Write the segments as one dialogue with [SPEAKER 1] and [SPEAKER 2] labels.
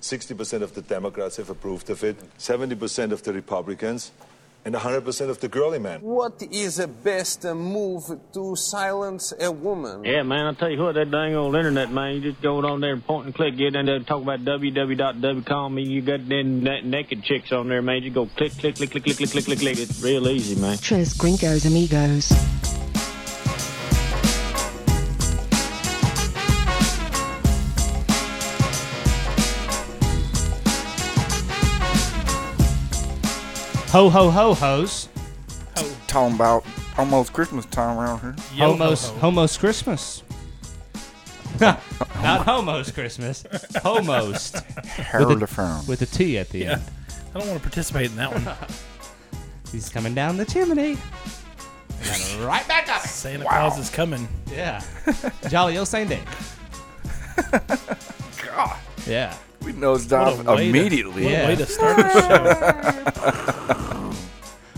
[SPEAKER 1] 60% of the Democrats have approved of it, 70% of the Republicans, and 100% of the girly men.
[SPEAKER 2] What is the best uh, move to silence a woman?
[SPEAKER 3] Yeah, man, I tell you what, that dang old internet, man, you just go on there and point and click, get in there and talk about www.com, and you got them na- naked chicks on there, man. You go click, click, click, click, click, click, click, click, click. It's real easy, man.
[SPEAKER 4] Tres Gringos Amigos.
[SPEAKER 5] Ho ho ho hoes.
[SPEAKER 6] Talking about almost Christmas time around here.
[SPEAKER 5] Yo, homos homos Christmas. Not homos Christmas. Homost
[SPEAKER 6] Harold Affirm.
[SPEAKER 5] with a T at the
[SPEAKER 7] Yeah.
[SPEAKER 5] end.
[SPEAKER 7] I don't want to participate in that one.
[SPEAKER 5] He's coming down the chimney. And right back up.
[SPEAKER 7] Santa Claus is coming.
[SPEAKER 5] Yeah. Jolly old Saint Nick.
[SPEAKER 6] God,
[SPEAKER 5] Yeah.
[SPEAKER 6] we nosed
[SPEAKER 7] What a
[SPEAKER 6] off
[SPEAKER 7] way to-
[SPEAKER 6] immediately.
[SPEAKER 7] What
[SPEAKER 5] Yeah.
[SPEAKER 7] a way to start the show.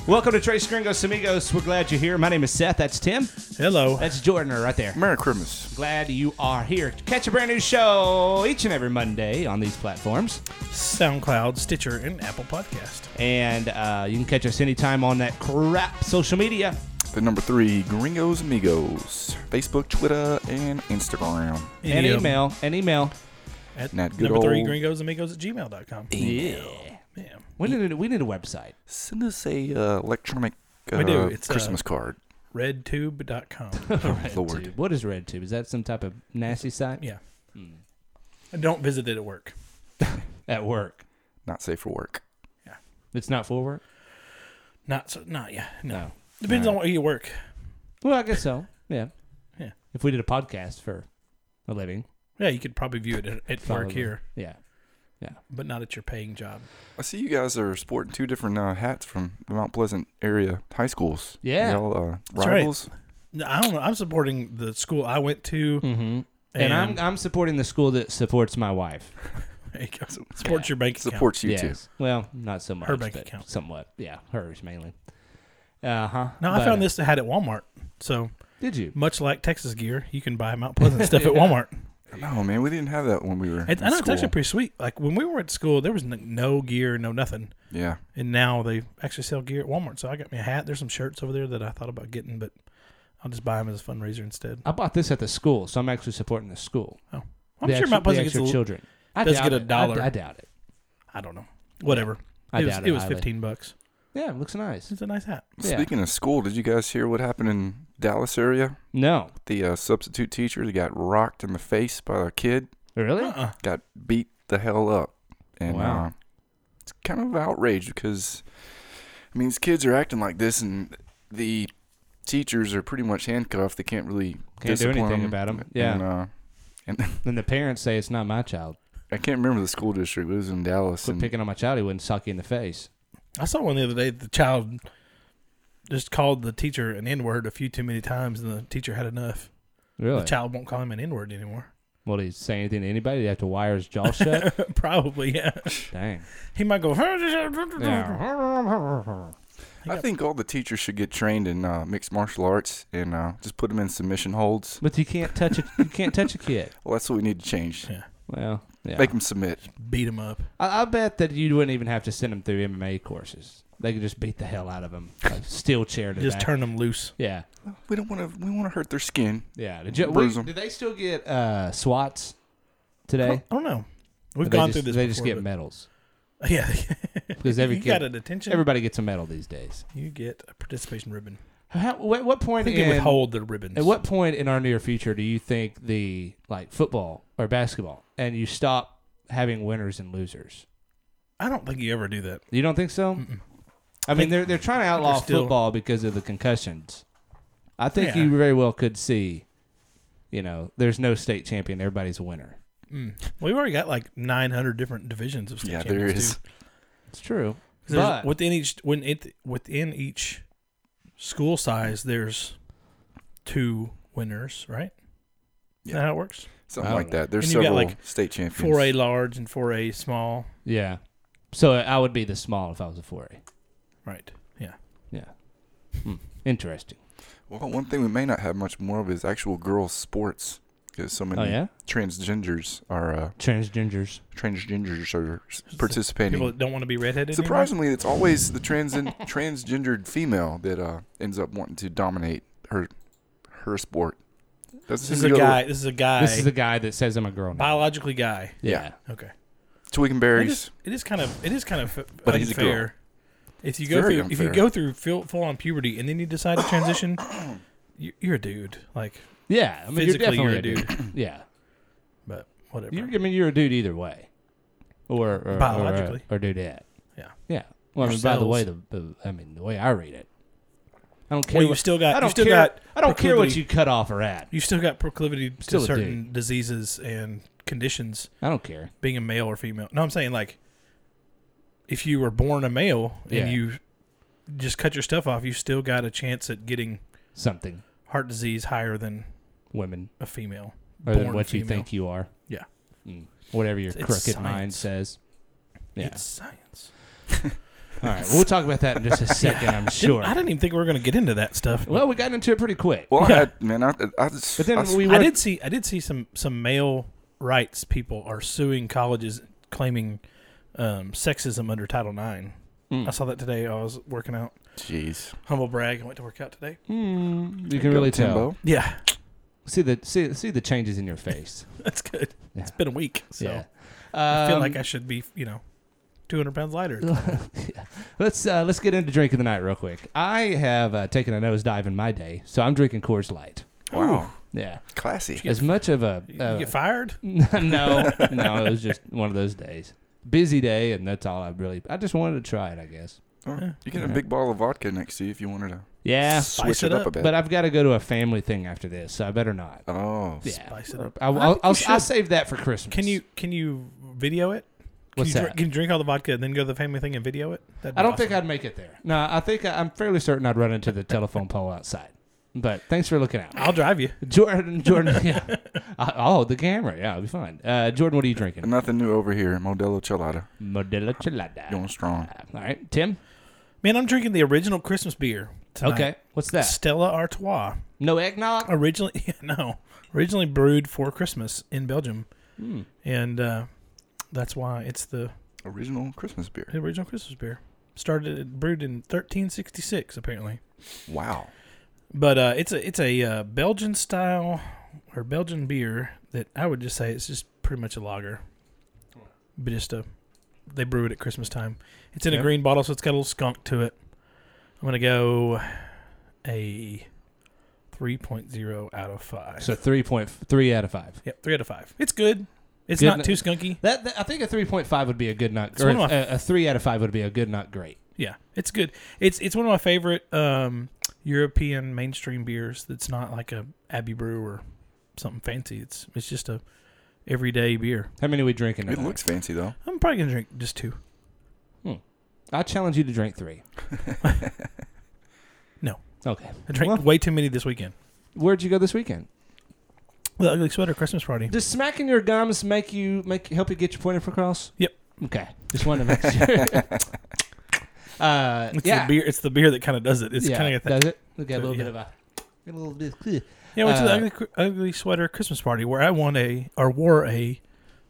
[SPEAKER 5] Welcome to Trace Gringos Amigos. We're glad you're here. My name is Seth. That's Tim.
[SPEAKER 7] Hello.
[SPEAKER 5] That's Jordan right there.
[SPEAKER 6] Merry Christmas.
[SPEAKER 5] Glad you are here. Catch a brand new show each and every Monday on these platforms.
[SPEAKER 7] SoundCloud, Stitcher, and Apple Podcast.
[SPEAKER 5] And uh, you can catch us anytime on that crap social media.
[SPEAKER 6] The number three, Gringos Amigos. Facebook, Twitter, and Instagram.
[SPEAKER 5] And email. And email.
[SPEAKER 7] At
[SPEAKER 6] Not good
[SPEAKER 7] number three,
[SPEAKER 6] old-
[SPEAKER 7] gringos amigos at gmail.com.
[SPEAKER 6] Email.
[SPEAKER 7] Yeah.
[SPEAKER 5] We need a, we need a website.
[SPEAKER 6] Send us a uh, electronic uh,
[SPEAKER 7] We do. It's, uh,
[SPEAKER 6] Christmas card.
[SPEAKER 7] Redtube.com.
[SPEAKER 6] Lord.
[SPEAKER 5] Dude, what is RedTube? Is that some type of nasty site?
[SPEAKER 7] yeah. Don't visit it at work.
[SPEAKER 5] At work.
[SPEAKER 6] Not safe for work.
[SPEAKER 5] It's not for work?
[SPEAKER 7] Not so, not yeah. No.
[SPEAKER 5] No.
[SPEAKER 7] Depends on where you work.
[SPEAKER 5] Well, I guess so. Yeah.
[SPEAKER 7] Yeah.
[SPEAKER 5] If we did a podcast for a living.
[SPEAKER 7] Yeah, you could probably view it at, at work
[SPEAKER 5] probably.
[SPEAKER 7] here,
[SPEAKER 5] Yeah.
[SPEAKER 7] but not at your paying job.
[SPEAKER 6] I see you guys are sporting two different uh, hats from the Mount Pleasant area high schools.
[SPEAKER 5] Yeah.
[SPEAKER 6] Y'all, uh,
[SPEAKER 7] That's right.
[SPEAKER 6] rivals.
[SPEAKER 7] No, I don't know. I'm supporting the school I went to.
[SPEAKER 5] Mm-hmm. And, I'm I'm supporting the school that supports my wife.
[SPEAKER 7] there you go. supports your bank account.
[SPEAKER 6] Supports you too.
[SPEAKER 5] Yes. Well, not so much.
[SPEAKER 7] Her bank
[SPEAKER 5] but
[SPEAKER 7] account.
[SPEAKER 5] Somewhat. Yeah. Hers mainly. Uh huh.
[SPEAKER 7] No, I found Mm. this had at Walmart. So
[SPEAKER 5] Did you?
[SPEAKER 7] much like Texas gear, you can buy Mount Pleasant stuff at Walmart.
[SPEAKER 6] No, man, we didn't have that when we were.
[SPEAKER 7] It,
[SPEAKER 6] in
[SPEAKER 7] I know it's
[SPEAKER 6] school.
[SPEAKER 7] actually pretty sweet. Like when we were at school, there was n- no gear, no nothing,
[SPEAKER 6] Yeah.
[SPEAKER 7] and now they actually sell gear at Walmart. So I got me a hat. There's some shirts over there that I thought about getting, but I'll just buy them as a fundraiser instead.
[SPEAKER 5] I bought this at the school, so I'm actually supporting the school.
[SPEAKER 7] Oh, I'm
[SPEAKER 5] The
[SPEAKER 7] sure
[SPEAKER 5] actual-
[SPEAKER 7] Mount
[SPEAKER 5] the
[SPEAKER 7] Pleasant gets a
[SPEAKER 5] actual
[SPEAKER 7] little.
[SPEAKER 5] children. I
[SPEAKER 7] does
[SPEAKER 5] doubt
[SPEAKER 7] get a
[SPEAKER 5] it. I-
[SPEAKER 7] dollar.
[SPEAKER 5] I, doubt it.
[SPEAKER 7] I don't know. Whatever.
[SPEAKER 5] I
[SPEAKER 7] it was,
[SPEAKER 5] doubt it
[SPEAKER 7] it was
[SPEAKER 5] highly.
[SPEAKER 7] 15 bucks.
[SPEAKER 5] Yeah, it looks nice.
[SPEAKER 7] It's a nice hat.
[SPEAKER 5] Yeah.
[SPEAKER 6] Speaking of school, did you guys hear what happened in Dallas area?
[SPEAKER 5] No,
[SPEAKER 6] The uh, substitute teacher that got rocked in the face by a kid
[SPEAKER 5] really?
[SPEAKER 7] Uh-uh.
[SPEAKER 6] got beat the hell up, and
[SPEAKER 5] Wow.
[SPEAKER 6] uh, it's kind of outraged because I mean, these kids are acting like this, and the teachers are pretty much handcuffed. They can't really
[SPEAKER 5] Can't do
[SPEAKER 6] discipline
[SPEAKER 5] anything
[SPEAKER 6] 'em,
[SPEAKER 5] about 'em.
[SPEAKER 6] and,
[SPEAKER 5] Yeah.
[SPEAKER 6] uh, and
[SPEAKER 5] Then the parents say it's not my child.
[SPEAKER 6] I can't remember the school district. It was in Dallas.
[SPEAKER 5] Quit
[SPEAKER 6] and-
[SPEAKER 5] picking on my child. He wouldn't suck you in the face.
[SPEAKER 7] I saw one the other day. The child just called the teacher an N word a few too many times, and the teacher had enough.
[SPEAKER 5] Really?
[SPEAKER 7] The child won't call him an N word anymore.
[SPEAKER 5] Will he say anything to anybody? Did he have to wire his jaw shut?
[SPEAKER 7] Probably, yeah.
[SPEAKER 5] Dang.
[SPEAKER 7] He might go.
[SPEAKER 5] Yeah.
[SPEAKER 6] I think all the teachers should get trained in uh, mixed martial arts and uh, just put them in submission holds.
[SPEAKER 5] But you can't touch a you can't touch a kid.
[SPEAKER 6] Well, that's what we need to change.
[SPEAKER 7] Yeah.
[SPEAKER 5] Well, yeah.
[SPEAKER 6] Make them submit.
[SPEAKER 7] beat him up.
[SPEAKER 5] I, I bet that you wouldn't even have to send them through MMA courses. They could just beat the hell out of them. Like steel chair to the
[SPEAKER 7] Just
[SPEAKER 5] back.
[SPEAKER 7] turn him loose.
[SPEAKER 5] Yeah,
[SPEAKER 6] We don't want to. We want to hurt their skin.
[SPEAKER 5] yeah. Did, you,
[SPEAKER 6] Bruise
[SPEAKER 5] we-
[SPEAKER 6] 'em.
[SPEAKER 5] did they still get uh, SWATs today?
[SPEAKER 7] I don't know. We've
[SPEAKER 5] Or
[SPEAKER 7] gone
[SPEAKER 5] they just,
[SPEAKER 7] through this.
[SPEAKER 5] They
[SPEAKER 7] before,
[SPEAKER 5] just get
[SPEAKER 7] but-
[SPEAKER 5] medals
[SPEAKER 7] Yeah,
[SPEAKER 5] because every
[SPEAKER 7] you
[SPEAKER 5] kid,
[SPEAKER 7] got a detention.
[SPEAKER 5] everybody gets a medal these days.
[SPEAKER 7] You get a participation ribbon.
[SPEAKER 5] How, what, what
[SPEAKER 7] I
[SPEAKER 5] point
[SPEAKER 7] think they
[SPEAKER 5] in
[SPEAKER 7] withhold the ribbons.
[SPEAKER 5] at what point in our near future do you think the like football or basketball and you stop having winners and losers?
[SPEAKER 7] I don't think you ever do that.
[SPEAKER 5] You don't think so? I mean, they're they're trying to outlaw
[SPEAKER 7] they're still-
[SPEAKER 5] football because of the concussions. I think
[SPEAKER 7] Yeah.
[SPEAKER 5] you very well could see, you know, there's no state champion. Everybody's a winner.
[SPEAKER 7] Mm. We've already got like 900 different divisions of state
[SPEAKER 6] Yeah, there
[SPEAKER 7] champions,
[SPEAKER 6] is.
[SPEAKER 7] too.
[SPEAKER 5] It's true.
[SPEAKER 7] 'Cause there's-
[SPEAKER 5] But
[SPEAKER 7] within each when it within each school size, there's two winners, right? Is
[SPEAKER 6] Yeah.
[SPEAKER 7] that how it works?
[SPEAKER 6] Something
[SPEAKER 5] I
[SPEAKER 6] like
[SPEAKER 5] don't
[SPEAKER 6] that. There's
[SPEAKER 7] And you got,
[SPEAKER 6] several
[SPEAKER 7] like,
[SPEAKER 6] state champions.
[SPEAKER 7] Four A large and four A small,
[SPEAKER 5] yeah, so I would be the small if I was a four A.
[SPEAKER 7] right? Yeah.
[SPEAKER 5] Yeah, hmm. interesting.
[SPEAKER 6] Well, one thing we may not have much more of is actual girls sports. because so many
[SPEAKER 5] Oh, yeah?
[SPEAKER 6] transgenders are uh,
[SPEAKER 5] Transgenders.
[SPEAKER 6] transgenders are s- participating.
[SPEAKER 7] People that don't want to be redheaded. anymore?
[SPEAKER 6] Surprisingly, it's always the trans transgendered female that uh, ends up wanting to dominate her her sport. That's
[SPEAKER 7] This is a guy. This is a guy.
[SPEAKER 5] This is the guy that says I'm a girl now.
[SPEAKER 7] biologically guy.
[SPEAKER 5] Yeah.
[SPEAKER 7] Okay.
[SPEAKER 6] Twig and
[SPEAKER 7] It
[SPEAKER 6] berries.
[SPEAKER 7] is, it is kind of it is kind of
[SPEAKER 6] But he's a girl.
[SPEAKER 7] unfair. If you go
[SPEAKER 6] Very
[SPEAKER 7] through if you
[SPEAKER 6] unfair.
[SPEAKER 7] go through full, full on puberty and then you decide to transition, you, you're a dude. Like,
[SPEAKER 5] Yeah. I mean, you're
[SPEAKER 7] Physically,
[SPEAKER 5] definitely
[SPEAKER 7] you're
[SPEAKER 5] a
[SPEAKER 7] a
[SPEAKER 5] dude. yeah.
[SPEAKER 7] but whatever.
[SPEAKER 5] You're, I mean, you're a dude either way, or, or
[SPEAKER 7] Biologically.
[SPEAKER 5] or, or dudette.
[SPEAKER 7] Yeah.
[SPEAKER 5] Yeah. Well, I
[SPEAKER 7] Your
[SPEAKER 5] mean, by the
[SPEAKER 7] cells.
[SPEAKER 5] way, the, the I mean, the way I read it, I don't care.
[SPEAKER 7] Well, you
[SPEAKER 5] what-
[SPEAKER 7] still got-
[SPEAKER 5] I
[SPEAKER 7] you
[SPEAKER 5] don't
[SPEAKER 7] still
[SPEAKER 5] care.
[SPEAKER 7] got
[SPEAKER 5] I don't care what
[SPEAKER 7] proclivity.
[SPEAKER 5] you cut off or at.
[SPEAKER 7] You've still got proclivity
[SPEAKER 5] Still a
[SPEAKER 7] to certain diseases and conditions
[SPEAKER 5] I don't care.
[SPEAKER 7] being a male or female. No, I'm saying like if you were born a male
[SPEAKER 5] Yeah.
[SPEAKER 7] and you just cut your stuff off, you still got a chance at getting
[SPEAKER 5] Something
[SPEAKER 7] heart disease higher than
[SPEAKER 5] women
[SPEAKER 7] a female.
[SPEAKER 5] or than
[SPEAKER 7] born
[SPEAKER 5] what you
[SPEAKER 7] female.
[SPEAKER 5] think you are.
[SPEAKER 7] Yeah.
[SPEAKER 5] Mm. Whatever your
[SPEAKER 7] It's
[SPEAKER 5] crooked mind
[SPEAKER 7] science.
[SPEAKER 5] says. Yeah.
[SPEAKER 7] It's science.
[SPEAKER 5] All right. We'll talk about that in just a second. I'm sure.
[SPEAKER 7] I didn't even think we were going to get into that stuff.
[SPEAKER 5] Well, we got into it pretty quick.
[SPEAKER 6] Well, I, had- man, I, I just,
[SPEAKER 5] But then
[SPEAKER 6] I,
[SPEAKER 5] we were.
[SPEAKER 7] I did see I did see some some male rights people are suing colleges claiming um, sexism under Title IX.
[SPEAKER 5] Hmm.
[SPEAKER 7] I saw that today. I was working out.
[SPEAKER 6] jeez,
[SPEAKER 7] Humble brag. I went to work out today.
[SPEAKER 5] Mm, you can really tell.
[SPEAKER 6] Timbo.
[SPEAKER 7] Yeah,
[SPEAKER 5] See the see, see the changes in your face.
[SPEAKER 7] that's good.
[SPEAKER 5] Yeah.
[SPEAKER 7] It's been a week, so
[SPEAKER 5] yeah.
[SPEAKER 7] I feel
[SPEAKER 5] Um,
[SPEAKER 7] like I should be you know, two hundred pounds lighter.
[SPEAKER 5] Uh, Let's uh, let's get into drinking the night real quick. I have uh, taken a nosedive in my day, so I'm drinking Coors Light.
[SPEAKER 6] Wow,
[SPEAKER 5] Yeah,
[SPEAKER 6] classy.
[SPEAKER 5] as much of a
[SPEAKER 7] You
[SPEAKER 5] uh,
[SPEAKER 7] get fired?
[SPEAKER 5] no, no, it was just one of those days, busy day, and that's all I really. I just wanted to try it, I guess.
[SPEAKER 6] Oh, you get a big bottle of vodka next to you if you wanted to
[SPEAKER 5] Yeah,
[SPEAKER 6] switch
[SPEAKER 7] Spice
[SPEAKER 6] it
[SPEAKER 7] it
[SPEAKER 6] up,
[SPEAKER 7] up.
[SPEAKER 6] a bit.
[SPEAKER 5] but I've got to go to a family thing after this, so I better not.
[SPEAKER 6] oh,
[SPEAKER 5] Yeah,
[SPEAKER 7] Spice it up.
[SPEAKER 5] I, will
[SPEAKER 7] I think you should.
[SPEAKER 5] save that for Christmas.
[SPEAKER 7] Can you can you video it? Can
[SPEAKER 5] What's
[SPEAKER 7] you, dr-
[SPEAKER 5] that?
[SPEAKER 7] can you drink all the vodka and then go to the family thing and video it? That'd be
[SPEAKER 5] I don't
[SPEAKER 7] awesome.
[SPEAKER 5] think I'd make it there. No, I think I, I'm fairly certain I'd run into the telephone pole outside. But thanks for looking out.
[SPEAKER 7] I'll drive you.
[SPEAKER 5] Jordan, Jordan, yeah. Uh, oh, the camera, yeah, it'll be fine. Uh, Jordan, what are you drinking?
[SPEAKER 6] nothing new over here. Modelo Chelada,
[SPEAKER 5] Modelo Chelada.
[SPEAKER 6] going strong.
[SPEAKER 5] All right, Tim.
[SPEAKER 7] Man, I'm drinking the original Christmas beer. Tonight.
[SPEAKER 5] Okay, what's that?
[SPEAKER 7] Stella Artois.
[SPEAKER 5] No eggnog.
[SPEAKER 7] Originally, yeah, no, originally brewed for Christmas in Belgium, and uh, that's why it's the
[SPEAKER 6] Original Christmas beer.
[SPEAKER 7] original Christmas beer. Started brewed in 1366, apparently.
[SPEAKER 6] Wow.
[SPEAKER 7] But uh, it's a it's a uh, Belgian style or Belgian beer that I would just say it's just pretty much a lager, but just a they brew it at Christmas time. It's in
[SPEAKER 5] Yeah.
[SPEAKER 7] a green bottle, so it's got a little skunk to it. I'm gonna go a 3.0 out of five.
[SPEAKER 5] So three point three out of five.
[SPEAKER 7] yep, three out of five. It's good. It's
[SPEAKER 5] Good
[SPEAKER 7] not
[SPEAKER 5] n-
[SPEAKER 7] too skunky.
[SPEAKER 5] That, that- I think a three point five would be a good not.
[SPEAKER 7] It's
[SPEAKER 5] Or
[SPEAKER 7] one of my-
[SPEAKER 5] a, a three out of five would be a good not great.
[SPEAKER 7] Yeah, it's good. It's it's one of my favorite um, European mainstream beers. That's not like a Abbey Brew or something fancy. It's it's just a everyday beer.
[SPEAKER 5] How many are we drinking?
[SPEAKER 6] It
[SPEAKER 5] tonight?
[SPEAKER 6] looks fancy though.
[SPEAKER 7] I'm probably gonna drink just two.
[SPEAKER 5] I challenge you to drink three.
[SPEAKER 7] No.
[SPEAKER 5] Okay.
[SPEAKER 7] I drank
[SPEAKER 5] Well,
[SPEAKER 7] way too many this weekend.
[SPEAKER 5] where'd you go this weekend?
[SPEAKER 7] The ugly sweater Christmas party.
[SPEAKER 5] Does smacking your gums make you make help you get your point across?
[SPEAKER 7] Yep.
[SPEAKER 5] Okay. Just wanted to make sure. uh,
[SPEAKER 7] It's
[SPEAKER 5] yeah.
[SPEAKER 7] the beer. It's the beer that kind of does it. It's
[SPEAKER 5] yeah,
[SPEAKER 7] kind of
[SPEAKER 5] does it? We got a
[SPEAKER 7] So,
[SPEAKER 5] little
[SPEAKER 7] yeah.
[SPEAKER 5] bit of a, a little bit. Of,
[SPEAKER 7] yeah. I went to
[SPEAKER 5] uh,
[SPEAKER 7] the ugly, Cr- ugly sweater Christmas party where I won a or wore a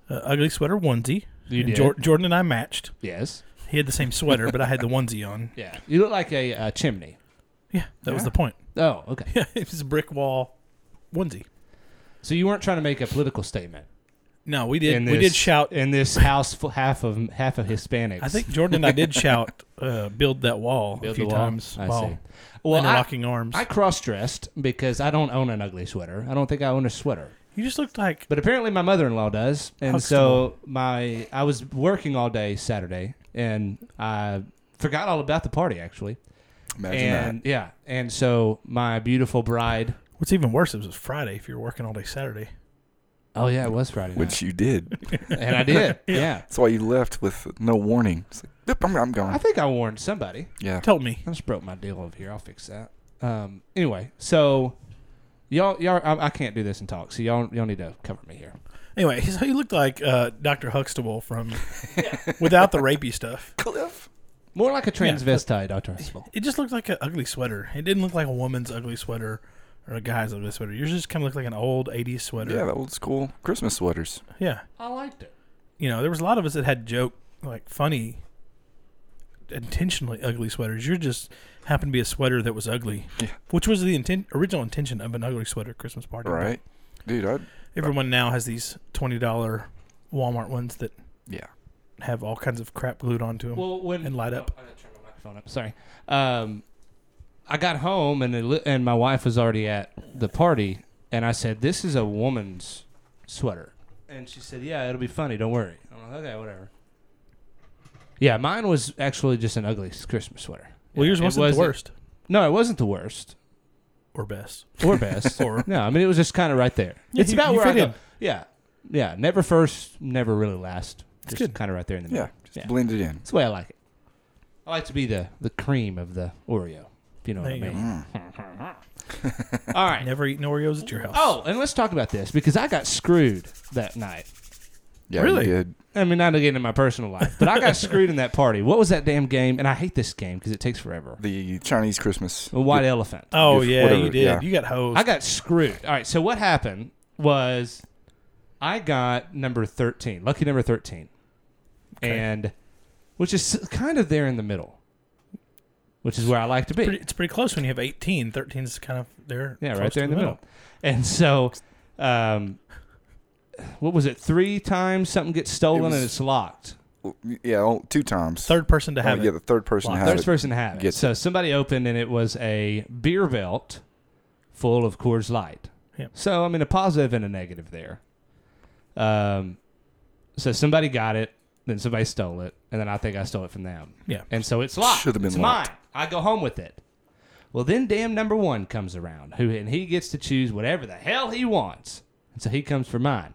[SPEAKER 7] uh, ugly sweater onesie.
[SPEAKER 5] You
[SPEAKER 7] And
[SPEAKER 5] did.
[SPEAKER 7] Jor- Jordan and I matched.
[SPEAKER 5] yes.
[SPEAKER 7] He had the same sweater, but I had the onesie on.
[SPEAKER 5] Yeah. You look like a uh, chimney.
[SPEAKER 7] Yeah, that was the point.
[SPEAKER 5] Oh, okay.
[SPEAKER 7] Yeah, it was a brick wall onesie.
[SPEAKER 5] So you weren't trying to make a political statement.
[SPEAKER 7] No, we did.
[SPEAKER 5] in
[SPEAKER 7] we did
[SPEAKER 5] this-
[SPEAKER 7] shout.
[SPEAKER 5] in this house, full, half of half of Hispanics.
[SPEAKER 7] I think Jordan and I did shout, uh, "Build that wall"
[SPEAKER 5] Build
[SPEAKER 7] a few
[SPEAKER 5] the wall.
[SPEAKER 7] times.
[SPEAKER 5] I
[SPEAKER 7] while
[SPEAKER 5] see. Well, I,
[SPEAKER 7] interlocking arms.
[SPEAKER 5] I cross dressed because I don't own an ugly sweater. I don't think I own a sweater.
[SPEAKER 7] you just looked like
[SPEAKER 5] But apparently my mother-in-law does. And
[SPEAKER 7] Huxtable.
[SPEAKER 5] so my I was working all day Saturday and I forgot all about the party actually.
[SPEAKER 6] Imagine
[SPEAKER 5] and yeah, and so my beautiful bride
[SPEAKER 7] what's even worse. It was Friday. If you're working all day Saturday,
[SPEAKER 5] Oh yeah, it was Friday
[SPEAKER 6] that. Which you did.
[SPEAKER 5] night. and I did. yeah.
[SPEAKER 6] That's why you left with no warning. It's like, "Yep, I'm, I'm
[SPEAKER 5] I
[SPEAKER 6] gone.
[SPEAKER 5] think I warned somebody.
[SPEAKER 6] Yeah.
[SPEAKER 7] tell me.
[SPEAKER 5] I just broke my deal over here. I'll fix that. Um anyway, so y'all y'all I, I can't do this and talk. So y'all y'all need to cover me here.
[SPEAKER 7] Anyway, so you looked like uh, Doctor Huxtable from without the rapey stuff.
[SPEAKER 6] Cliff.
[SPEAKER 5] More like a transvestite, Dr. Huxtable.
[SPEAKER 7] It just looked like an ugly sweater. It didn't look like a woman's ugly sweater. or guys love this sweater. Yours just kind of looked like an old '80s sweater.
[SPEAKER 6] Yeah, the old school Christmas sweaters.
[SPEAKER 7] yeah.
[SPEAKER 5] I liked it.
[SPEAKER 7] You know, there was a lot of us that had joke, like funny, intentionally ugly sweaters. Yours just happened to be a sweater that was ugly,
[SPEAKER 6] Yeah.
[SPEAKER 7] which was the intent, original intention of an ugly sweater Christmas party. but
[SPEAKER 6] Right, dude. I
[SPEAKER 7] Everyone now has these twenty dollar Walmart ones that
[SPEAKER 6] yeah.
[SPEAKER 7] have all kinds of crap glued onto them.
[SPEAKER 5] Well, when
[SPEAKER 7] And light up.
[SPEAKER 5] Oh, I gotta turn my microphone up. Sorry. Um, I got home and it, li- and my wife was already at the party, and I said, "This is a woman's sweater," and she said, "Yeah, it'll be funny. Don't worry." I'm like, "Okay, whatever." Yeah, mine was actually just an ugly s- Christmas sweater.
[SPEAKER 7] well, yours
[SPEAKER 5] It
[SPEAKER 7] wasn't the worst
[SPEAKER 5] No, it wasn't the worst
[SPEAKER 7] or best.
[SPEAKER 5] or best.
[SPEAKER 7] Or-
[SPEAKER 5] no, I mean it was just kind of right there.
[SPEAKER 7] Yeah,
[SPEAKER 5] it's
[SPEAKER 7] you-
[SPEAKER 5] about
[SPEAKER 7] you
[SPEAKER 5] where I
[SPEAKER 7] fit
[SPEAKER 5] go.
[SPEAKER 7] in.
[SPEAKER 5] Yeah, yeah. Never first, never really last.
[SPEAKER 7] It's
[SPEAKER 5] just
[SPEAKER 7] good.
[SPEAKER 5] kind of right there in the middle.
[SPEAKER 6] Yeah, just blend it in.
[SPEAKER 5] That's the way I like it. I like to be the, the cream of the Oreo, if you know
[SPEAKER 7] There
[SPEAKER 5] what I
[SPEAKER 7] you Mm.
[SPEAKER 5] mean. All right.
[SPEAKER 7] Never eaten Oreos at your house.
[SPEAKER 5] Oh, and let's talk about this because I got screwed that night.
[SPEAKER 6] Yeah,
[SPEAKER 7] Really?
[SPEAKER 6] You did.
[SPEAKER 5] I mean, not again in my personal life, but I got screwed in that party. What was that damn game? And I hate this game because it takes forever.
[SPEAKER 6] The Chinese Christmas.
[SPEAKER 5] The White Elephant.
[SPEAKER 7] Oh
[SPEAKER 6] If-
[SPEAKER 7] yeah,
[SPEAKER 6] whatever,
[SPEAKER 7] you did.
[SPEAKER 6] yeah.
[SPEAKER 7] You got hosed.
[SPEAKER 5] I got screwed. All right. So what happened was I got number 13, lucky number 13. And which is kind of there in the middle, which is where I like to be.
[SPEAKER 7] pretty, it's pretty close when you have 18. 13 is kind of there.
[SPEAKER 5] Yeah, right
[SPEAKER 7] close
[SPEAKER 5] there in
[SPEAKER 7] to
[SPEAKER 5] the middle. And so, um, what was it? Three times something gets stolen
[SPEAKER 6] was-
[SPEAKER 5] and it's locked.
[SPEAKER 6] Well, Yeah, oh, two times.
[SPEAKER 7] Third person to
[SPEAKER 6] Oh,
[SPEAKER 7] have
[SPEAKER 6] yeah,
[SPEAKER 7] it.
[SPEAKER 6] the third person to
[SPEAKER 7] Locked.
[SPEAKER 6] have
[SPEAKER 5] First
[SPEAKER 6] it.
[SPEAKER 5] person to have it.
[SPEAKER 6] gets
[SPEAKER 5] So somebody opened and it was a beer belt full of Coors Light.
[SPEAKER 7] Yeah.
[SPEAKER 5] So I mean a positive and a negative there. Um, so somebody got it, then somebody stole it, and then I think I stole it from them.
[SPEAKER 7] Yeah.
[SPEAKER 5] And so it's locked.
[SPEAKER 6] Should've been
[SPEAKER 5] it's
[SPEAKER 6] locked.
[SPEAKER 5] mine. I go home with it. Well, then damn number one comes around, who and he gets to choose whatever the hell he wants, and so he comes for mine,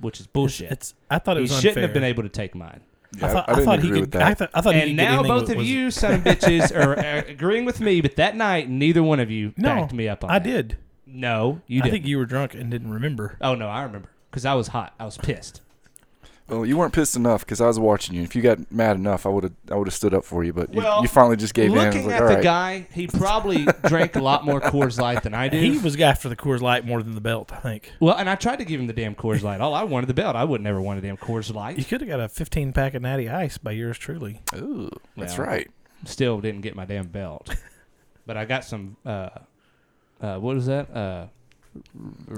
[SPEAKER 5] which is bullshit.
[SPEAKER 7] It's. I thought it
[SPEAKER 5] he
[SPEAKER 7] was
[SPEAKER 5] shouldn't
[SPEAKER 7] unfair.
[SPEAKER 5] have been able to take mine.
[SPEAKER 6] Yeah,
[SPEAKER 7] I thought,
[SPEAKER 6] I
[SPEAKER 7] I
[SPEAKER 6] didn't
[SPEAKER 7] thought he
[SPEAKER 6] agree
[SPEAKER 7] could.
[SPEAKER 6] with that.
[SPEAKER 7] I, thought, I thought he
[SPEAKER 5] And
[SPEAKER 7] could
[SPEAKER 5] now
[SPEAKER 7] get anything
[SPEAKER 5] both
[SPEAKER 7] that
[SPEAKER 5] of
[SPEAKER 7] was-
[SPEAKER 5] you son of bitches are uh, agreeing with me, but that night neither one of you
[SPEAKER 7] no,
[SPEAKER 5] backed me up on
[SPEAKER 7] I
[SPEAKER 5] that.
[SPEAKER 7] did.
[SPEAKER 5] No, you
[SPEAKER 7] I
[SPEAKER 5] didn't.
[SPEAKER 7] think you were drunk and didn't remember.
[SPEAKER 5] oh no, I remember because I was hot. I was pissed.
[SPEAKER 6] Well, you weren't pissed enough because I was watching you. If you got mad enough, I would have I would have stood up for you. But you,
[SPEAKER 5] Well,
[SPEAKER 6] you finally just gave in. I was
[SPEAKER 5] Looking
[SPEAKER 6] like,
[SPEAKER 5] at
[SPEAKER 6] all
[SPEAKER 5] the
[SPEAKER 6] right.
[SPEAKER 5] guy, he probably drank a lot more Coors Light than I
[SPEAKER 7] He
[SPEAKER 5] did.
[SPEAKER 7] was after the Coors Light more than the belt. I think
[SPEAKER 5] Well, and I tried to give him the damn Coors Light. All I wanted the belt. I would never want a damn Coors
[SPEAKER 7] you
[SPEAKER 5] Light.
[SPEAKER 7] could have got a 15 pack of Natty Ice by yours truly.
[SPEAKER 6] Ooh, that's
[SPEAKER 5] Yeah.
[SPEAKER 6] right.
[SPEAKER 5] Still didn't get my damn belt, but I got some. Uh, uh, what was that? Uh,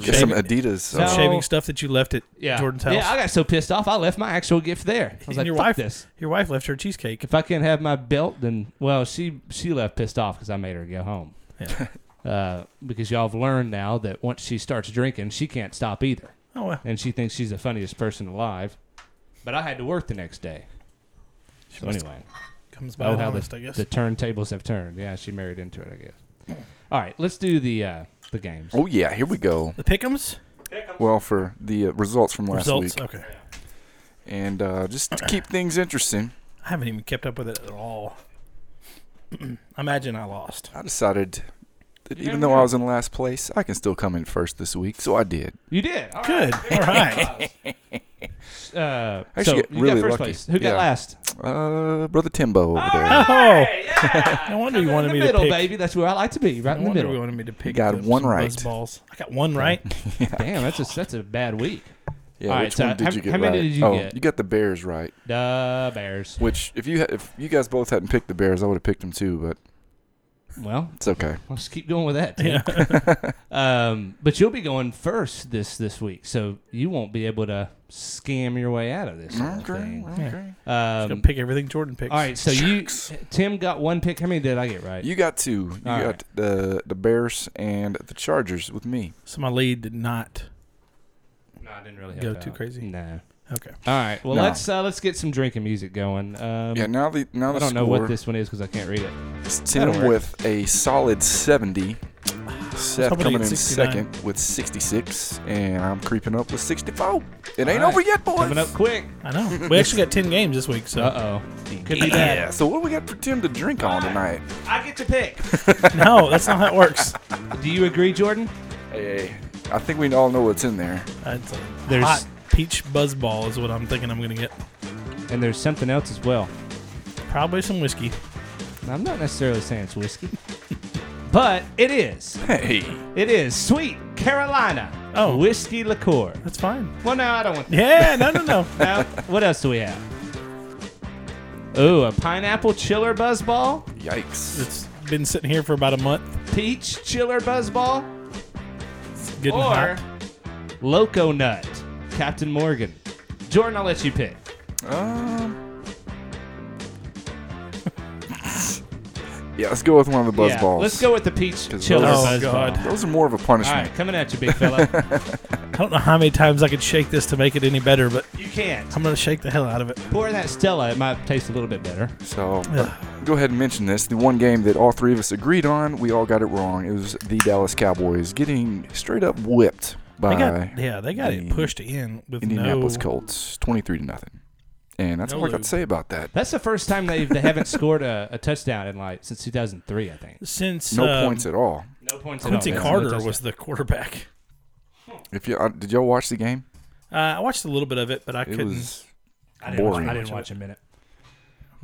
[SPEAKER 6] Get some Adidas.
[SPEAKER 5] No.
[SPEAKER 6] uh,
[SPEAKER 7] Shaving stuff that you left at
[SPEAKER 5] Oh. yeah,
[SPEAKER 7] Jordan's house.
[SPEAKER 5] Yeah, I got so pissed off, I left my actual gift there. I was
[SPEAKER 7] And
[SPEAKER 5] like,
[SPEAKER 7] your
[SPEAKER 5] "Fuck
[SPEAKER 7] wife-
[SPEAKER 5] this."
[SPEAKER 7] Your wife left her cheesecake.
[SPEAKER 5] if I can't have my belt, then well, she she left pissed off because I made her go home.
[SPEAKER 7] Yeah.
[SPEAKER 5] Uh, because y'all have learned now that once she starts drinking, she can't stop either,
[SPEAKER 7] Oh well,
[SPEAKER 5] and she thinks she's the funniest person alive. But I had to work the next day.
[SPEAKER 7] she
[SPEAKER 5] So
[SPEAKER 7] must-
[SPEAKER 5] anyway,
[SPEAKER 7] comes by
[SPEAKER 5] oh
[SPEAKER 7] the
[SPEAKER 5] how
[SPEAKER 7] honest,
[SPEAKER 5] the,
[SPEAKER 7] I guess.
[SPEAKER 5] the turntables have turned. Yeah, she married into it, I guess. All right, let's do the uh, the games.
[SPEAKER 6] Oh yeah, here we go.
[SPEAKER 7] The pickums
[SPEAKER 6] Well, for the uh, results from last
[SPEAKER 7] results.
[SPEAKER 6] week,
[SPEAKER 7] Okay,
[SPEAKER 6] and uh, just to keep things interesting,
[SPEAKER 7] I haven't even kept up with it at all. Imagine I lost.
[SPEAKER 6] I decided that even though I was in last place, I can still come in first this week. So I did.
[SPEAKER 5] You did All right.
[SPEAKER 7] Good. All right.
[SPEAKER 5] Uh,
[SPEAKER 6] I
[SPEAKER 5] so
[SPEAKER 6] actually got
[SPEAKER 5] you
[SPEAKER 6] really
[SPEAKER 5] got first
[SPEAKER 6] lucky.
[SPEAKER 5] place. Who
[SPEAKER 6] Yeah.
[SPEAKER 5] got last?
[SPEAKER 6] Uh, brother Timbo over there.
[SPEAKER 5] Ah!
[SPEAKER 7] Oh,
[SPEAKER 5] yeah.
[SPEAKER 7] no wonder you
[SPEAKER 5] In
[SPEAKER 7] wanted
[SPEAKER 5] the
[SPEAKER 7] me
[SPEAKER 5] middle,
[SPEAKER 7] to pick.
[SPEAKER 5] baby. That's where I like to be, right
[SPEAKER 7] No
[SPEAKER 5] in the
[SPEAKER 7] wonder you
[SPEAKER 5] middle.
[SPEAKER 7] wanted me to pick.
[SPEAKER 6] got
[SPEAKER 7] up
[SPEAKER 6] one
[SPEAKER 7] some
[SPEAKER 6] right.
[SPEAKER 7] buzz Balls. I got one right.
[SPEAKER 5] Damn, that's a that's a bad week.
[SPEAKER 6] Yeah,
[SPEAKER 5] All right,
[SPEAKER 6] which
[SPEAKER 5] so
[SPEAKER 6] one did
[SPEAKER 5] how-
[SPEAKER 6] you get
[SPEAKER 5] how many
[SPEAKER 6] right?
[SPEAKER 5] did you
[SPEAKER 6] oh,
[SPEAKER 5] get?
[SPEAKER 6] you got the Bears right.
[SPEAKER 5] The Bears.
[SPEAKER 6] Which, if you ha- if you guys both hadn't picked the Bears, I would have picked them too. But
[SPEAKER 5] Well,
[SPEAKER 6] it's okay.
[SPEAKER 5] let's keep going with that. Tim. um, but you'll be going first this this week, so you won't be able to scam your way out of this whole
[SPEAKER 6] Okay.
[SPEAKER 5] thing.
[SPEAKER 6] okay.
[SPEAKER 7] I'm gonna
[SPEAKER 5] Um,
[SPEAKER 7] pick everything Jordan picks.
[SPEAKER 5] all right, so you Tim got one pick. How many did I get right?
[SPEAKER 6] You got two. You
[SPEAKER 5] All
[SPEAKER 6] got
[SPEAKER 5] right.
[SPEAKER 6] the the Bears and the Chargers with me.
[SPEAKER 7] So my lead did not.
[SPEAKER 5] no, I didn't really
[SPEAKER 7] Go
[SPEAKER 5] help
[SPEAKER 7] too
[SPEAKER 5] out.
[SPEAKER 7] crazy?
[SPEAKER 5] No.
[SPEAKER 7] Okay.
[SPEAKER 5] All right. Well,
[SPEAKER 6] No.
[SPEAKER 5] let's uh, let's get some drinking music going. Um,
[SPEAKER 6] yeah. Now the now
[SPEAKER 5] I
[SPEAKER 6] the
[SPEAKER 5] don't know
[SPEAKER 6] score
[SPEAKER 5] what this one is because I can't read it.
[SPEAKER 6] is
[SPEAKER 5] that'll
[SPEAKER 6] Tim
[SPEAKER 5] work.
[SPEAKER 6] with a solid seventy. Seth
[SPEAKER 7] Somebody
[SPEAKER 6] coming
[SPEAKER 7] at
[SPEAKER 6] in
[SPEAKER 7] 69.
[SPEAKER 6] second with 66, and I'm creeping up with 64. It ain't
[SPEAKER 5] All right.
[SPEAKER 6] over yet, boys.
[SPEAKER 5] Coming up quick.
[SPEAKER 7] I know. We actually got ten games this week, so
[SPEAKER 5] Uh oh. Could be bad.
[SPEAKER 6] Yeah. So what we got for Tim to drink on tonight?
[SPEAKER 5] I get to pick.
[SPEAKER 7] no, that's not how it works.
[SPEAKER 5] Do you agree, Jordan?
[SPEAKER 6] Hey, I think we all know what's in there.
[SPEAKER 7] That's a
[SPEAKER 5] There's-
[SPEAKER 7] hot peach buzzball is what I'm thinking I'm gonna get.
[SPEAKER 5] And there's something else as well.
[SPEAKER 7] Probably some whiskey.
[SPEAKER 5] And I'm not necessarily saying it's whiskey. but it is.
[SPEAKER 6] Hey,
[SPEAKER 5] It is Sweet Carolina.
[SPEAKER 7] Oh.
[SPEAKER 5] whiskey liqueur.
[SPEAKER 7] That's fine.
[SPEAKER 5] Well, no, I don't want.
[SPEAKER 7] Yeah, no, no, no.
[SPEAKER 5] Now, what else do we have? Ooh, a pineapple chiller buzz ball,
[SPEAKER 6] yikes!
[SPEAKER 7] it's been sitting here for about a month.
[SPEAKER 5] peach chiller buzz ball,
[SPEAKER 7] It's getting
[SPEAKER 5] or
[SPEAKER 7] hot.
[SPEAKER 5] loco nut. Captain Morgan. Jordan, I'll let you pick.
[SPEAKER 6] Um, yeah, let's go with one of the buzz
[SPEAKER 5] Yeah,
[SPEAKER 6] balls.
[SPEAKER 5] Let's go with the peach
[SPEAKER 6] 'Cause
[SPEAKER 5] chiller
[SPEAKER 6] those-
[SPEAKER 5] buzz
[SPEAKER 7] Oh, God.
[SPEAKER 5] ball.
[SPEAKER 6] Those are more of a
[SPEAKER 5] All
[SPEAKER 6] punishment.
[SPEAKER 5] right, coming at you, big fella.
[SPEAKER 7] I don't know how many times I could shake this to make it any better, but
[SPEAKER 5] you can't.
[SPEAKER 7] I'm gonna shake the hell out of it.
[SPEAKER 5] Pour in that Stella. It might taste a little bit better.
[SPEAKER 6] So uh,
[SPEAKER 7] Ugh.
[SPEAKER 6] go ahead and mention this. The one game that all three of us agreed on, we all got it wrong. It was the Dallas Cowboys getting straight up whipped by
[SPEAKER 7] They got yeah, they got it
[SPEAKER 6] the
[SPEAKER 7] pushed in with
[SPEAKER 6] Indianapolis
[SPEAKER 7] no,
[SPEAKER 6] Colts, twenty-three to nothing. And that's
[SPEAKER 7] No
[SPEAKER 6] all I got
[SPEAKER 7] lube.
[SPEAKER 6] to say about that.
[SPEAKER 5] That's the first time they've, they haven't scored a, a touchdown in like since 2003, I think.
[SPEAKER 7] Since
[SPEAKER 6] No
[SPEAKER 7] um,
[SPEAKER 6] points at all.
[SPEAKER 5] No points at all.
[SPEAKER 7] Quincy
[SPEAKER 5] That's no
[SPEAKER 7] Carter
[SPEAKER 5] touchdown.
[SPEAKER 7] was the quarterback.
[SPEAKER 6] If you uh, did y'all watch the game?
[SPEAKER 7] Uh, I watched a little bit of it, but I
[SPEAKER 6] It
[SPEAKER 7] couldn't.
[SPEAKER 6] was
[SPEAKER 5] I didn't watch-
[SPEAKER 6] boring.
[SPEAKER 5] I didn't watch a minute.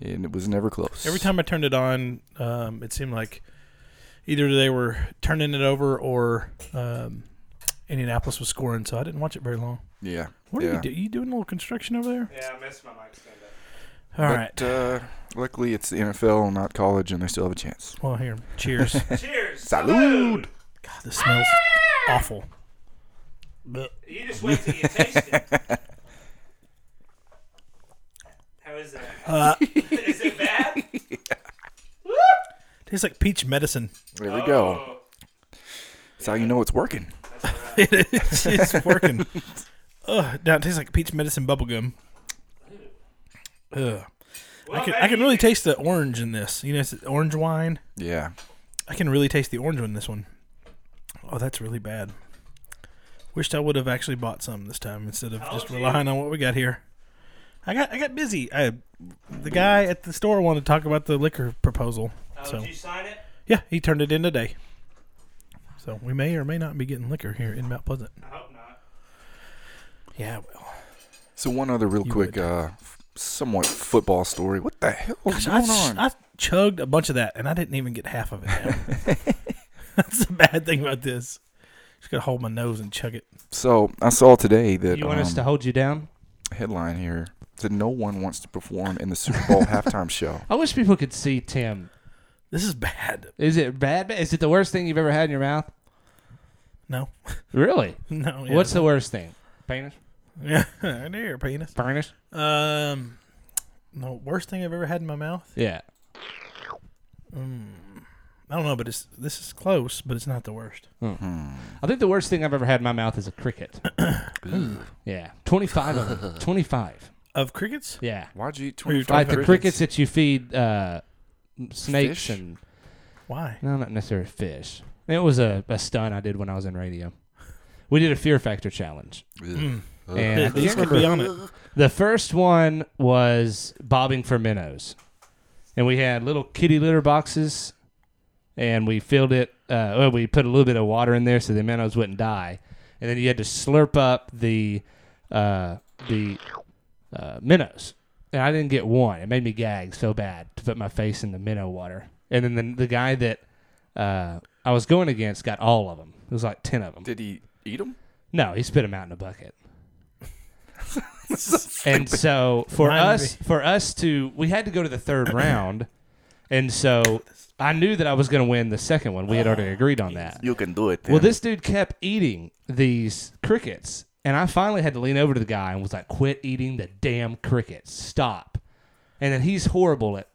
[SPEAKER 6] and it was never close.
[SPEAKER 7] Every time I turned it on, um, it seemed like either they were turning it over or um, Indianapolis was scoring. So I didn't watch it very long.
[SPEAKER 6] Yeah.
[SPEAKER 7] What are
[SPEAKER 6] yeah.
[SPEAKER 7] you doing? You doing a little construction over there?
[SPEAKER 5] Yeah, I missed my mic stand up.
[SPEAKER 7] All right.
[SPEAKER 6] But, uh, luckily, it's the NFL, not college, and they still have a chance.
[SPEAKER 7] Well, here. Cheers.
[SPEAKER 5] Cheers.
[SPEAKER 6] Salud!
[SPEAKER 7] God, this smells awful.
[SPEAKER 5] You just wait till you taste it. How is that? is it bad?
[SPEAKER 7] Tastes like peach medicine.
[SPEAKER 6] There we go. That's how you know it's working.
[SPEAKER 7] it's, it's working. Ugh, now it tastes like peach medicine bubblegum. Ugh. I can, I can really taste the orange in this. You know, it's orange wine.
[SPEAKER 6] Yeah.
[SPEAKER 7] I can really taste the orange in this one. Oh, that's really bad. Wished I would have actually bought some this time instead of just relying on what we got here. I got I got busy. I the guy at the store wanted to talk about the liquor proposal. So
[SPEAKER 5] Oh, sign it?
[SPEAKER 7] yeah, he turned it in today. So we may or may not be getting liquor here in Mount Pleasant.
[SPEAKER 5] I hope not.
[SPEAKER 7] Yeah, well,
[SPEAKER 6] So one other real
[SPEAKER 7] You
[SPEAKER 6] quick,
[SPEAKER 7] would.
[SPEAKER 6] uh, f- somewhat football story. What the hell is
[SPEAKER 7] I,
[SPEAKER 6] going on?
[SPEAKER 7] I chugged a bunch of that and I didn't even get half of it. down. that's the bad thing about this. Just gotta hold my nose and chug it.
[SPEAKER 6] so I saw today that
[SPEAKER 5] You want us
[SPEAKER 6] um,
[SPEAKER 5] to hold you down?
[SPEAKER 6] headline here that no one wants to perform in the Super Bowl halftime show.
[SPEAKER 5] I wish people could see Tim.
[SPEAKER 7] This is bad.
[SPEAKER 5] Is it bad? Is it the worst thing you've ever had in your mouth?
[SPEAKER 7] No,
[SPEAKER 5] Really?
[SPEAKER 7] no. yeah.
[SPEAKER 5] What's the worst thing? Penis?
[SPEAKER 7] Yeah, there, penis.
[SPEAKER 5] Penis?
[SPEAKER 7] Um, no, worst thing I've ever had in my mouth.
[SPEAKER 5] Yeah.
[SPEAKER 7] I don't know, but it's this is close, but it's not the worst.
[SPEAKER 5] I think the worst thing I've ever had in my mouth is a cricket. yeah. 25 of them. 25.
[SPEAKER 7] Of crickets,
[SPEAKER 5] Yeah.
[SPEAKER 6] Why'd you eat
[SPEAKER 7] Were you
[SPEAKER 6] 25
[SPEAKER 5] Like the
[SPEAKER 6] crickets?
[SPEAKER 5] crickets that you feed uh, snakes
[SPEAKER 6] Fish?
[SPEAKER 5] and
[SPEAKER 7] why?
[SPEAKER 5] No, not necessarily fish. It was a, a stunt I did when I was in radio. We did a fear factor challenge. And I
[SPEAKER 7] Th- These
[SPEAKER 5] think
[SPEAKER 7] could be on it.
[SPEAKER 5] the first one was bobbing for minnows. And we had little kitty litter boxes and we filled it. Uh, well, we put a little bit of water in there so the minnows wouldn't die. And then you had to slurp up the uh, the uh, minnows. And I didn't get one. It made me gag so bad to put my face in the minnow water. And then the, the guy that uh, I was going against got all of them. It was like 10 of them.
[SPEAKER 6] Did he eat them?
[SPEAKER 5] No, he spit him out in a bucket. and so for
[SPEAKER 7] Remind
[SPEAKER 5] us, for us to, we had to go to the third round, and so I knew that I was going to win the second one. We had already agreed on that.
[SPEAKER 6] You can do it.
[SPEAKER 5] Well, this dude kept eating these crickets, and I finally had to lean over to the guy and was like, "Quit eating the damn crickets! Stop!" And then he's horrible at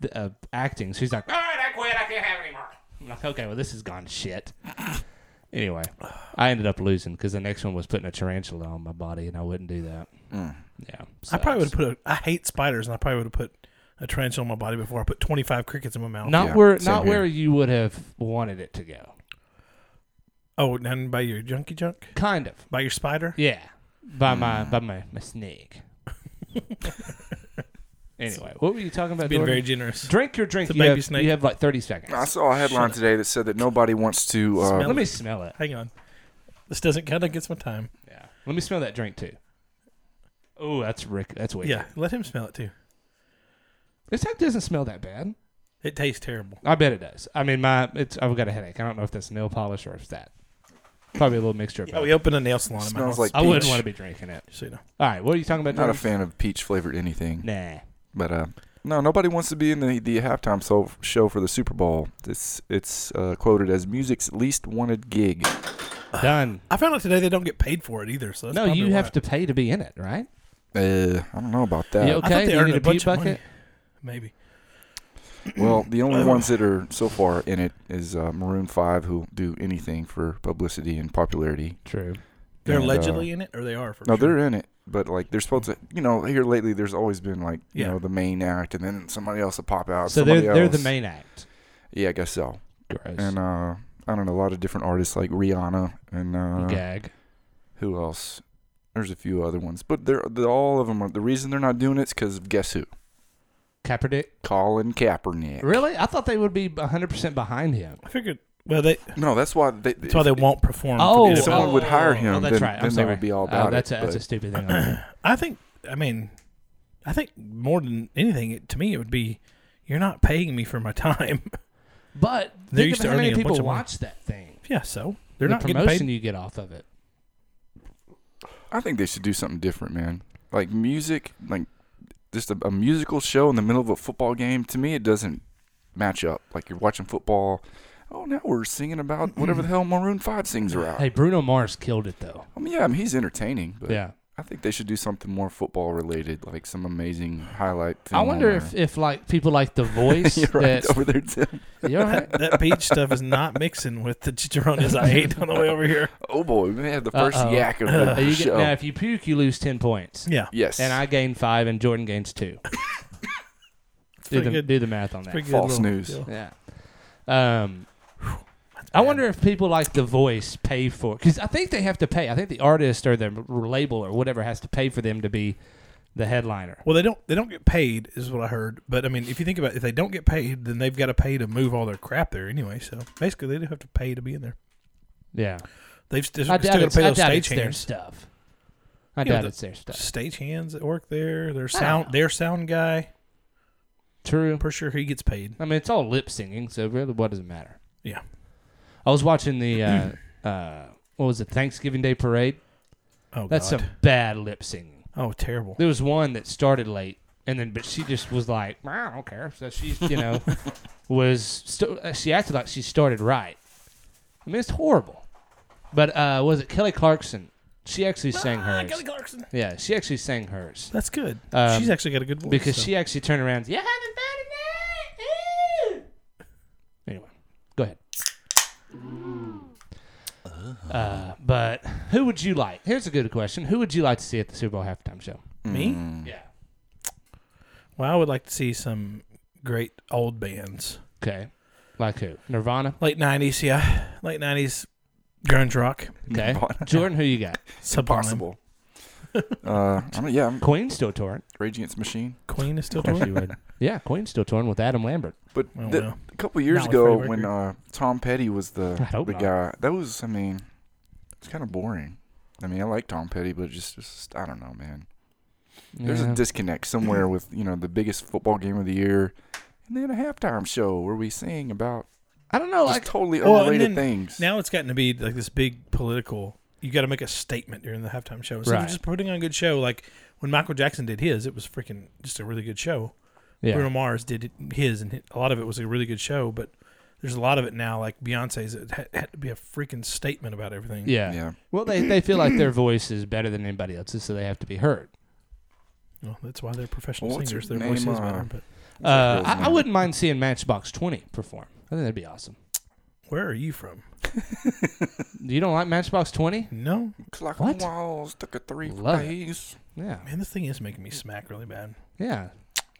[SPEAKER 5] the, uh, acting, so he's like, "All right, I quit. I can't have any more." I'm like, "Okay, well, this has gone to shit." Anyway, I ended up losing because the next one was putting a tarantula on my body, and I wouldn't do that.
[SPEAKER 6] Mm.
[SPEAKER 5] Yeah,
[SPEAKER 7] I probably would
[SPEAKER 5] sucks.
[SPEAKER 7] have put. a I hate spiders, and I probably would have put a tarantula on my body before I put twenty five crickets in my mouth.
[SPEAKER 5] not
[SPEAKER 6] Yeah,
[SPEAKER 5] where
[SPEAKER 6] same
[SPEAKER 5] not
[SPEAKER 6] here.
[SPEAKER 5] where you would have wanted it to go.
[SPEAKER 7] Oh, and by your junky junk,
[SPEAKER 5] Kind of,
[SPEAKER 7] by your spider.
[SPEAKER 5] yeah. By
[SPEAKER 7] Mm.
[SPEAKER 5] my by my, my snake. anyway, what were you talking about?
[SPEAKER 7] Being
[SPEAKER 5] Jordan?
[SPEAKER 7] very generous.
[SPEAKER 5] Drink your drink.
[SPEAKER 7] It's a
[SPEAKER 5] you,
[SPEAKER 7] baby
[SPEAKER 5] have,
[SPEAKER 7] snake.
[SPEAKER 5] you have like 30
[SPEAKER 6] I
[SPEAKER 5] seconds.
[SPEAKER 6] saw a headline today that said that nobody wants to. Uh,
[SPEAKER 7] Smell
[SPEAKER 5] Let me smell it.
[SPEAKER 7] Hang on, this doesn't count against my time.
[SPEAKER 5] Yeah. Let me smell that drink too. Oh, that's Rick. That's weird.
[SPEAKER 7] Yeah, let him smell it too.
[SPEAKER 5] This act doesn't smell that bad.
[SPEAKER 7] It tastes terrible.
[SPEAKER 5] I bet it does. I mean, my it's I've got a headache. I don't know if that's nail polish or if it's that. Probably a little mixture. Of
[SPEAKER 7] Oh,
[SPEAKER 5] both.
[SPEAKER 7] we opened a nail salon. in my
[SPEAKER 6] Smells
[SPEAKER 7] house.
[SPEAKER 6] like
[SPEAKER 5] I wouldn't
[SPEAKER 6] peach.
[SPEAKER 5] want to be drinking it.
[SPEAKER 7] So you know.
[SPEAKER 5] All right, what are you talking about?
[SPEAKER 6] Not a
[SPEAKER 5] Jordan?
[SPEAKER 6] fan of peach flavored anything.
[SPEAKER 5] Nah.
[SPEAKER 6] But uh, no, nobody wants to be in the the halftime so- show for the Super Bowl. It's it's uh, quoted as music's least wanted gig.
[SPEAKER 5] Done.
[SPEAKER 7] I found out today they don't get paid for it either. So that's
[SPEAKER 5] No,
[SPEAKER 7] probably
[SPEAKER 5] you
[SPEAKER 7] why.
[SPEAKER 5] have to pay to be in it, right?
[SPEAKER 6] Uh, I don't know about that.
[SPEAKER 5] You
[SPEAKER 7] I thought
[SPEAKER 5] okay?
[SPEAKER 7] they
[SPEAKER 5] You
[SPEAKER 7] earned
[SPEAKER 5] need
[SPEAKER 7] a
[SPEAKER 5] a pee
[SPEAKER 7] bunch of money.
[SPEAKER 5] bucket.
[SPEAKER 7] Maybe.
[SPEAKER 6] Well, the
[SPEAKER 7] Um,
[SPEAKER 6] only ones that are so far in it is uh, Maroon Five, who do anything for publicity and popularity.
[SPEAKER 5] True.
[SPEAKER 7] They're
[SPEAKER 6] And, uh,
[SPEAKER 7] allegedly in it, or they are for
[SPEAKER 6] No,
[SPEAKER 7] sure.
[SPEAKER 6] they're in it, but like they're supposed to. You know, here lately, there's always been like you
[SPEAKER 7] Yeah.
[SPEAKER 6] know the main act, and then somebody else will pop out.
[SPEAKER 5] So they're
[SPEAKER 6] somebody
[SPEAKER 5] they're the
[SPEAKER 6] else.
[SPEAKER 5] main act.
[SPEAKER 6] Yeah, I guess so.
[SPEAKER 5] Gross.
[SPEAKER 6] And uh, I don't know a lot of different artists like Rihanna and uh,
[SPEAKER 5] Gag.
[SPEAKER 6] who else? There's a few other ones, but they're, they all of them. Are, the reason they're not doing it is because of guess who?
[SPEAKER 5] Kaepernick.
[SPEAKER 6] Colin Kaepernick.
[SPEAKER 5] Really? I thought they would be 100 percent behind him.
[SPEAKER 7] I figured. Well, they
[SPEAKER 6] No, that's why they.
[SPEAKER 7] that's why they won't perform. for
[SPEAKER 5] Oh,
[SPEAKER 7] the
[SPEAKER 6] if
[SPEAKER 7] NFL.
[SPEAKER 6] someone would hire him,
[SPEAKER 5] Oh, that's
[SPEAKER 6] then-
[SPEAKER 5] right. I'm
[SPEAKER 6] then they
[SPEAKER 5] sorry.
[SPEAKER 6] would be all
[SPEAKER 5] Oh,
[SPEAKER 6] about it,
[SPEAKER 5] that's A, that's a
[SPEAKER 6] but-
[SPEAKER 5] stupid thing. on him.
[SPEAKER 7] I think. I mean, I think more than anything, it, to me, it would be you're not paying me for my time.
[SPEAKER 5] but
[SPEAKER 7] They're
[SPEAKER 5] think
[SPEAKER 7] used
[SPEAKER 5] of
[SPEAKER 7] to
[SPEAKER 5] how many
[SPEAKER 7] earning a
[SPEAKER 5] people
[SPEAKER 7] bunch of money.
[SPEAKER 5] watch that thing.
[SPEAKER 7] yeah, so they're
[SPEAKER 5] the
[SPEAKER 7] not getting
[SPEAKER 5] promotion
[SPEAKER 7] paid.
[SPEAKER 5] you get off of it.
[SPEAKER 6] I think they should do something different, man. Like music, like just a, a musical show in the middle of a football game. To me, it doesn't match up. Like you're watching football. Oh, now we're singing about whatever the hell Maroon Five sings around.
[SPEAKER 5] Hey, Bruno Mars killed it though.
[SPEAKER 6] I mean, yeah, I mean, he's entertaining, Uh, but
[SPEAKER 5] yeah.
[SPEAKER 6] I think they should do something more football related, like some amazing highlight.
[SPEAKER 5] I
[SPEAKER 6] film
[SPEAKER 5] wonder
[SPEAKER 6] or-
[SPEAKER 5] if, if like people like The Voice
[SPEAKER 6] uh, you're right
[SPEAKER 5] that
[SPEAKER 6] over there, Tim.
[SPEAKER 5] you all right?
[SPEAKER 7] that peach stuff is not mixing with the chicharrones I ate on the way over here.
[SPEAKER 6] Oh boy, we may have the 1st
[SPEAKER 5] Uh-oh.
[SPEAKER 6] yak of the
[SPEAKER 5] Are you get-
[SPEAKER 6] show.
[SPEAKER 5] now if you puke you lose 10 points.
[SPEAKER 7] Yeah,
[SPEAKER 6] yes,
[SPEAKER 5] And I gain 5 and Jordan gains 2. do
[SPEAKER 7] pretty
[SPEAKER 5] the
[SPEAKER 7] good.
[SPEAKER 5] do the math on that.
[SPEAKER 7] Pretty good
[SPEAKER 6] False
[SPEAKER 7] little
[SPEAKER 6] news.
[SPEAKER 7] deal.
[SPEAKER 5] Yeah. Um, I wonder if people like The Voice pay for because I think they have to pay. I think the artist or the label or whatever has to pay for them to be the headliner.
[SPEAKER 7] Well, they don't they don't get paid is what I heard. But I mean, if you think about it, if they don't get paid, then they've got to pay to move all their crap there anyway. So basically, they do have to pay to be in there.
[SPEAKER 5] Yeah,
[SPEAKER 7] They've st-
[SPEAKER 5] I
[SPEAKER 7] still
[SPEAKER 5] doubt,
[SPEAKER 7] got
[SPEAKER 5] it's,
[SPEAKER 7] to pay
[SPEAKER 5] I
[SPEAKER 7] those
[SPEAKER 5] doubt
[SPEAKER 7] stage
[SPEAKER 5] it's their
[SPEAKER 7] hands.
[SPEAKER 5] stuff. I
[SPEAKER 7] Yeah,
[SPEAKER 5] doubt
[SPEAKER 7] the-
[SPEAKER 5] it's their stuff.
[SPEAKER 7] Stage hands that work there. Their
[SPEAKER 5] don't know.
[SPEAKER 7] sound their sound guy.
[SPEAKER 5] True.
[SPEAKER 7] I'm pretty sure he gets paid.
[SPEAKER 5] I mean, it's all lip singing, so really, what does it matter?
[SPEAKER 7] Yeah.
[SPEAKER 5] I was watching the uh, uh, what was it Thanksgiving Day parade.
[SPEAKER 7] Oh
[SPEAKER 5] That's
[SPEAKER 7] god.
[SPEAKER 5] some bad lip singing.
[SPEAKER 7] oh terrible.
[SPEAKER 5] There was one that started late, and then but she just was like, "Well, I don't care. So she, you know, was st- uh, she acted like she started right. I mean, it's horrible. But uh, was it Kelly Clarkson? She actually sang hers.
[SPEAKER 7] Ah, Kelly Clarkson.
[SPEAKER 5] yeah, she actually sang hers
[SPEAKER 7] That's good.
[SPEAKER 5] Um,
[SPEAKER 7] She's actually got a good voice.
[SPEAKER 5] because
[SPEAKER 7] so.
[SPEAKER 5] she actually turned around. And, said, you haven't found it yet? Ooh." Anyway, go ahead.
[SPEAKER 7] Uh-huh.
[SPEAKER 5] Uh, but who would you like? Here's a good question. Who would you like to see at the Super Bowl halftime show?
[SPEAKER 7] me.
[SPEAKER 5] Yeah.
[SPEAKER 7] Well, I would like to see some great old bands.
[SPEAKER 5] Okay. Like who? Nirvana.
[SPEAKER 7] Late nineties, yeah. Late nineties grunge rock.
[SPEAKER 5] Okay.
[SPEAKER 6] Nirvana.
[SPEAKER 5] Jordan, who you got?
[SPEAKER 7] Sublime.
[SPEAKER 6] possible. uh, I don't, yeah, I'm
[SPEAKER 5] Queen still touring.
[SPEAKER 6] Rage Against the Machine.
[SPEAKER 7] Queen is still touring.
[SPEAKER 5] Yeah, Queen still touring with Adam Lambert.
[SPEAKER 6] But
[SPEAKER 7] Well,
[SPEAKER 6] the-
[SPEAKER 7] well.
[SPEAKER 6] a couple years
[SPEAKER 7] Not with
[SPEAKER 6] ago,
[SPEAKER 7] Freddie
[SPEAKER 6] when uh, Tom Petty was the
[SPEAKER 5] I hope
[SPEAKER 6] the
[SPEAKER 5] not.
[SPEAKER 6] guy, that was, I mean, it's kind of boring. I mean, I like Tom Petty, but it's just, just I don't know, man. There's
[SPEAKER 5] Yeah.
[SPEAKER 6] a disconnect somewhere with you know the biggest football game of the year, and then a halftime show where we sing about
[SPEAKER 5] I don't know.
[SPEAKER 6] just
[SPEAKER 5] Like
[SPEAKER 6] totally
[SPEAKER 7] Well, and
[SPEAKER 6] overrated
[SPEAKER 7] then
[SPEAKER 6] things.
[SPEAKER 7] Now it's gotten to be like this big political. You got to make a statement during the halftime show instead
[SPEAKER 5] Right.
[SPEAKER 7] of just putting on a good show. Like when Michael Jackson did his, it was freaking just a really good show. Bruno
[SPEAKER 5] yeah.
[SPEAKER 7] Mars did it- his, and a lot of it was a really good show. But there's a lot of it now, like Beyonce's, it had, had to be a freaking statement about everything.
[SPEAKER 5] yeah,
[SPEAKER 6] Yeah.
[SPEAKER 5] Well, they they feel like their voice is better than anybody else's, so they have to be heard.
[SPEAKER 7] Well, that's why they're professional
[SPEAKER 6] Well, what's
[SPEAKER 7] singers.
[SPEAKER 6] her
[SPEAKER 7] Their
[SPEAKER 6] name,
[SPEAKER 7] voices
[SPEAKER 6] uh,
[SPEAKER 7] matter. But
[SPEAKER 5] Uh,
[SPEAKER 6] girl's
[SPEAKER 5] I, I
[SPEAKER 6] name?
[SPEAKER 5] wouldn't mind seeing Matchbox Twenty perform. I think that'd be awesome.
[SPEAKER 7] where are you from?
[SPEAKER 5] You don't like Matchbox Twenty?
[SPEAKER 7] No,
[SPEAKER 6] Clock
[SPEAKER 5] What?
[SPEAKER 6] and walls, took a three
[SPEAKER 5] Love it.
[SPEAKER 6] days.
[SPEAKER 5] Yeah,
[SPEAKER 7] man, this thing is making me smack really bad.
[SPEAKER 5] yeah.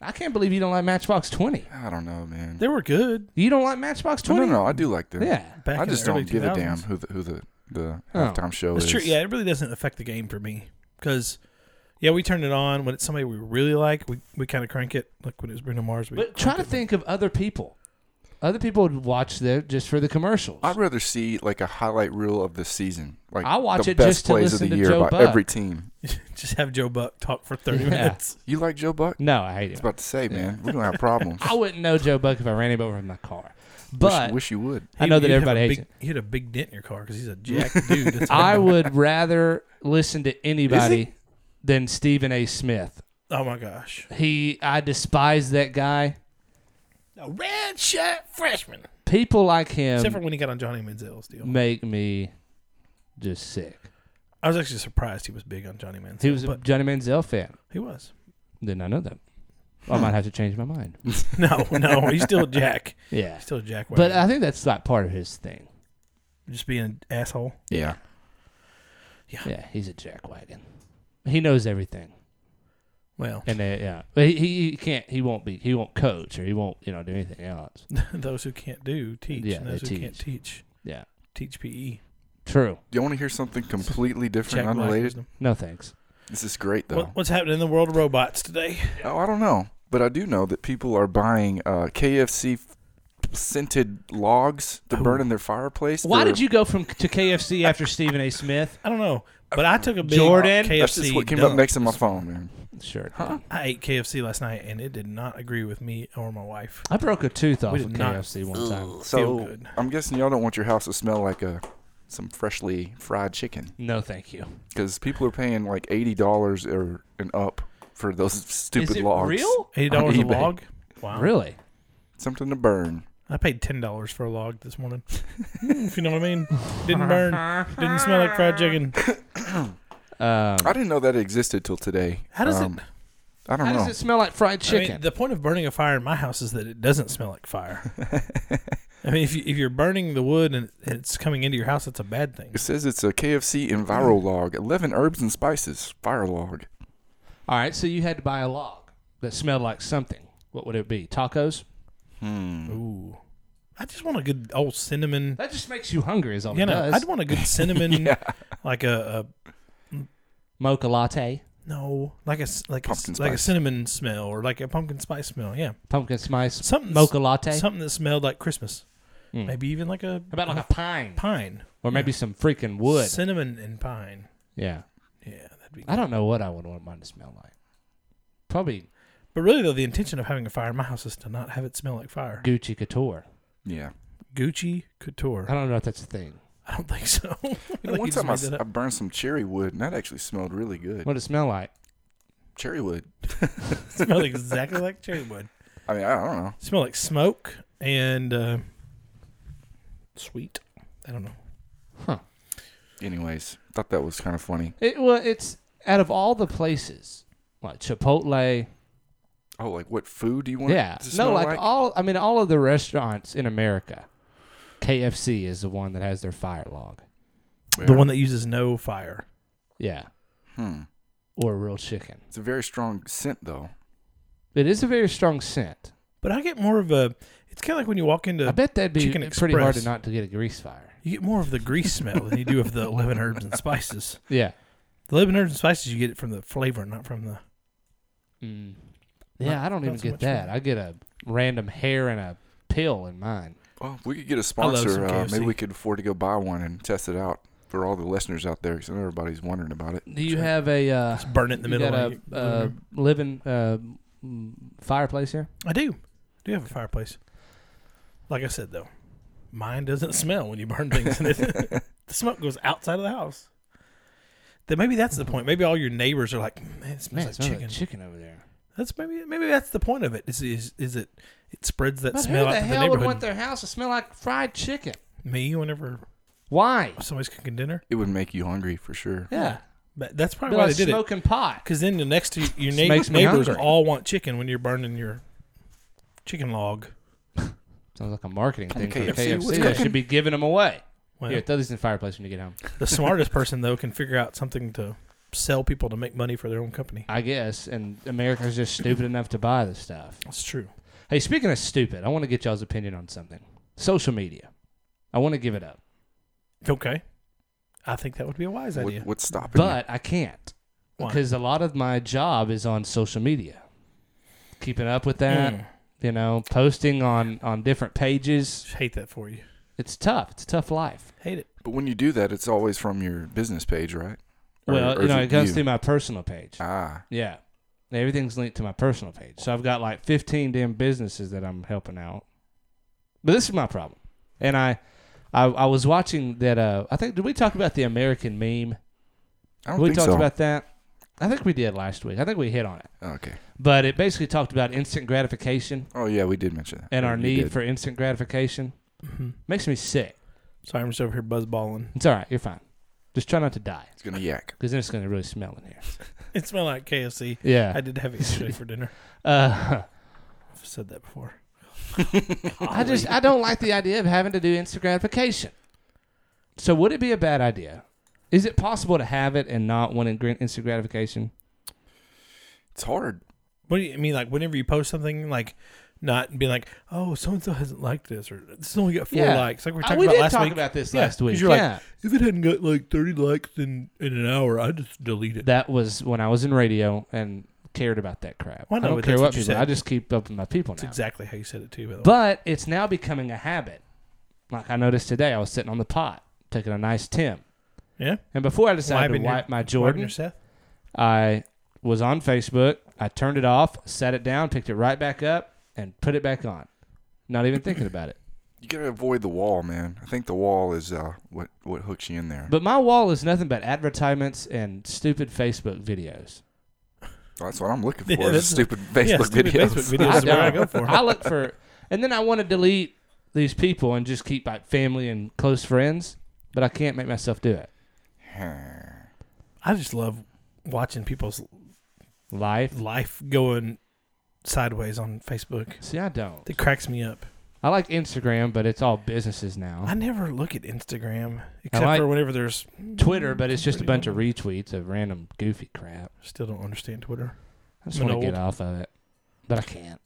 [SPEAKER 5] I can't believe you don't like Matchbox Twenty.
[SPEAKER 6] I don't know, man.
[SPEAKER 7] They were good
[SPEAKER 5] You don't like Matchbox
[SPEAKER 6] No, no,
[SPEAKER 5] Twenty?
[SPEAKER 6] no, I do like them.
[SPEAKER 5] Yeah.
[SPEAKER 7] back.
[SPEAKER 6] I
[SPEAKER 7] in
[SPEAKER 6] just
[SPEAKER 7] the early
[SPEAKER 6] don't give a
[SPEAKER 7] 2000s.
[SPEAKER 6] damn who the who the the
[SPEAKER 5] Oh.
[SPEAKER 6] halftime show
[SPEAKER 7] That's
[SPEAKER 6] is.
[SPEAKER 7] true. Yeah, it really doesn't affect the game for me because, yeah, we turned it on when it's somebody we really like. We we kind of crank it. Like when it was Bruno Mars. We
[SPEAKER 5] But
[SPEAKER 7] crank
[SPEAKER 5] try to
[SPEAKER 7] it.
[SPEAKER 5] think of other people. Other people would watch that just for the commercials.
[SPEAKER 6] I'd rather see like a highlight reel of the season. Like
[SPEAKER 5] I watch
[SPEAKER 6] the
[SPEAKER 5] it
[SPEAKER 6] best
[SPEAKER 5] just to
[SPEAKER 6] plays
[SPEAKER 5] listen
[SPEAKER 6] of the
[SPEAKER 5] to
[SPEAKER 6] year
[SPEAKER 5] Joe
[SPEAKER 6] by
[SPEAKER 5] Buck.
[SPEAKER 6] every team.
[SPEAKER 7] Just have Joe Buck talk for 30
[SPEAKER 5] Yeah.
[SPEAKER 7] minutes.
[SPEAKER 6] You like Joe Buck?
[SPEAKER 5] no, I hate
[SPEAKER 6] I
[SPEAKER 5] it.
[SPEAKER 6] was about to say, man, we're gonna have problems.
[SPEAKER 5] I wouldn't know Joe Buck if I ran him over in my car. But
[SPEAKER 6] wish, wish you would.
[SPEAKER 5] I know that
[SPEAKER 7] You'd have
[SPEAKER 5] everybody
[SPEAKER 7] a
[SPEAKER 5] hates
[SPEAKER 7] big,
[SPEAKER 5] it.
[SPEAKER 7] He had a big dent in your car because he's a jack dude. That's
[SPEAKER 5] I would rather listen to anybody than Stephen A. Smith.
[SPEAKER 7] oh my gosh.
[SPEAKER 5] He, I despise that guy.
[SPEAKER 7] A red shirt freshman.
[SPEAKER 5] People like him
[SPEAKER 7] Except for when he got on Johnny Manziel's deal.
[SPEAKER 5] make me just sick.
[SPEAKER 7] I was actually surprised he was big on Johnny Manziel.
[SPEAKER 5] He was a
[SPEAKER 7] but
[SPEAKER 5] Johnny Manziel fan.
[SPEAKER 7] he was.
[SPEAKER 5] Did not know that. I might have to change my mind.
[SPEAKER 7] No, no, he's still a jack.
[SPEAKER 5] Yeah,
[SPEAKER 7] Hmm. He's still a jack.
[SPEAKER 5] but
[SPEAKER 7] wagon.
[SPEAKER 5] I think that's like part of his thing.
[SPEAKER 7] just being an asshole.
[SPEAKER 6] Yeah.
[SPEAKER 5] Yeah, he's a jackwagon. He knows everything,
[SPEAKER 7] Well,
[SPEAKER 5] and uh, yeah, but he, he he can't. He won't be. He won't coach, or he won't. You know, do anything else.
[SPEAKER 7] those who can't do teach.
[SPEAKER 5] Yeah,
[SPEAKER 7] and those who
[SPEAKER 5] they
[SPEAKER 7] can't teach
[SPEAKER 5] Yeah,
[SPEAKER 7] teach PE.
[SPEAKER 5] true.
[SPEAKER 6] You want to hear something completely different,
[SPEAKER 7] Jack Black
[SPEAKER 6] unrelated?
[SPEAKER 7] wisdom.
[SPEAKER 5] No thanks.
[SPEAKER 6] This is great though.
[SPEAKER 7] What, what's happening in the world of robots today?
[SPEAKER 6] Oh, I don't know, but I do know that people are buying uh, KFC scented logs to burn in their fireplace.
[SPEAKER 5] Why
[SPEAKER 6] They're-
[SPEAKER 5] did you go from to KFC after Stephen A. Smith?
[SPEAKER 7] I don't know, but I took a big
[SPEAKER 5] Jordan?
[SPEAKER 7] KFC.
[SPEAKER 6] That's just what came up
[SPEAKER 7] dump.
[SPEAKER 6] next to my phone, man.
[SPEAKER 5] Sure.
[SPEAKER 7] I ate KFC last night, and it did not agree with me or my wife.
[SPEAKER 5] I broke a tooth off
[SPEAKER 7] We
[SPEAKER 5] of
[SPEAKER 7] did not-
[SPEAKER 5] KFC one time.
[SPEAKER 7] Feel
[SPEAKER 6] So
[SPEAKER 7] good.
[SPEAKER 6] I'm guessing y'all don't want your house to smell like a some freshly fried chicken
[SPEAKER 5] No, thank you.
[SPEAKER 6] because people are paying like eighty dollars or and up for those stupid
[SPEAKER 5] Is it
[SPEAKER 6] logs.
[SPEAKER 5] real?
[SPEAKER 7] Eighty dollars a
[SPEAKER 6] eBay.
[SPEAKER 7] log. Wow.
[SPEAKER 5] Really?
[SPEAKER 6] Something to burn.
[SPEAKER 7] I paid ten dollars for a log this morning. Hmm, if you know what I mean. Didn't burn. Didn't smell like fried chicken.
[SPEAKER 5] Um,
[SPEAKER 6] I didn't know that existed till today.
[SPEAKER 7] How does
[SPEAKER 6] Um,
[SPEAKER 7] it?
[SPEAKER 6] I don't
[SPEAKER 5] how does
[SPEAKER 6] know.
[SPEAKER 5] it smell like fried
[SPEAKER 7] I
[SPEAKER 5] chicken?
[SPEAKER 7] mean, the point of burning a fire in my house is that it doesn't smell like fire. I mean, if you, if you're burning the wood and it's coming into your house, that's a bad thing.
[SPEAKER 6] It says it's a KFC Enviro log, eleven herbs and spices fire log.
[SPEAKER 5] All right, so you had to buy a log that smelled like something. What would it be? Tacos? Hmm.
[SPEAKER 7] Ooh, I just want a good old cinnamon.
[SPEAKER 5] That just makes you hungry, is all
[SPEAKER 7] You
[SPEAKER 5] it
[SPEAKER 7] know,
[SPEAKER 5] does.
[SPEAKER 7] I'd want a good cinnamon, like a, a
[SPEAKER 5] Mocha latte,
[SPEAKER 7] no, like a s- like a, s-
[SPEAKER 6] Pumpkin
[SPEAKER 7] like a
[SPEAKER 6] spice.
[SPEAKER 7] cinnamon smell or like a pumpkin spice smell. Yeah,
[SPEAKER 5] pumpkin spice,
[SPEAKER 7] something
[SPEAKER 5] mocha latte. Hmm.
[SPEAKER 7] something that smelled like Christmas. Maybe even like a
[SPEAKER 5] How about like a pine?
[SPEAKER 7] pine,
[SPEAKER 5] Or maybe some freaking wood.
[SPEAKER 7] cinnamon and pine.
[SPEAKER 5] Yeah.
[SPEAKER 7] Yeah, that'd be.
[SPEAKER 5] I don't know what I would want mine to smell like. Probably
[SPEAKER 7] But really, though, the intention of having a fire in my house is to not have it smell like fire.
[SPEAKER 5] Gucci Couture.
[SPEAKER 6] Yeah.
[SPEAKER 7] Gucci Couture.
[SPEAKER 5] I don't know if that's a thing.
[SPEAKER 7] I don't think so. I
[SPEAKER 6] You know,
[SPEAKER 7] think
[SPEAKER 6] one
[SPEAKER 7] you just
[SPEAKER 6] time I,
[SPEAKER 7] made
[SPEAKER 6] s- I
[SPEAKER 7] that up.
[SPEAKER 6] burned some cherry wood, and that actually smelled really good.
[SPEAKER 5] What would it smell like?
[SPEAKER 6] Cherry wood.
[SPEAKER 7] It smelled exactly like cherry wood.
[SPEAKER 6] I mean, I don't know.
[SPEAKER 7] It smelled like smoke and uh, sweet. I don't know.
[SPEAKER 6] Anyways, thought that was kind of funny.
[SPEAKER 5] It, well, it's out of all the places, like Chipotle.
[SPEAKER 6] Oh, like what food do you want? it
[SPEAKER 5] Yeah.
[SPEAKER 6] to
[SPEAKER 5] No,
[SPEAKER 6] smell
[SPEAKER 5] like, all, I mean, all of the restaurants in America, KFC is the one that has their fire log.
[SPEAKER 6] Yeah.
[SPEAKER 7] The one that uses no fire.
[SPEAKER 5] Yeah.
[SPEAKER 6] Hmm.
[SPEAKER 5] Or real chicken.
[SPEAKER 6] It's a very strong scent, though.
[SPEAKER 5] It is a very strong scent.
[SPEAKER 7] But I get more of a. It's kind of like when you walk into.
[SPEAKER 5] I bet that'd be
[SPEAKER 7] Chicken
[SPEAKER 5] pretty hard to
[SPEAKER 7] Express.
[SPEAKER 5] not to get a grease fire.
[SPEAKER 7] You get more of the grease smell than you do of the eleven herbs and spices.
[SPEAKER 5] Yeah.
[SPEAKER 7] The eleven herbs and spices you get it from the flavor, not from the.
[SPEAKER 5] Mm. Yeah,
[SPEAKER 7] Not-
[SPEAKER 5] I don't
[SPEAKER 7] not
[SPEAKER 5] even
[SPEAKER 7] so
[SPEAKER 5] get
[SPEAKER 7] much for
[SPEAKER 5] that.
[SPEAKER 7] me.
[SPEAKER 5] I get a random hair and a pill in mine.
[SPEAKER 6] Well, if we could get a
[SPEAKER 7] love
[SPEAKER 6] sponsor.
[SPEAKER 7] some
[SPEAKER 6] Uh, maybe
[SPEAKER 7] KFC.
[SPEAKER 6] we could afford to go buy one and test it out for all the listeners out there, because everybody's wondering about it.
[SPEAKER 5] Do you have a uh,
[SPEAKER 7] Just burn it in the
[SPEAKER 5] you
[SPEAKER 7] middle.
[SPEAKER 5] Got
[SPEAKER 7] like
[SPEAKER 5] a uh,
[SPEAKER 7] aluminum.
[SPEAKER 5] living uh, mm, fireplace here?
[SPEAKER 7] I do. I do have a fireplace. Like I said, though, mine doesn't smell when you burn things in it. the smoke goes outside of the house. Then maybe that's the point. Maybe all your neighbors are like, man, it
[SPEAKER 5] Man,
[SPEAKER 7] smells
[SPEAKER 5] it
[SPEAKER 7] like
[SPEAKER 5] smells
[SPEAKER 7] chicken.
[SPEAKER 5] like chicken over there.
[SPEAKER 7] that's maybe maybe that's the point of it. Is is, is it it spreads that
[SPEAKER 5] But who
[SPEAKER 7] smell
[SPEAKER 5] the
[SPEAKER 7] out to the
[SPEAKER 5] hell would
[SPEAKER 7] neighborhood.
[SPEAKER 5] want their house to smell like fried chicken?
[SPEAKER 7] Me whenever
[SPEAKER 5] Why?
[SPEAKER 7] somebody's cooking dinner.
[SPEAKER 6] It would make you hungry for sure.
[SPEAKER 5] Yeah.
[SPEAKER 7] But that's
[SPEAKER 5] Be
[SPEAKER 7] probably why
[SPEAKER 5] like
[SPEAKER 7] they did it.
[SPEAKER 5] smoking pot.
[SPEAKER 7] Because then the next to your
[SPEAKER 5] Just
[SPEAKER 7] neigh-
[SPEAKER 5] makes me
[SPEAKER 7] neighbors
[SPEAKER 5] hungry.
[SPEAKER 7] all want chicken when you're burning your chicken log.
[SPEAKER 5] Sounds like a marketing thing for
[SPEAKER 6] KFC,
[SPEAKER 5] KFC.
[SPEAKER 6] what's
[SPEAKER 5] They
[SPEAKER 6] cooking?
[SPEAKER 5] should be giving them away.
[SPEAKER 7] Well,
[SPEAKER 5] Here, throw these in the fireplace when you get home.
[SPEAKER 7] The smartest person though can figure out something to sell people to make money for their own company.
[SPEAKER 5] I guess, and America's just stupid enough to buy this stuff.
[SPEAKER 7] That's true.
[SPEAKER 5] Hey, speaking of stupid, I want to get y'all's opinion on something. Social media. I want to give it up,
[SPEAKER 7] Okay. I think that would be a wise idea.
[SPEAKER 6] What, what's stopping? you?
[SPEAKER 5] but I can't
[SPEAKER 7] Why?
[SPEAKER 5] because a lot of my job is on social media. Keeping up with that,
[SPEAKER 7] Mm.
[SPEAKER 5] you know, posting on on different pages.
[SPEAKER 7] Hate that for you.
[SPEAKER 5] It's tough. It's a tough life.
[SPEAKER 7] Hate it.
[SPEAKER 6] But when you do that, it's always from your business page, right? Or-
[SPEAKER 5] well,
[SPEAKER 6] or
[SPEAKER 5] you
[SPEAKER 6] is
[SPEAKER 5] know, it goes
[SPEAKER 6] you?
[SPEAKER 5] through my personal page.
[SPEAKER 6] Ah,
[SPEAKER 5] Yeah. Everything's linked to my personal page. So I've got like 15 damn businesses that I'm helping out. But this is my problem. And I I, I was watching that uh I think did we talk about the American meme?
[SPEAKER 6] I don't
[SPEAKER 5] we
[SPEAKER 6] think
[SPEAKER 5] talked
[SPEAKER 6] so.
[SPEAKER 5] about that. I think we did last week. I think we hit on it.
[SPEAKER 6] okay.
[SPEAKER 5] But it basically talked about instant gratification
[SPEAKER 6] Oh yeah, we did mention that.
[SPEAKER 5] and our
[SPEAKER 6] You
[SPEAKER 5] need
[SPEAKER 6] did.
[SPEAKER 5] for instant gratification.
[SPEAKER 7] Mhm.
[SPEAKER 5] Makes me sick.
[SPEAKER 7] Sorry, I'm just over here buzzballing.
[SPEAKER 5] It's all right. You're fine. Just try not to die
[SPEAKER 6] It's gonna yak.
[SPEAKER 5] because then it's going to really smell in here.
[SPEAKER 7] It smelled like KFC.
[SPEAKER 5] Yeah.
[SPEAKER 7] I did have it yesterday for dinner.
[SPEAKER 5] Uh,
[SPEAKER 7] I've said that before.
[SPEAKER 5] I just I don't like the idea of having to do instant gratification. So would it be a bad idea? Is it possible to have it and not want ingr- instant gratification?
[SPEAKER 6] It's hard.
[SPEAKER 7] What do you I mean? Like whenever you post something, like not being like, oh, so and so hasn't liked this, or this has only got four likes. Like we were
[SPEAKER 5] Uh,
[SPEAKER 7] talking
[SPEAKER 5] we
[SPEAKER 7] about
[SPEAKER 5] did
[SPEAKER 7] last
[SPEAKER 5] talk
[SPEAKER 7] week.
[SPEAKER 5] about this
[SPEAKER 7] Yeah,
[SPEAKER 5] last
[SPEAKER 7] 'cause
[SPEAKER 5] week.
[SPEAKER 7] you're like,
[SPEAKER 5] yeah,
[SPEAKER 7] if it hadn't got like 30 likes in, in an hour, I'd just delete it.
[SPEAKER 5] that was when I was in radio and cared about that crap.
[SPEAKER 7] Well,
[SPEAKER 5] I
[SPEAKER 7] no,
[SPEAKER 5] don't
[SPEAKER 7] but
[SPEAKER 5] care
[SPEAKER 7] that's
[SPEAKER 5] what
[SPEAKER 7] what you
[SPEAKER 5] people.
[SPEAKER 7] said.
[SPEAKER 5] I just keep up with my people
[SPEAKER 7] That's
[SPEAKER 5] now.
[SPEAKER 7] exactly how you said it too. By the way.
[SPEAKER 5] But it's now becoming a habit. Like I noticed today, I was sitting on the pot taking a nice Tim,
[SPEAKER 7] yeah,
[SPEAKER 5] and before I decided
[SPEAKER 7] Wiping
[SPEAKER 5] to
[SPEAKER 7] your-
[SPEAKER 5] wipe my
[SPEAKER 7] Jordan
[SPEAKER 5] Jordan,
[SPEAKER 7] or Seth.
[SPEAKER 5] I was on Facebook. I turned it off, set it down, picked it right back up, and put it back on. Not even thinking about it.
[SPEAKER 6] You gotta avoid the wall, man. I think the wall is uh, what what hooks you in there.
[SPEAKER 5] But my wall is nothing but advertisements and stupid Facebook videos.
[SPEAKER 6] that's what I'm looking
[SPEAKER 7] Yeah,
[SPEAKER 6] for. is
[SPEAKER 7] that's-
[SPEAKER 6] stupid Facebook
[SPEAKER 7] yeah, stupid
[SPEAKER 6] videos.
[SPEAKER 7] Facebook videos. That's what I go for.
[SPEAKER 5] I look for, and then I want to delete these people and just keep like family and close friends, but I can't make myself do it.
[SPEAKER 7] I just love watching people's
[SPEAKER 5] Life.
[SPEAKER 7] life going sideways on Facebook.
[SPEAKER 5] See, I don't.
[SPEAKER 7] That cracks me up.
[SPEAKER 5] I like Instagram, but it's all businesses now.
[SPEAKER 7] I never look at Instagram except
[SPEAKER 5] like-
[SPEAKER 7] for whenever there's.
[SPEAKER 5] Twitter, but it's just a bunch of retweets of random goofy crap.
[SPEAKER 7] Still don't understand Twitter.
[SPEAKER 5] I just
[SPEAKER 7] I'm
[SPEAKER 5] want to
[SPEAKER 7] old.
[SPEAKER 5] get off of it, but I can't.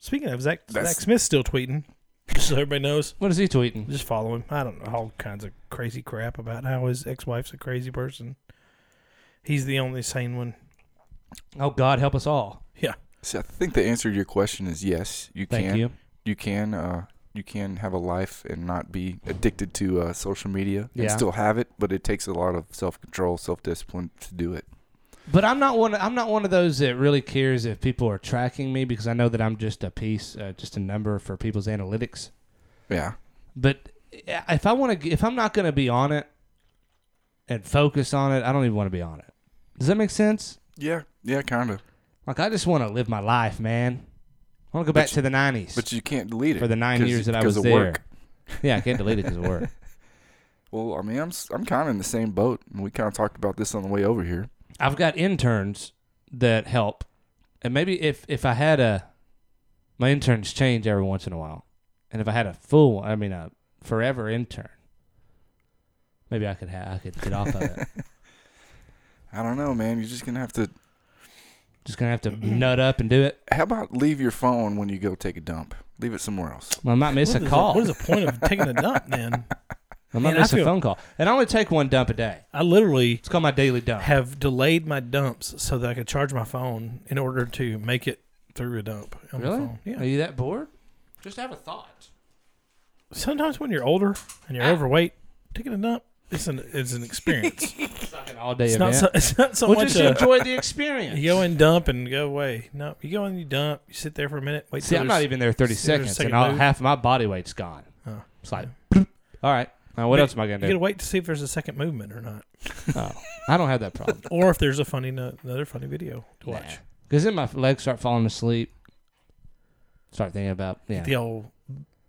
[SPEAKER 7] Speaking of Zach,
[SPEAKER 6] That's-
[SPEAKER 7] Zach Smith's still tweeting. Just so everybody knows,
[SPEAKER 5] What is he tweeting?
[SPEAKER 7] just follow him. I don't know all kinds of crazy crap about how his ex-wife's a crazy person. He's the only sane one.
[SPEAKER 5] Oh God, help us all!
[SPEAKER 7] Yeah,
[SPEAKER 6] See, I think the answer to your question is yes. You
[SPEAKER 5] Thank
[SPEAKER 6] can.
[SPEAKER 5] you.
[SPEAKER 6] you can uh, you can have a life and not be addicted to uh, social media and
[SPEAKER 5] Yeah.
[SPEAKER 6] still have it, but it takes a lot of self control, self discipline to do it.
[SPEAKER 5] But I'm not one. I'm not one of those that really cares if people are tracking me because I know that I'm just a piece, uh, just a number for people's analytics.
[SPEAKER 6] Yeah,
[SPEAKER 5] But if I want to, if I'm not going to be on it and focus on it, I don't even want to be on it. Does that make sense?
[SPEAKER 6] yeah, yeah, kind of.
[SPEAKER 5] Like I just want to live my life, man. I want to go back
[SPEAKER 6] But you-
[SPEAKER 5] to the '90s.
[SPEAKER 6] But you can't delete it
[SPEAKER 5] For the nine
[SPEAKER 6] 'cause-
[SPEAKER 5] years that I
[SPEAKER 6] because
[SPEAKER 5] was
[SPEAKER 6] of work.
[SPEAKER 5] there. yeah, I can't delete it because of work.
[SPEAKER 6] Well, I mean, I'm s- I'm kind of in the same boat. and We kind of talked about this on the way over here.
[SPEAKER 5] I've got interns that help, and maybe if if I had a, my interns change every once in a while, and if I had a full, I mean a forever intern, maybe I could ha- I could get off of it.
[SPEAKER 6] I don't know, man. You're just gonna have to.
[SPEAKER 5] Just gonna have to nut up and do it.
[SPEAKER 6] How about leave your phone when you go take a dump? Leave it somewhere else.
[SPEAKER 5] I might miss
[SPEAKER 7] What
[SPEAKER 5] a
[SPEAKER 7] is
[SPEAKER 5] call.
[SPEAKER 7] what is the point of taking a dump, man?
[SPEAKER 5] I might
[SPEAKER 7] Man, I
[SPEAKER 5] miss a
[SPEAKER 7] feel-
[SPEAKER 5] phone call, and I only take one dump a day.
[SPEAKER 7] I literally
[SPEAKER 5] It's called my daily dump.
[SPEAKER 7] have delayed my dumps so that I could charge my phone in order to make it through a dump on my
[SPEAKER 5] Really?
[SPEAKER 7] phone.
[SPEAKER 5] Are
[SPEAKER 7] Yeah.
[SPEAKER 5] you that bored? Just have a thought.
[SPEAKER 7] Sometimes when you're older and
[SPEAKER 5] Ah.
[SPEAKER 7] you're overweight, taking a dump it's an it's an experience.
[SPEAKER 5] It's like an all day
[SPEAKER 7] it's
[SPEAKER 5] event.
[SPEAKER 7] not so it's not so
[SPEAKER 5] well,
[SPEAKER 7] much
[SPEAKER 5] just
[SPEAKER 7] a,
[SPEAKER 5] enjoy the experience.
[SPEAKER 7] you go and dump and go away. No, you go and you dump. You sit there for a minute. Wait.
[SPEAKER 5] See,
[SPEAKER 7] till
[SPEAKER 5] I'm not
[SPEAKER 7] there's-
[SPEAKER 5] even there 30
[SPEAKER 7] see there's a
[SPEAKER 5] seconds,
[SPEAKER 7] second
[SPEAKER 5] and all,
[SPEAKER 7] move.
[SPEAKER 5] half my body weight's gone.
[SPEAKER 7] Oh.
[SPEAKER 5] It's like, bloop. all right. Now, what
[SPEAKER 7] You-
[SPEAKER 5] else am I going
[SPEAKER 7] You
[SPEAKER 5] to
[SPEAKER 7] gotta
[SPEAKER 5] do?
[SPEAKER 7] wait to see if there's a second movement or not,
[SPEAKER 5] Oh, I don't have that problem.
[SPEAKER 7] or if there's a funny no- another funny video to watch.
[SPEAKER 5] Because then my legs start falling asleep. Start thinking about yeah,
[SPEAKER 7] The old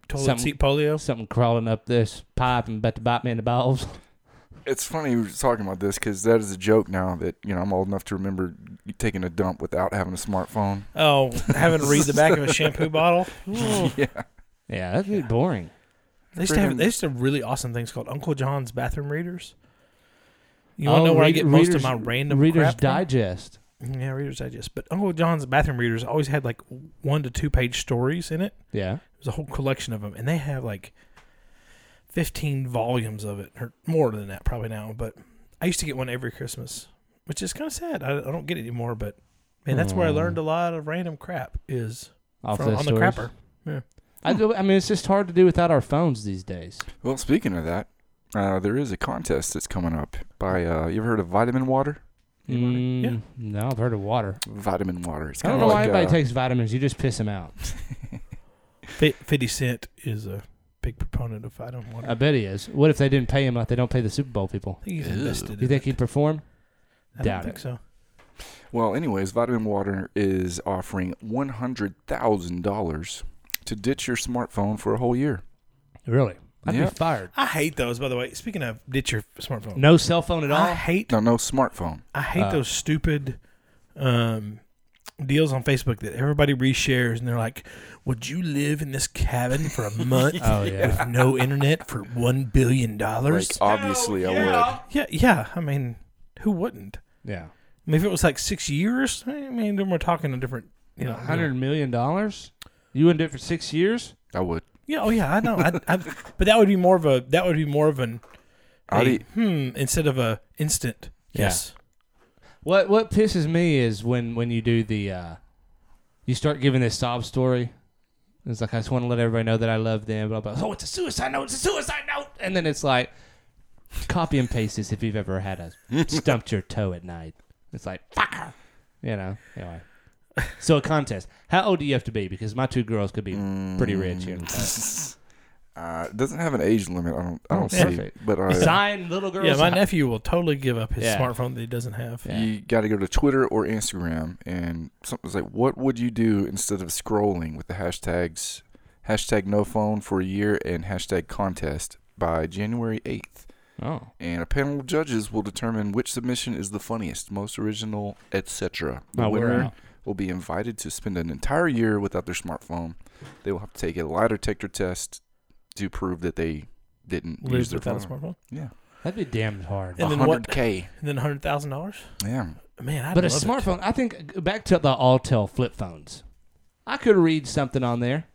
[SPEAKER 7] toilet
[SPEAKER 5] Something-
[SPEAKER 7] seat polio.
[SPEAKER 5] something crawling up this pipe and about to bite me in the balls.
[SPEAKER 6] It's funny we we're talking about this because that is a joke now that you know I'm old enough to remember taking a dump without having a smartphone.
[SPEAKER 7] Oh, having to read the back of a shampoo bottle.
[SPEAKER 6] yeah,
[SPEAKER 5] Yeah, that'd be boring.
[SPEAKER 7] They used to have
[SPEAKER 6] Freaking-
[SPEAKER 7] they used to have really awesome things called Uncle John's bathroom readers. You
[SPEAKER 5] Oh,
[SPEAKER 7] wanna know where I
[SPEAKER 5] read-
[SPEAKER 7] get most
[SPEAKER 5] Reader's-
[SPEAKER 7] of my random
[SPEAKER 5] Reader's
[SPEAKER 7] crap from?
[SPEAKER 5] Digest.
[SPEAKER 7] Yeah, Reader's Digest. But Uncle John's bathroom readers always had like one to two page stories in it.
[SPEAKER 5] Yeah.
[SPEAKER 7] There's a whole collection of them, and they have like fifteen volumes of it, or more than that probably now. But I used to get one every Christmas, which is kind of sad. I, I don't get it anymore, but man, that's where I
[SPEAKER 5] Aw.
[SPEAKER 7] learned a lot of random crap. Is
[SPEAKER 5] Hmm. off
[SPEAKER 7] from,
[SPEAKER 5] the
[SPEAKER 7] on the
[SPEAKER 5] stories.
[SPEAKER 7] crapper. Yeah.
[SPEAKER 5] I, do, I mean, it's just hard to do without our phones these days.
[SPEAKER 6] Well, speaking of that, uh, there is a contest that's coming up by. Uh, you ever heard of Vitamin Water?
[SPEAKER 5] Mm,
[SPEAKER 7] Yeah.
[SPEAKER 5] No, I've heard of water.
[SPEAKER 6] Vitamin Water. It's
[SPEAKER 5] I don't
[SPEAKER 6] kinda
[SPEAKER 5] know why
[SPEAKER 6] like,
[SPEAKER 5] everybody
[SPEAKER 6] uh,
[SPEAKER 5] takes vitamins. You just piss them out.
[SPEAKER 7] Fi Fifty Cent is a big proponent of I don't want.
[SPEAKER 5] I
[SPEAKER 7] to
[SPEAKER 5] bet he is. What if they didn't pay him like they don't pay the Super Bowl people?
[SPEAKER 7] I think he's
[SPEAKER 6] Ew.
[SPEAKER 7] invested.
[SPEAKER 5] Do you
[SPEAKER 7] in
[SPEAKER 5] think
[SPEAKER 7] it.
[SPEAKER 5] he'd perform?
[SPEAKER 7] I
[SPEAKER 5] doubt
[SPEAKER 7] don't think
[SPEAKER 5] it.
[SPEAKER 7] so.
[SPEAKER 6] Well, anyways, Vitamin Water is offering one hundred thousand dollars to ditch your smartphone for a whole year.
[SPEAKER 5] Really? I'd
[SPEAKER 6] Yeah.
[SPEAKER 5] be fired.
[SPEAKER 7] I hate those. By the way, speaking of, ditch your smartphone.
[SPEAKER 5] No cell phone at all.
[SPEAKER 7] I hate.
[SPEAKER 6] No, no smartphone.
[SPEAKER 7] I hate
[SPEAKER 5] Uh,
[SPEAKER 7] those stupid um, deals on Facebook that everybody reshares, and they're like, "Would you live in this cabin for a month
[SPEAKER 5] Oh, yeah.
[SPEAKER 7] with no internet for one billion
[SPEAKER 6] Like,
[SPEAKER 7] dollars?"
[SPEAKER 6] obviously,
[SPEAKER 5] Oh,
[SPEAKER 6] I
[SPEAKER 5] uh,
[SPEAKER 7] yeah, yeah. I mean, who wouldn't?
[SPEAKER 5] yeah.
[SPEAKER 7] I mean, if it was like six years, I mean, then we're talking a different, you know,
[SPEAKER 5] Hundred million dollars. You wouldn't do it for six years.
[SPEAKER 6] would. I would.
[SPEAKER 7] Yeah, oh yeah, I know. I, I, but that would be more of a that would be more of an
[SPEAKER 6] I'd
[SPEAKER 7] a
[SPEAKER 6] eat-
[SPEAKER 7] hmm instead of a instant.
[SPEAKER 5] Yeah.
[SPEAKER 7] Yes.
[SPEAKER 5] What What pisses me is when when you do the, uh, you start giving this sob story. It's like I just want to let everybody know that I love them. Blah blah. Oh, it's a suicide note. It's a suicide note. And then it's like, copy and paste this if you've ever had a stumped your toe at night. It's like fucker. You know. Anyway. So a contest. How old do you have to be? Because my two girls could be pretty rich here. in
[SPEAKER 7] Mm.
[SPEAKER 5] town.
[SPEAKER 6] Uh, it doesn't have an age limit. I don't. I don't
[SPEAKER 5] Yeah.
[SPEAKER 6] see.
[SPEAKER 5] Oh, Perfect.
[SPEAKER 6] But uh,
[SPEAKER 5] Sign little girls.
[SPEAKER 7] Yeah, my
[SPEAKER 5] out.
[SPEAKER 7] nephew will totally give up his
[SPEAKER 5] Yeah.
[SPEAKER 7] smartphone that he doesn't have.
[SPEAKER 5] Yeah.
[SPEAKER 6] you got to go to Twitter or Instagram, and something's like, "What would you do instead of scrolling with the hashtags, hashtag No Phone for a year and hashtag Contest by January eighth?
[SPEAKER 5] Oh.
[SPEAKER 6] And a panel of judges will determine which submission is the funniest, most original, etc. The
[SPEAKER 5] Oh, we're
[SPEAKER 6] winner
[SPEAKER 5] out.
[SPEAKER 6] will be invited to spend an entire year without their smartphone. They will have to take a lie detector test to prove that they didn't use
[SPEAKER 7] Lives
[SPEAKER 6] their
[SPEAKER 7] without
[SPEAKER 6] phone.
[SPEAKER 7] a smartphone.
[SPEAKER 6] Yeah,
[SPEAKER 5] That'd be damned hard.
[SPEAKER 7] And then what?
[SPEAKER 6] 100k.
[SPEAKER 7] And then hundred thousand dollars.
[SPEAKER 6] Yeah.
[SPEAKER 7] Man, I
[SPEAKER 5] But a
[SPEAKER 7] love it.
[SPEAKER 5] smartphone, I think back to the Altel flip phones. I could read something on there.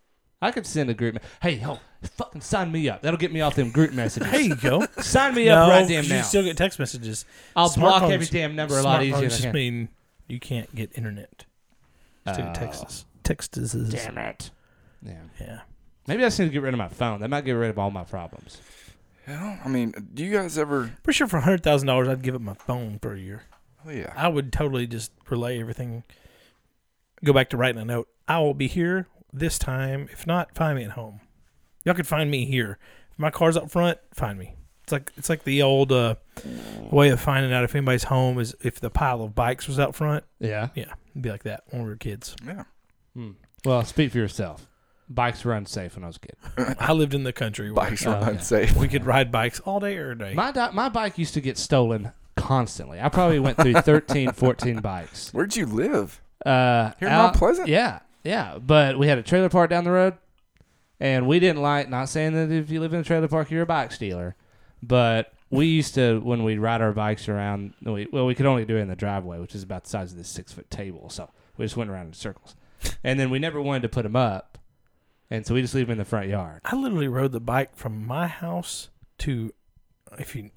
[SPEAKER 5] I could send a group. Me- hey, ho, fucking sign me up. That'll get me off them group messages.
[SPEAKER 7] There you go.
[SPEAKER 5] sign me
[SPEAKER 7] no,
[SPEAKER 5] up right damn
[SPEAKER 7] you
[SPEAKER 5] now.
[SPEAKER 7] still get text messages.
[SPEAKER 5] I'll block
[SPEAKER 7] Smartphones-
[SPEAKER 5] every damn number a lot easier.
[SPEAKER 7] smartphones
[SPEAKER 5] Than I
[SPEAKER 7] just
[SPEAKER 5] can.
[SPEAKER 7] mean you can't get internet. Just do
[SPEAKER 5] Oh.
[SPEAKER 7] Texas. Text is
[SPEAKER 5] Damn it. Yeah.
[SPEAKER 7] yeah.
[SPEAKER 5] Maybe I just need to get rid of my phone. That might get rid of all my problems.
[SPEAKER 6] I don't- I mean, do you guys ever?
[SPEAKER 7] Pretty sure for hundred thousand dollars, I'd give up my phone for a year.
[SPEAKER 6] Oh yeah.
[SPEAKER 7] I would totally just relay everything. Go back to writing a note. I will be here this time. If not, find me at home. Y'all could find me here. If my car's up front, find me. It's like it's like the old uh, way of finding out if anybody's home is if the pile of bikes was out front.
[SPEAKER 5] Yeah.
[SPEAKER 7] Yeah, it'd be like that when we were kids.
[SPEAKER 6] Yeah.
[SPEAKER 5] Hmm. Well, speak for yourself. Bikes were unsafe when I was a kid.
[SPEAKER 7] I lived in the country. Where uh,
[SPEAKER 6] Bikes are
[SPEAKER 5] Oh, yeah.
[SPEAKER 6] unsafe.
[SPEAKER 7] We could ride bikes all day every day.
[SPEAKER 5] My, di- my bike used to get stolen constantly. I probably went through 13, 14 bikes.
[SPEAKER 6] Where'd you live?
[SPEAKER 5] Uh,
[SPEAKER 6] Here in Mount
[SPEAKER 5] out-
[SPEAKER 6] Pleasant?
[SPEAKER 5] Yeah, yeah. But we had a trailer park down the road, and we didn't like. Not saying that if you live in a trailer park, you're a bike stealer, but we used to when we'd ride our bikes around. We, well, we could only do it in the driveway, which is about the size of this six foot table. So we just went around in circles, and then we never wanted to put them up, and so we just leave them in the front yard.
[SPEAKER 7] I literally rode the bike from my house to, if you,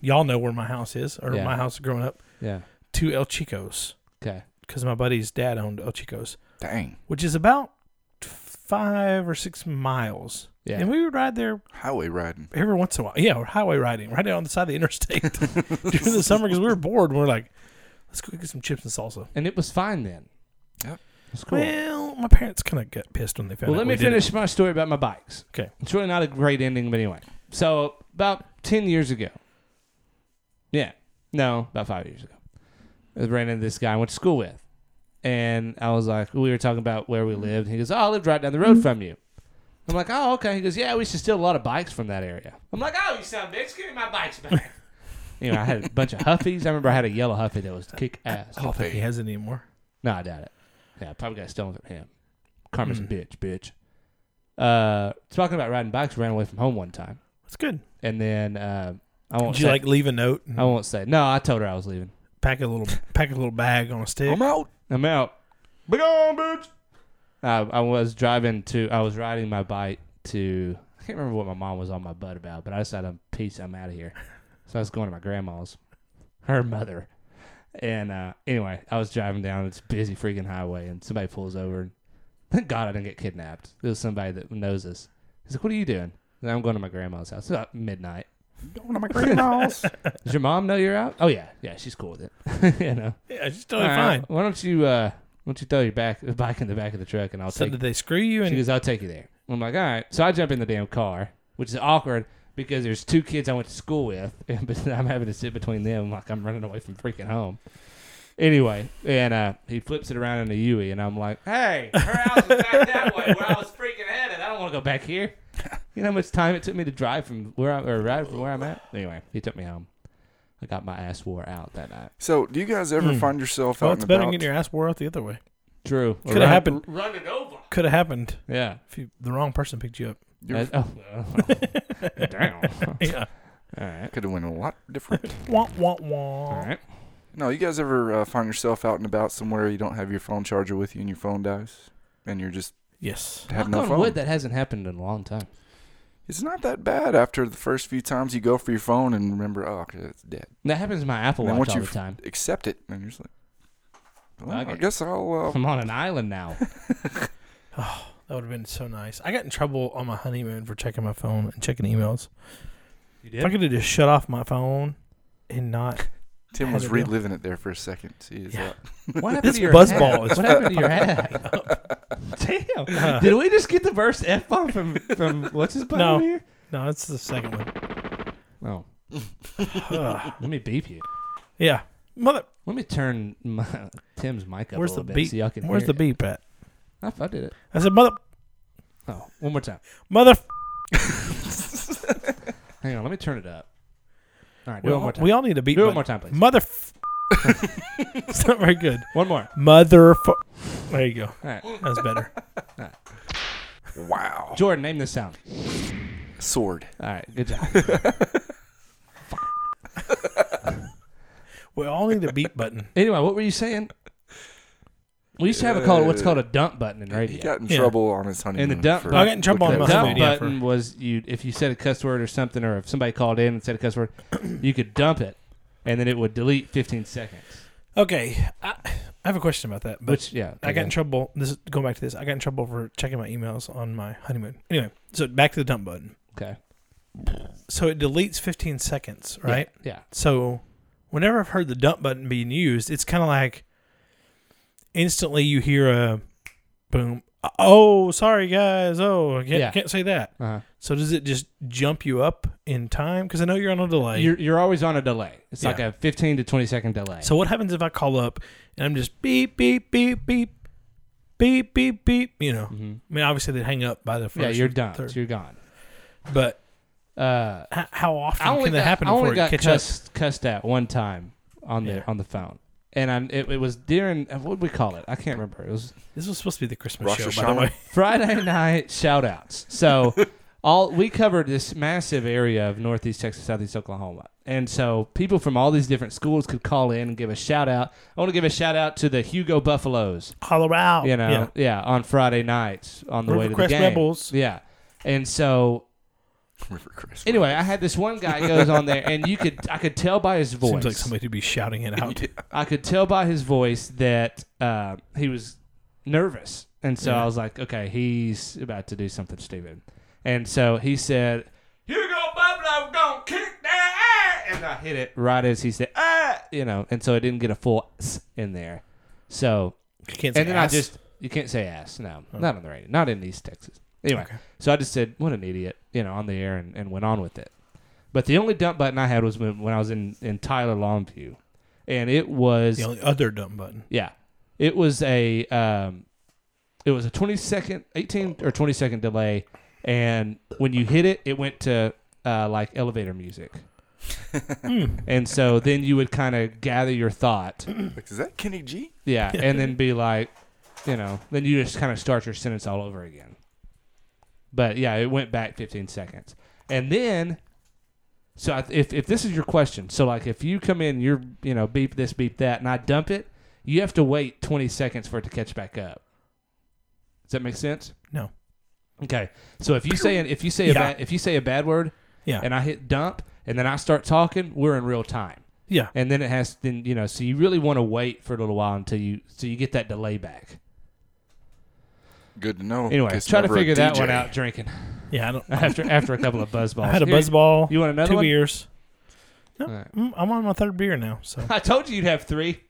[SPEAKER 7] y'all know where my house is or
[SPEAKER 5] Yeah.
[SPEAKER 7] my house growing up
[SPEAKER 5] Yeah.
[SPEAKER 7] to El Chico's
[SPEAKER 5] Okay.
[SPEAKER 7] because my buddy's dad owned El Chico's,
[SPEAKER 6] Dang.
[SPEAKER 7] which is about five or six miles.
[SPEAKER 5] Yeah.
[SPEAKER 7] And we would ride there
[SPEAKER 6] Highway riding.
[SPEAKER 7] every once in a while. Yeah, or highway riding, right down on the side of the interstate during the summer because we were bored. And we are like, let's go get some chips and salsa.
[SPEAKER 5] And it was fine then.
[SPEAKER 6] Yep.
[SPEAKER 5] It's cool.
[SPEAKER 7] Well, my parents kind of got pissed when they found
[SPEAKER 5] Well, let
[SPEAKER 7] out. we
[SPEAKER 5] me
[SPEAKER 7] did it.
[SPEAKER 5] finish my story about my bikes.
[SPEAKER 7] Okay.
[SPEAKER 5] It's really not a great ending, but anyway. So about ten years ago. Yeah. No, about five years ago. I ran into this guy I went to school with. And I was like, we were talking about where we lived. He goes, Oh, I lived right down the road from you. I'm like, Oh, okay. He goes, Yeah, we used to steal a lot of bikes from that area. I'm like, Oh, you son of a bitch, give me my bikes back. you know, I had a bunch of Huffies. I remember I had a yellow Huffy that was kick ass.
[SPEAKER 7] I don't think he has it anymore.
[SPEAKER 5] No, I doubt it. Yeah, probably got stolen from him. Karma's
[SPEAKER 7] Hmm.
[SPEAKER 5] a bitch, bitch. Uh, talking about riding bikes, ran away from home one time,
[SPEAKER 7] That's good.
[SPEAKER 5] and then uh, I won't.
[SPEAKER 7] Did you
[SPEAKER 5] say,
[SPEAKER 7] like leave a note? and-
[SPEAKER 5] I won't say. No, I told her I was leaving.
[SPEAKER 7] pack a little pack a little bag on a stick.
[SPEAKER 6] I'm out.
[SPEAKER 5] I'm out. Be gone, bitch. I, Uh, I was driving to. I was riding my bike to. I can't remember what my mom was on my butt about, but I decided, I'm peace. I'm out of here. So I was going to my grandma's, her mother, and uh, anyway, I was driving down this busy freaking highway, and somebody pulls over, and Thank God I didn't get kidnapped. It was somebody that knows us. He's like, "What are you doing?" And I'm going to my grandma's house. It's about midnight.
[SPEAKER 6] Going to my grandma's.
[SPEAKER 5] Does your mom know you're out? Oh yeah, yeah, she's cool with it. you know,
[SPEAKER 7] Yeah, she's totally
[SPEAKER 5] All right,
[SPEAKER 7] Oh, fine.
[SPEAKER 5] Why don't you uh, why don't you throw your back bike in the back of the truck and I'll
[SPEAKER 7] So
[SPEAKER 5] take.
[SPEAKER 7] did they screw you?
[SPEAKER 5] She
[SPEAKER 7] And "Oh,
[SPEAKER 5] goes, I'll take you there. I'm like, all right. So I jump in the damn car, which is awkward because there's two kids I went to school with, and but I'm having to sit between them like I'm running away from freaking home. Anyway, and uh, he flips it around in the Yui, and I'm like, hey, her house was back that way where I was freaking headed. I don't want to go back here. You know how much time it took me to drive from where I or ride from where I'm at? Anyway, he took me home. I got my ass wore out that night.
[SPEAKER 6] so, do you guys ever find yourself
[SPEAKER 7] well,
[SPEAKER 6] out
[SPEAKER 7] it's
[SPEAKER 6] and
[SPEAKER 7] better than
[SPEAKER 6] about?
[SPEAKER 7] getting your ass wore out the other way.
[SPEAKER 5] True.
[SPEAKER 7] Could have happened.
[SPEAKER 5] Running over.
[SPEAKER 7] Could have happened
[SPEAKER 5] Yeah.
[SPEAKER 7] if you, the wrong person picked you up.
[SPEAKER 5] Uh, oh, well, oh. damn.
[SPEAKER 7] Yeah.
[SPEAKER 5] All right.
[SPEAKER 6] Could have went a lot different.
[SPEAKER 7] Wah, wah,
[SPEAKER 5] All
[SPEAKER 7] wah.
[SPEAKER 5] right.
[SPEAKER 6] no, you guys ever uh, find yourself out and about somewhere you don't have your phone charger with you and your phone dies, and you're just
[SPEAKER 7] Yes.
[SPEAKER 6] have
[SPEAKER 5] Knock
[SPEAKER 6] no
[SPEAKER 5] on
[SPEAKER 6] phone.
[SPEAKER 5] wood, that hasn't happened in a long time.
[SPEAKER 6] It's not that bad after the first few times you go for your phone and remember, oh, okay, it's dead.
[SPEAKER 5] That happens to my Apple
[SPEAKER 6] And then
[SPEAKER 5] Watch
[SPEAKER 6] once
[SPEAKER 5] all
[SPEAKER 6] you
[SPEAKER 5] the time.
[SPEAKER 6] accept it, and you're just like, well, I
[SPEAKER 5] Okay.
[SPEAKER 6] guess
[SPEAKER 7] Oh.
[SPEAKER 6] I'll. Uh,
[SPEAKER 5] I'm on an island now.
[SPEAKER 7] That would have been so nice. I got in trouble on my honeymoon for checking my phone and checking emails.
[SPEAKER 5] You
[SPEAKER 7] If I could have just shut off my phone and not.
[SPEAKER 6] Tim
[SPEAKER 7] had
[SPEAKER 6] was
[SPEAKER 7] a deal.
[SPEAKER 6] reliving it there for a second. See, is
[SPEAKER 7] Yeah.
[SPEAKER 6] that-
[SPEAKER 5] What happened
[SPEAKER 7] This
[SPEAKER 5] to your
[SPEAKER 7] buzzball
[SPEAKER 5] hat?
[SPEAKER 7] is
[SPEAKER 5] What happened to your hat? Damn! Did we just get the first f bomb from from what's his butt
[SPEAKER 7] No.
[SPEAKER 5] over here?
[SPEAKER 7] No, it's the second one.
[SPEAKER 5] Oh,
[SPEAKER 7] Ugh.
[SPEAKER 5] let me beep you.
[SPEAKER 7] yeah. Mother.
[SPEAKER 5] Let me turn my, Tim's mic up
[SPEAKER 7] Where's
[SPEAKER 5] a
[SPEAKER 7] the
[SPEAKER 5] little bit
[SPEAKER 7] beep?
[SPEAKER 5] so y'all can
[SPEAKER 7] Where's
[SPEAKER 5] hear
[SPEAKER 7] the
[SPEAKER 5] it.
[SPEAKER 7] beep at?
[SPEAKER 5] I, I did it.
[SPEAKER 7] I said, mother.
[SPEAKER 5] Oh, one more time.
[SPEAKER 7] Mother.
[SPEAKER 5] Hang on, let me turn it up. All right, do
[SPEAKER 7] We
[SPEAKER 5] one
[SPEAKER 7] all,
[SPEAKER 5] more time.
[SPEAKER 7] we all need a beep.
[SPEAKER 5] Do it one
[SPEAKER 7] button.
[SPEAKER 5] more time, please.
[SPEAKER 7] Mother. it's not very good.
[SPEAKER 5] one more.
[SPEAKER 7] Mother. There you go.
[SPEAKER 5] All right,
[SPEAKER 7] That's better.
[SPEAKER 6] wow,
[SPEAKER 5] Jordan, name this sound.
[SPEAKER 6] sword.
[SPEAKER 5] All right, good job.
[SPEAKER 7] We all need a beep button.
[SPEAKER 5] Anyway, what were you saying? We used to have a called what's called a dump button in
[SPEAKER 6] He
[SPEAKER 5] radio.
[SPEAKER 6] got in
[SPEAKER 7] Yeah.
[SPEAKER 6] trouble on his honeymoon.
[SPEAKER 5] dump-
[SPEAKER 6] for
[SPEAKER 5] I
[SPEAKER 7] got in trouble
[SPEAKER 6] looking
[SPEAKER 7] on
[SPEAKER 6] at
[SPEAKER 7] my
[SPEAKER 6] his
[SPEAKER 7] dump
[SPEAKER 5] dump
[SPEAKER 6] phone.
[SPEAKER 7] honeymoon. yeah,
[SPEAKER 5] button was you if you said a cuss word or something, or if somebody called in and said a cuss word, you could dump it, and then it would delete 15 seconds.
[SPEAKER 7] Okay. I, I have a question about that. But
[SPEAKER 5] Which yeah,
[SPEAKER 7] I got in
[SPEAKER 5] okay.
[SPEAKER 7] trouble. This is going back to this. I got in trouble for checking my emails on my honeymoon. Anyway, so back to the dump button.
[SPEAKER 5] okay.
[SPEAKER 7] So it deletes 15 seconds, right?
[SPEAKER 5] Yeah,
[SPEAKER 7] So whenever I've heard the dump button being used, it's kind of like instantly you hear a boom. Oh, sorry guys. Oh, I can't,
[SPEAKER 5] Yeah.
[SPEAKER 7] can't say that.
[SPEAKER 5] uh-huh.
[SPEAKER 7] So does it just jump you up in time? Because I know you're on a delay.
[SPEAKER 5] you're you're always on a delay. It's like
[SPEAKER 7] Yeah.
[SPEAKER 5] a 15 to 20 second delay.
[SPEAKER 7] so what happens if I call up and I'm just beep beep beep beep beep beep beep? You know, I mean, obviously they hang up by the first.
[SPEAKER 5] Mm-hmm. yeah, you're done.
[SPEAKER 7] third.
[SPEAKER 5] You're gone.
[SPEAKER 7] But
[SPEAKER 5] Uh,
[SPEAKER 7] h- how often
[SPEAKER 5] I only
[SPEAKER 7] can
[SPEAKER 5] got,
[SPEAKER 7] that happen
[SPEAKER 5] I only
[SPEAKER 7] before
[SPEAKER 5] got
[SPEAKER 7] it catch up?
[SPEAKER 5] cussed, cussed at one time on the
[SPEAKER 7] Yeah.
[SPEAKER 5] on the phone, and I, it, it was during uh, what did we call it? I can't remember. It was
[SPEAKER 7] This was supposed to be the Christmas
[SPEAKER 6] Rosh
[SPEAKER 7] show, by the
[SPEAKER 6] Hashanah.
[SPEAKER 7] way.
[SPEAKER 5] Friday night shout outs. So all we covered this massive area of northeast Texas, southeast Oklahoma. And so people from all these different schools could call in and give a shout out. I want to give a shout out to the Hugo Buffaloes.
[SPEAKER 7] Holler out.
[SPEAKER 5] You know, yeah,
[SPEAKER 7] Oh, Yeah.
[SPEAKER 5] on Friday nights on the way to the
[SPEAKER 7] Rivercrest
[SPEAKER 5] game.
[SPEAKER 7] Rebels.
[SPEAKER 5] Yeah. And so
[SPEAKER 6] River Chris.
[SPEAKER 5] anyway, I had this one guy goes on there and you could I could tell by his voice.
[SPEAKER 7] Seems like somebody to be shouting it out.
[SPEAKER 5] I could tell by his voice that uh, he was nervous, and so I was like, okay, he's about to do something stupid, and so he said, "Hugo Buffalo gonna kick that ass," and I hit it right as he said, "Ah," you know, and so it didn't get a full s in there. So
[SPEAKER 7] You can't say
[SPEAKER 5] and then
[SPEAKER 7] ass.
[SPEAKER 5] I just you can't say ass, no, not on the radio, not in East Texas. Anyway, so I just said, "What an idiot," you know, on the air, and, and went on with it. But the only dump button I had was when, when I was in in Tyler Longview, and it was
[SPEAKER 7] the only other dumb button.
[SPEAKER 5] yeah. It was a um, it was a 20 second, 18 or 20 second delay, and when you hit it, it went to uh, like elevator music. and so then you would kind of gather your thought,
[SPEAKER 6] Like, is that Kenny G?
[SPEAKER 5] yeah, and then be like, you know, then you just kind of start your sentence all over again. But yeah, it went back 15 seconds, and then, so I, if if this is your question, so like if you come in, you're you know beep this, beep that, and I dump it, you have to wait 20 seconds for it to catch back up. Does that make sense?
[SPEAKER 7] No.
[SPEAKER 5] Okay, so if you say an, if you say a
[SPEAKER 7] Yeah.
[SPEAKER 5] bad, if you say a bad word,
[SPEAKER 7] Yeah.
[SPEAKER 5] and I hit dump, and then I start talking, we're in real time
[SPEAKER 7] yeah.
[SPEAKER 5] and then it has then you know so you really want to wait for a little while until you so you get that delay back
[SPEAKER 6] Good to know.
[SPEAKER 5] Anyway,
[SPEAKER 6] 'cause
[SPEAKER 5] try to
[SPEAKER 6] never a
[SPEAKER 5] figure that one
[SPEAKER 6] DJ.
[SPEAKER 5] out drinking
[SPEAKER 7] Yeah, I don't.
[SPEAKER 5] after after a couple of buzz balls.
[SPEAKER 7] I had a
[SPEAKER 5] Here,
[SPEAKER 7] buzz ball.
[SPEAKER 5] You want another
[SPEAKER 7] two
[SPEAKER 5] one?
[SPEAKER 7] beers. No,
[SPEAKER 5] All right.
[SPEAKER 7] mm, I'm on my third beer now, so
[SPEAKER 5] I told you you'd have three.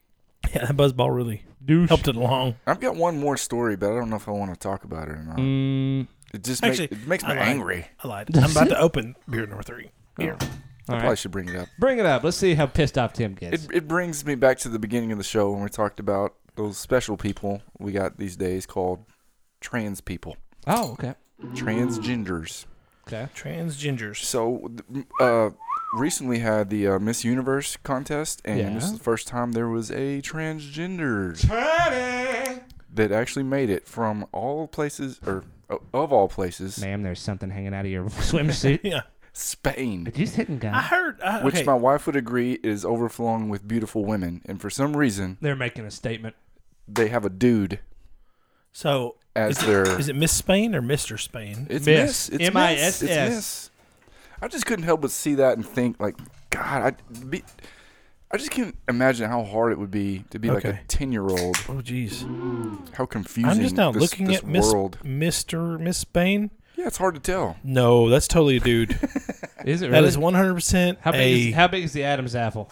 [SPEAKER 7] yeah, that buzz ball really
[SPEAKER 5] Douche.
[SPEAKER 7] helped it along.
[SPEAKER 6] I've got one more story, but I don't know if I want to talk about it or not.
[SPEAKER 5] Mm,
[SPEAKER 6] It just
[SPEAKER 7] Actually,
[SPEAKER 6] make, it makes me
[SPEAKER 7] I lied.
[SPEAKER 6] angry.
[SPEAKER 7] I lied. I'm about to open beer number three.
[SPEAKER 5] Oh.
[SPEAKER 7] Here.
[SPEAKER 5] all
[SPEAKER 6] I
[SPEAKER 5] right.
[SPEAKER 6] probably should bring it up.
[SPEAKER 5] Bring it up. Let's see how pissed off Tim gets.
[SPEAKER 6] It, it brings me back to the beginning of the show when we talked about those special people we got these days called trans people,
[SPEAKER 5] oh, okay.
[SPEAKER 6] transgenders.
[SPEAKER 5] Okay.
[SPEAKER 7] Trans gingers.
[SPEAKER 6] So, th- uh, recently had the uh, Miss Universe contest, and this
[SPEAKER 5] Yeah.
[SPEAKER 6] is the first time there was a transgender that actually made it from all places, or o- of all places,
[SPEAKER 5] Ma'am, there's something hanging out of your swimsuit.
[SPEAKER 7] Yeah.
[SPEAKER 6] Spain.
[SPEAKER 5] Just hitting
[SPEAKER 7] I
[SPEAKER 5] guys.
[SPEAKER 7] heard. I,
[SPEAKER 6] Which
[SPEAKER 7] okay.
[SPEAKER 6] my wife would agree is overflowing with beautiful women, and for some reason
[SPEAKER 5] They're making a statement.
[SPEAKER 6] they have a dude
[SPEAKER 7] so
[SPEAKER 6] as
[SPEAKER 7] is it,
[SPEAKER 6] their.
[SPEAKER 7] is it Miss Spain or Mister Spain?
[SPEAKER 6] It's
[SPEAKER 5] Miss.
[SPEAKER 6] miss. It's
[SPEAKER 5] M.I.S.S..
[SPEAKER 6] miss. It's miss. I just couldn't help but see that and think, like, God, I, be, I just can't imagine how hard it would be to be like
[SPEAKER 7] Okay.
[SPEAKER 6] a ten-year-old.
[SPEAKER 7] Oh, jeez.
[SPEAKER 6] How confusing.
[SPEAKER 7] I'm just now
[SPEAKER 6] this,
[SPEAKER 7] looking
[SPEAKER 6] this
[SPEAKER 7] at Miss
[SPEAKER 6] world.
[SPEAKER 7] Mister Miss Spain.
[SPEAKER 6] Yeah, it's hard to tell.
[SPEAKER 7] No, that's totally a dude.
[SPEAKER 5] Is it really?
[SPEAKER 7] that is 100 percent
[SPEAKER 5] how, big is,
[SPEAKER 7] a
[SPEAKER 5] how big is the Adam's apple?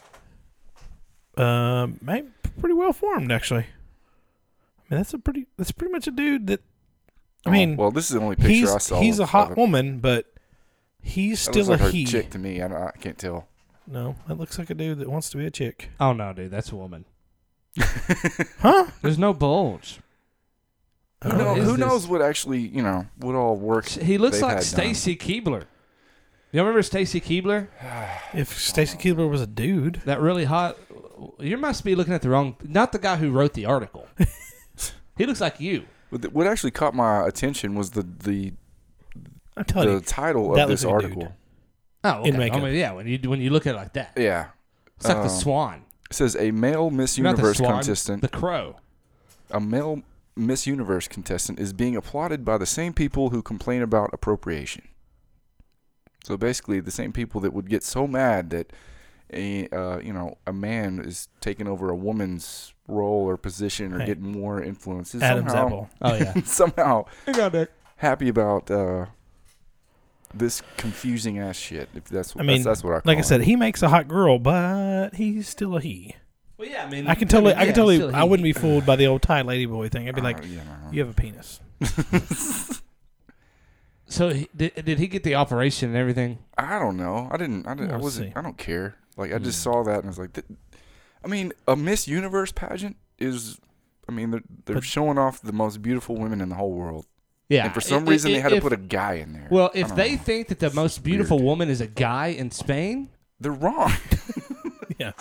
[SPEAKER 7] um, man, pretty well formed actually. I mean, that's a pretty. That's pretty much a dude that. I
[SPEAKER 6] Oh,
[SPEAKER 7] mean,
[SPEAKER 6] well, this is the only picture
[SPEAKER 7] he's
[SPEAKER 6] I saw.
[SPEAKER 7] he's a
[SPEAKER 6] of
[SPEAKER 7] hot
[SPEAKER 6] it.
[SPEAKER 7] woman, but he's
[SPEAKER 6] That
[SPEAKER 7] still
[SPEAKER 6] looks
[SPEAKER 7] a
[SPEAKER 6] like her
[SPEAKER 7] he.
[SPEAKER 6] chick to me. I, don't, I can't tell.
[SPEAKER 7] No, that looks like a dude that wants to be a chick.
[SPEAKER 5] Oh no, dude, that's a woman.
[SPEAKER 7] Huh?
[SPEAKER 5] There's no bulge.
[SPEAKER 6] Who,
[SPEAKER 5] Oh,
[SPEAKER 6] know-
[SPEAKER 5] is
[SPEAKER 6] who
[SPEAKER 5] this-
[SPEAKER 6] knows what actually you know what all works?
[SPEAKER 5] He looks
[SPEAKER 6] they've
[SPEAKER 5] like
[SPEAKER 6] had done.
[SPEAKER 5] Stacy Keebler. You remember Stacy Keebler?
[SPEAKER 7] If Stacy Keebler was a dude,
[SPEAKER 5] That really hot. You must be looking at the wrong. Not the guy who wrote the article. he looks like you.
[SPEAKER 6] But th- What actually caught my attention was the the,
[SPEAKER 7] I'm telling
[SPEAKER 6] the
[SPEAKER 7] you,
[SPEAKER 6] title
[SPEAKER 7] that
[SPEAKER 6] of
[SPEAKER 7] looks
[SPEAKER 6] this
[SPEAKER 7] like a
[SPEAKER 6] article.
[SPEAKER 5] Oh, okay.
[SPEAKER 7] In
[SPEAKER 5] I
[SPEAKER 7] makeup.
[SPEAKER 5] mean, yeah. When you when you look at it like that,
[SPEAKER 6] Yeah,
[SPEAKER 5] it's like the
[SPEAKER 6] um,
[SPEAKER 5] swan.
[SPEAKER 6] It says a male Miss
[SPEAKER 5] Not the
[SPEAKER 6] Universe
[SPEAKER 5] swan.
[SPEAKER 6] contestant.
[SPEAKER 5] The crow.
[SPEAKER 6] a male Miss Universe contestant is being applauded by the same people who complain about appropriation. So basically, the same people that would get so mad that a uh, you know a man is taking over a woman's role or position or
[SPEAKER 7] Hey.
[SPEAKER 6] getting more influence is
[SPEAKER 7] Adam's
[SPEAKER 6] somehow
[SPEAKER 7] apple.
[SPEAKER 5] Oh yeah.
[SPEAKER 6] somehow
[SPEAKER 5] I got that.
[SPEAKER 6] happy about uh, this confusing ass shit. If that's
[SPEAKER 7] I
[SPEAKER 6] what,
[SPEAKER 7] mean,
[SPEAKER 6] that's, that's what I call
[SPEAKER 7] like I
[SPEAKER 6] it.
[SPEAKER 7] said, he makes a hot girl, but he's still a he.
[SPEAKER 5] Well, yeah. I mean,
[SPEAKER 7] I can totally, I,
[SPEAKER 5] mean, yeah,
[SPEAKER 7] can totally,
[SPEAKER 5] still
[SPEAKER 7] I
[SPEAKER 5] he-
[SPEAKER 7] wouldn't be fooled by the old Thai lady boy thing. I'd be
[SPEAKER 6] Uh,
[SPEAKER 7] like,
[SPEAKER 6] yeah, no, no.
[SPEAKER 7] you have a penis.
[SPEAKER 5] So he, did, did he get the operation and everything?
[SPEAKER 6] I don't know. I didn't. I, didn't, I
[SPEAKER 7] We'll
[SPEAKER 6] wasn't.
[SPEAKER 7] see.
[SPEAKER 6] I don't care. Like I just saw that and I was like, th- I mean, a Miss Universe pageant is. I mean, they're they're
[SPEAKER 7] But-
[SPEAKER 6] showing off the most beautiful women in the whole world,
[SPEAKER 5] Yeah.
[SPEAKER 6] and for some
[SPEAKER 5] I-
[SPEAKER 6] reason
[SPEAKER 5] I-
[SPEAKER 6] they had
[SPEAKER 5] if-
[SPEAKER 6] to put a guy in there.
[SPEAKER 5] Well,
[SPEAKER 6] I
[SPEAKER 5] if
[SPEAKER 6] don't
[SPEAKER 5] they
[SPEAKER 6] know.
[SPEAKER 5] think that the most beautiful woman is a guy in Spain,
[SPEAKER 6] they're wrong.
[SPEAKER 7] Yeah.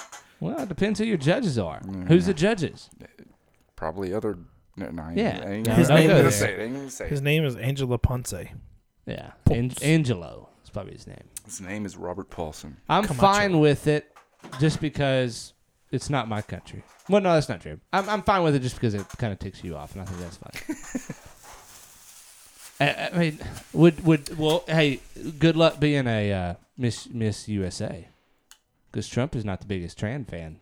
[SPEAKER 5] well, it depends who your judges are. Who's the judges?
[SPEAKER 6] Probably other. No, no, I ain't-
[SPEAKER 5] Yeah.
[SPEAKER 6] I ain't,
[SPEAKER 5] No,
[SPEAKER 6] His
[SPEAKER 7] His
[SPEAKER 6] name
[SPEAKER 7] name
[SPEAKER 6] gonna
[SPEAKER 7] is-
[SPEAKER 6] say it. I ain't gonna say
[SPEAKER 7] His
[SPEAKER 6] it.
[SPEAKER 7] name is Angela Ponce.
[SPEAKER 5] Yeah, An- Angelo. That's probably his name.
[SPEAKER 6] His name is Robert Paulson.
[SPEAKER 5] I'm
[SPEAKER 7] Camacho.
[SPEAKER 5] fine with it, just because it's not my country. Well, no, that's not true. I'm, I'm fine with it just because it kind of ticks you off, and I think that's fine. I, I mean, would would well? Hey, good luck being a uh, Miss Miss USA, because Trump is not the biggest Tran fan.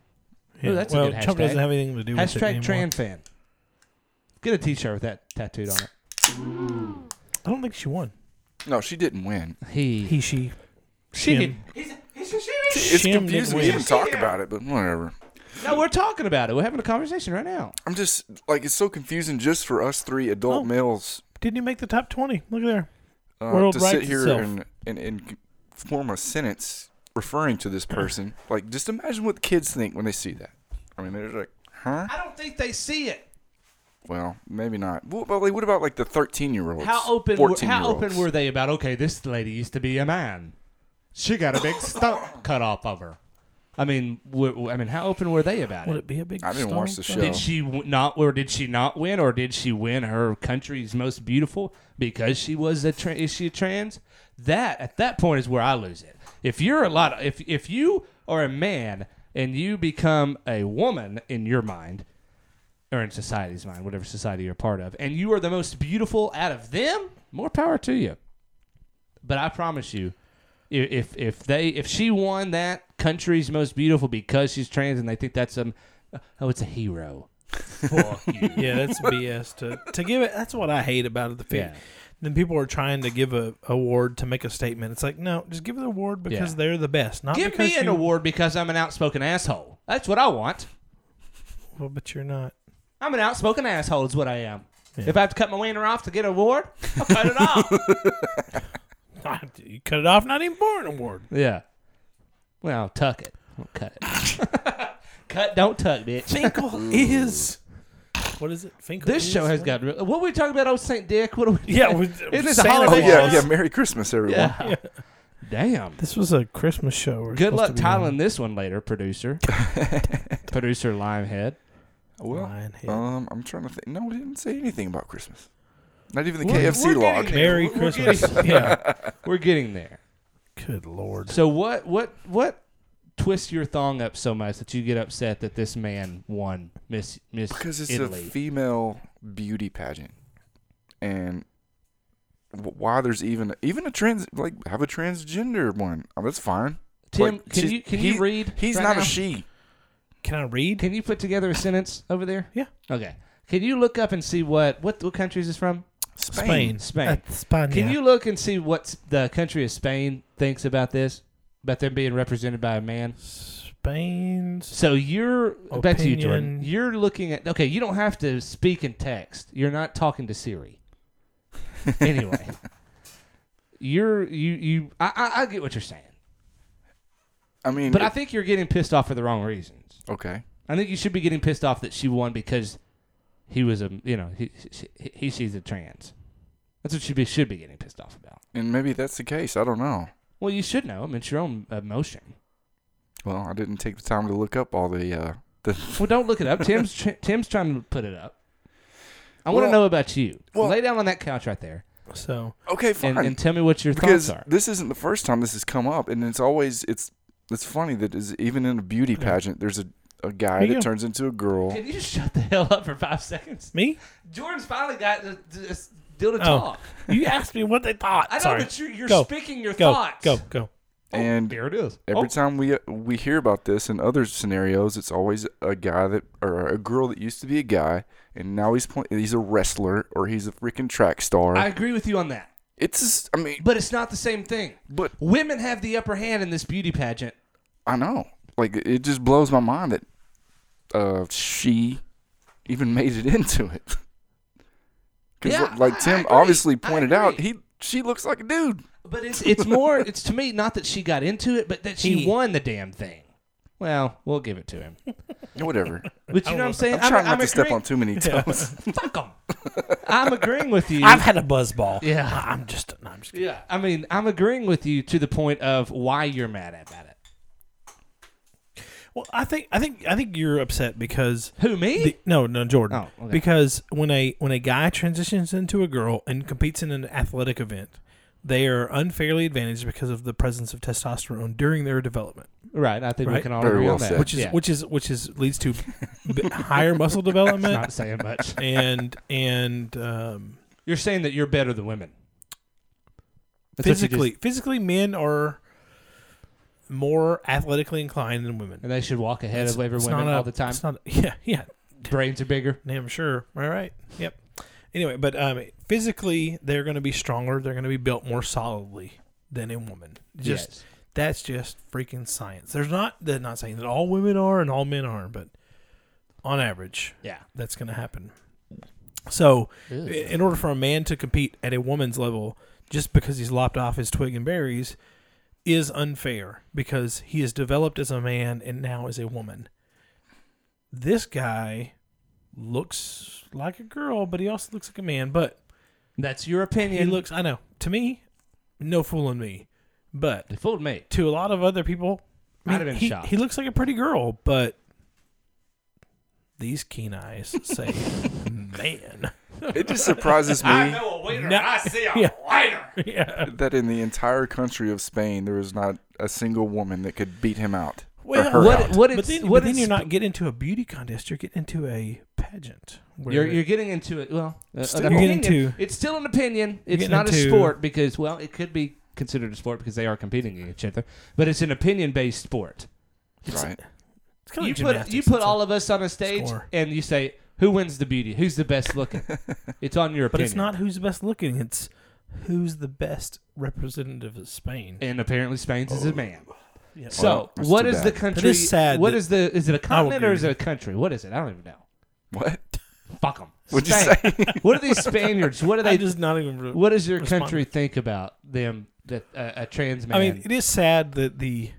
[SPEAKER 7] Yeah.
[SPEAKER 5] Ooh, that's a
[SPEAKER 7] well,
[SPEAKER 5] good
[SPEAKER 7] Trump
[SPEAKER 5] hashtag.
[SPEAKER 7] doesn't have anything to do with it
[SPEAKER 5] Hashtag
[SPEAKER 7] anymore.
[SPEAKER 5] Tran fan. Get a T-shirt with that tattooed on it.
[SPEAKER 7] I don't think she won.
[SPEAKER 6] No, she didn't win.
[SPEAKER 5] He,
[SPEAKER 7] He, she,
[SPEAKER 5] she.
[SPEAKER 7] him.
[SPEAKER 6] It's
[SPEAKER 7] Shim didn't
[SPEAKER 6] confusing. We
[SPEAKER 7] win.
[SPEAKER 6] didn't talk about it, but whatever.
[SPEAKER 5] No, we're talking about it. We're having a conversation right now.
[SPEAKER 6] I'm just like it's so confusing just for us three adult
[SPEAKER 7] Oh.
[SPEAKER 6] males
[SPEAKER 7] didn't you make the top twenty? Look at there.
[SPEAKER 6] uh,
[SPEAKER 7] World
[SPEAKER 6] to
[SPEAKER 7] rights
[SPEAKER 6] sit here
[SPEAKER 7] itself.
[SPEAKER 6] and, and, and c- form a sentence referring to this person. like, just imagine what kids think when they see that. I mean, they're like, huh?
[SPEAKER 5] I don't think they see it.
[SPEAKER 6] Well, maybe not. What about, like, what about like the 13 year olds?
[SPEAKER 5] How open? Were, how open were they about? Okay, this lady used to be a man. She got a big stump cut off of her. I mean, w- w- I mean, how open were they about
[SPEAKER 7] Would
[SPEAKER 5] it?
[SPEAKER 7] it be a big?
[SPEAKER 6] I didn't
[SPEAKER 7] star?
[SPEAKER 6] watch the show.
[SPEAKER 5] Did she w- not, or did she not win, or did she win her country's most beautiful because she was a tra- is she a trans? That at that point is where I lose it. If you're a lot, of, if if you are a man and you become a woman in your mind, or in society's mind, whatever society you're a part of, and you are the most beautiful out of them, more power to you. But I promise you, i- if if they if she won that country's most beautiful because she's trans and they think that's um oh it's a hero, Fuck you.
[SPEAKER 7] Yeah, that's BS. To to give it, that's what I hate about it. The fee.
[SPEAKER 5] Yeah.
[SPEAKER 7] Then people are trying to give a award to make a statement. It's like, no, just give the award because
[SPEAKER 5] Yeah.
[SPEAKER 7] they're the best, not
[SPEAKER 5] Give
[SPEAKER 7] because
[SPEAKER 5] me an
[SPEAKER 7] you,
[SPEAKER 5] award because I'm an outspoken asshole. That's what I want.
[SPEAKER 7] Well, but you're not.
[SPEAKER 5] I'm an outspoken asshole is what I am. If I have to cut my wiener off to get an award, I'll cut it off.
[SPEAKER 7] You cut it off, not even for an award.
[SPEAKER 5] yeah. Well, I'll tuck it. I'll cut it. cut, don't tuck, bitch.
[SPEAKER 7] Finkel is. What is it? Finkel.
[SPEAKER 5] This
[SPEAKER 7] is
[SPEAKER 5] show has
[SPEAKER 7] what?
[SPEAKER 5] got real. What were we talking about? Old Saint Dick. What are we?
[SPEAKER 7] Yeah, with-
[SPEAKER 5] Isn't this a
[SPEAKER 7] Santa
[SPEAKER 5] holiday?
[SPEAKER 7] Claus.
[SPEAKER 6] Oh, yeah,
[SPEAKER 5] show?
[SPEAKER 6] yeah. Merry Christmas, everyone.
[SPEAKER 5] Yeah. Damn.
[SPEAKER 7] This was a Christmas show. We're
[SPEAKER 5] Good
[SPEAKER 7] supposed
[SPEAKER 5] luck
[SPEAKER 7] to be
[SPEAKER 5] titling this one later, producer. producer Limehead.
[SPEAKER 6] Well,
[SPEAKER 7] Lion Head.
[SPEAKER 5] uh,
[SPEAKER 6] um, I'm trying to think. No, we didn't say anything about Christmas. Not even the
[SPEAKER 5] We're-
[SPEAKER 6] KFC
[SPEAKER 5] we're
[SPEAKER 6] log.
[SPEAKER 5] getting there.
[SPEAKER 7] Merry
[SPEAKER 5] We're- we're
[SPEAKER 7] Christmas. yeah.
[SPEAKER 5] We're getting there.
[SPEAKER 7] Good lord.
[SPEAKER 5] So what? What? What? Twists your thong up so much that you get upset that this man won Miss Miss
[SPEAKER 6] Because it's
[SPEAKER 5] Italy.
[SPEAKER 6] a female beauty pageant, and wh- why there's even even a trans like have a transgender one. Oh, that's fine.
[SPEAKER 5] Tim,
[SPEAKER 6] Like,
[SPEAKER 5] can
[SPEAKER 6] she's-
[SPEAKER 5] you can
[SPEAKER 6] he-
[SPEAKER 5] you read?
[SPEAKER 6] He's
[SPEAKER 5] right
[SPEAKER 6] not
[SPEAKER 5] now?
[SPEAKER 6] a she.
[SPEAKER 7] Can I read?
[SPEAKER 5] Can you put together a sentence over there?
[SPEAKER 7] Yeah.
[SPEAKER 5] Okay. Can you look up and see what what what country is this from?
[SPEAKER 6] Spain.
[SPEAKER 5] Spain.
[SPEAKER 7] Uh, Spain.
[SPEAKER 5] Can
[SPEAKER 7] yeah.
[SPEAKER 5] you look and see what the country of Spain thinks about this? About them being represented by a man.
[SPEAKER 7] Spain's
[SPEAKER 5] So you're back to you, Jordan.
[SPEAKER 7] Opinion.
[SPEAKER 5] You're looking at okay. You don't have to speak in text. You're not talking to Siri. Anyway, you're you you. I, I I get what you're saying,
[SPEAKER 6] I mean,
[SPEAKER 5] but I think you're getting pissed off for the wrong reasons.
[SPEAKER 6] okay.
[SPEAKER 5] I think you should be getting pissed off that she won because he was a you know he he, he she's a trans. That's what she be, should be getting pissed off about.
[SPEAKER 6] And maybe that's the case. I don't know.
[SPEAKER 5] Well, you should know. I mean, it's your own emotion.
[SPEAKER 6] Well, I didn't take the time to look up all the uh, the
[SPEAKER 5] Well, don't look it up. Tim's tr- Tim's trying to put it up. I want to
[SPEAKER 6] Well-
[SPEAKER 5] know about you.
[SPEAKER 6] well-
[SPEAKER 5] Lay down on that couch right there
[SPEAKER 7] so
[SPEAKER 6] Okay, fine.
[SPEAKER 5] and, and tell me what your
[SPEAKER 6] because
[SPEAKER 5] thoughts are.
[SPEAKER 6] this isn't the first time this has come up, and it's always it's it's funny that is even in a beauty pageant, there's a, a guy
[SPEAKER 7] Here you
[SPEAKER 6] that
[SPEAKER 7] go.
[SPEAKER 6] turns into a girl.
[SPEAKER 5] Can you shut the hell up for five seconds?
[SPEAKER 7] me.
[SPEAKER 5] Jordan's finally got the, the deal to
[SPEAKER 7] Oh.
[SPEAKER 5] talk.
[SPEAKER 7] You asked me what they thought.
[SPEAKER 5] I know,
[SPEAKER 7] Sorry.
[SPEAKER 5] but you're, you're
[SPEAKER 7] Go.
[SPEAKER 5] speaking your
[SPEAKER 7] go,
[SPEAKER 5] thoughts.
[SPEAKER 7] Go, go.
[SPEAKER 6] and
[SPEAKER 5] There it is.
[SPEAKER 6] every
[SPEAKER 5] Oh,
[SPEAKER 6] time we uh, we hear about this in other scenarios, it's always a guy that or a girl that used to be a guy, and now he's playing. He's a wrestler or he's a freaking track star.
[SPEAKER 5] I agree with you on that,
[SPEAKER 6] it's just, I mean,
[SPEAKER 5] but it's not the same thing.
[SPEAKER 6] but
[SPEAKER 5] Women have the upper hand in this beauty pageant.
[SPEAKER 6] I know, like it just blows my mind that uh she even made it into it. Because
[SPEAKER 5] Yeah, I-
[SPEAKER 6] like
[SPEAKER 5] I
[SPEAKER 6] Tim
[SPEAKER 5] agree.
[SPEAKER 6] obviously
[SPEAKER 5] I
[SPEAKER 6] pointed out,
[SPEAKER 5] agree.
[SPEAKER 6] he she looks like a dude.
[SPEAKER 5] But it's it's more it's to me not that she got into it, but that she
[SPEAKER 7] He-
[SPEAKER 5] won the damn thing. Well, we'll give it to him.
[SPEAKER 6] Whatever.
[SPEAKER 5] But you know what I'm saying?
[SPEAKER 6] I'm trying not to step
[SPEAKER 5] agreeing-
[SPEAKER 6] on too many toes.
[SPEAKER 5] Fuck 'em. I'm agreeing with you.
[SPEAKER 7] I've had a buzz ball.
[SPEAKER 5] Yeah.
[SPEAKER 7] I- I'm just. No, I'm just.
[SPEAKER 5] yeah, I mean, I'm agreeing with you to the point of why you're mad about it.
[SPEAKER 7] Well, I think I think I think you're upset because
[SPEAKER 5] Who me?
[SPEAKER 7] the, no no Jordan
[SPEAKER 5] Oh, okay.
[SPEAKER 7] because when a when a guy transitions into a girl and competes in an athletic event, they are unfairly advantaged because of the presence of testosterone during their development,
[SPEAKER 5] right, I think we
[SPEAKER 7] Right.
[SPEAKER 5] can all
[SPEAKER 6] Very
[SPEAKER 5] agree
[SPEAKER 6] well
[SPEAKER 5] on that.
[SPEAKER 6] said.
[SPEAKER 7] which is
[SPEAKER 5] Yeah.
[SPEAKER 7] which is which is leads to b- higher muscle
[SPEAKER 5] not
[SPEAKER 7] development
[SPEAKER 5] saying much.
[SPEAKER 7] and and um,
[SPEAKER 5] You're saying that you're better than women. That's what you just-
[SPEAKER 7] physically physically men are more athletically inclined than women.
[SPEAKER 5] and they should walk ahead of every
[SPEAKER 7] It's
[SPEAKER 5] women
[SPEAKER 7] not a-
[SPEAKER 5] all the time.
[SPEAKER 7] It's not, yeah, yeah,
[SPEAKER 5] Brains are bigger.
[SPEAKER 7] damn sure. All right. Yep. Anyway, but um, physically, they're going to be stronger. They're going to be built more solidly than a woman. Just
[SPEAKER 5] yes.
[SPEAKER 7] that's just freaking science. There's not. They're not saying that all women are and all men are, but on average,
[SPEAKER 5] Yeah.
[SPEAKER 7] that's going to happen. So, i- in order for a man to compete at a woman's level, just because he's lopped off his twig and berries, is unfair because he has developed as a man and now is a woman. This guy looks like a girl, but he also looks like a man. But
[SPEAKER 5] That's your
[SPEAKER 7] he
[SPEAKER 5] opinion.
[SPEAKER 7] looks, I know, to me, no fooling me. But
[SPEAKER 5] They fooled me.
[SPEAKER 7] to a lot of other people, I
[SPEAKER 5] I'd have
[SPEAKER 7] mean,
[SPEAKER 5] been
[SPEAKER 7] he,
[SPEAKER 5] shocked.
[SPEAKER 7] he looks like a pretty girl, but these keen eyes say, man.
[SPEAKER 6] it just surprises me
[SPEAKER 5] a waiter.
[SPEAKER 7] No. I see Oh, a Yeah.
[SPEAKER 5] waiter.
[SPEAKER 7] Yeah.
[SPEAKER 6] that in the entire country of Spain, there is not a single woman that could beat him out.
[SPEAKER 7] Well,
[SPEAKER 6] her
[SPEAKER 5] What?
[SPEAKER 6] out.
[SPEAKER 5] What?
[SPEAKER 7] but
[SPEAKER 5] It's,
[SPEAKER 7] then,
[SPEAKER 5] what
[SPEAKER 7] but then
[SPEAKER 5] it's-
[SPEAKER 7] you're not getting into a beauty contest. You're getting into a pageant. Where
[SPEAKER 5] You're, you're getting into it. Well, uh,
[SPEAKER 7] Still-
[SPEAKER 5] an
[SPEAKER 7] You're getting
[SPEAKER 5] opinion.
[SPEAKER 7] into-
[SPEAKER 5] it's still an opinion. It's
[SPEAKER 7] getting
[SPEAKER 5] not a
[SPEAKER 7] into-
[SPEAKER 5] sport because well, it could be considered a sport because they are competing against each other. But it's an opinion-based sport.
[SPEAKER 6] Right.
[SPEAKER 7] it's kinda
[SPEAKER 5] You
[SPEAKER 7] like
[SPEAKER 5] put
[SPEAKER 7] gymnastics.
[SPEAKER 5] you
[SPEAKER 7] It's
[SPEAKER 5] put
[SPEAKER 7] a-
[SPEAKER 5] all of us on a stage
[SPEAKER 7] score.
[SPEAKER 5] and you say Who wins the beauty? Who's the best looking? it's on your opinion.
[SPEAKER 7] But it's not who's the best looking. It's who's the best representative of Spain.
[SPEAKER 5] And apparently, Spain's is a man.
[SPEAKER 7] Yeah.
[SPEAKER 5] So,
[SPEAKER 6] Oh, that's
[SPEAKER 5] what
[SPEAKER 6] too
[SPEAKER 5] is
[SPEAKER 6] bad.
[SPEAKER 5] the
[SPEAKER 6] That
[SPEAKER 5] country?
[SPEAKER 7] is sad
[SPEAKER 5] What
[SPEAKER 7] that-
[SPEAKER 5] is the? Is it a continent or
[SPEAKER 7] agree
[SPEAKER 5] is it a country? What is it? I don't even know.
[SPEAKER 6] What?
[SPEAKER 5] Fuck them.
[SPEAKER 6] What'd you
[SPEAKER 5] what are these Spaniards? What are
[SPEAKER 7] I
[SPEAKER 5] they?
[SPEAKER 7] just not even. re-
[SPEAKER 5] what does your
[SPEAKER 7] respond.
[SPEAKER 5] country think about them? That uh, a trans man.
[SPEAKER 7] I mean, it is sad that the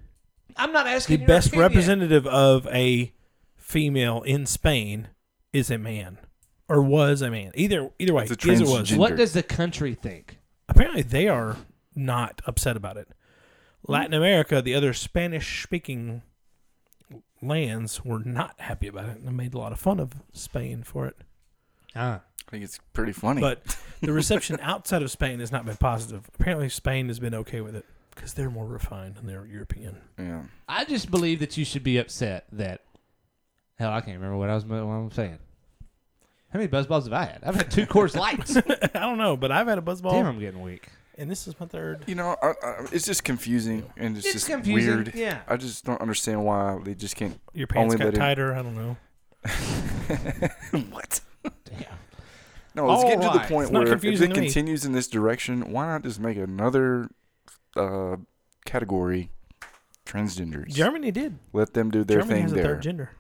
[SPEAKER 5] I'm not
[SPEAKER 7] the
[SPEAKER 5] asking your
[SPEAKER 7] best
[SPEAKER 5] opinion.
[SPEAKER 7] representative of a female in Spain is a man, or was a man. Either either way,
[SPEAKER 6] It's a
[SPEAKER 7] is or was.
[SPEAKER 6] transgen-
[SPEAKER 5] What does the country think?
[SPEAKER 7] Apparently, they are not upset about it. Latin America, the other Spanish-speaking lands, were not happy about it, and they made a lot of fun of Spain for it.
[SPEAKER 5] Ah,
[SPEAKER 6] I think it's pretty funny.
[SPEAKER 7] But the reception outside of Spain has not been positive. Apparently, Spain has been okay with it because they're more refined and they're European.
[SPEAKER 6] yeah.
[SPEAKER 5] I just believe that you should be upset that. Hell, I can't remember what I was what I'm saying. How many buzz balls have I had? I've had two Coors Lights.
[SPEAKER 7] I don't know, but I've had a buzzball,
[SPEAKER 5] Damn, I'm getting weak.
[SPEAKER 7] and this is my third.
[SPEAKER 6] You know, I, I, it's just confusing and it's,
[SPEAKER 5] It's
[SPEAKER 6] just
[SPEAKER 5] confusing,
[SPEAKER 6] weird.
[SPEAKER 5] yeah.
[SPEAKER 6] I just don't understand why they just can't.
[SPEAKER 7] Your pants
[SPEAKER 6] Only
[SPEAKER 7] got
[SPEAKER 6] let him-
[SPEAKER 7] tighter. I don't know.
[SPEAKER 6] what?
[SPEAKER 5] Damn.
[SPEAKER 6] No,
[SPEAKER 5] All
[SPEAKER 6] it's getting to the
[SPEAKER 5] right.
[SPEAKER 6] point
[SPEAKER 7] It's not
[SPEAKER 6] where if
[SPEAKER 7] confusing
[SPEAKER 6] it
[SPEAKER 7] to me.
[SPEAKER 6] continues in this direction, why not just make another uh, category transgenders?
[SPEAKER 7] Germany did.
[SPEAKER 6] Let them do their
[SPEAKER 7] Germany
[SPEAKER 6] thing
[SPEAKER 7] has a
[SPEAKER 6] there.
[SPEAKER 7] third gender.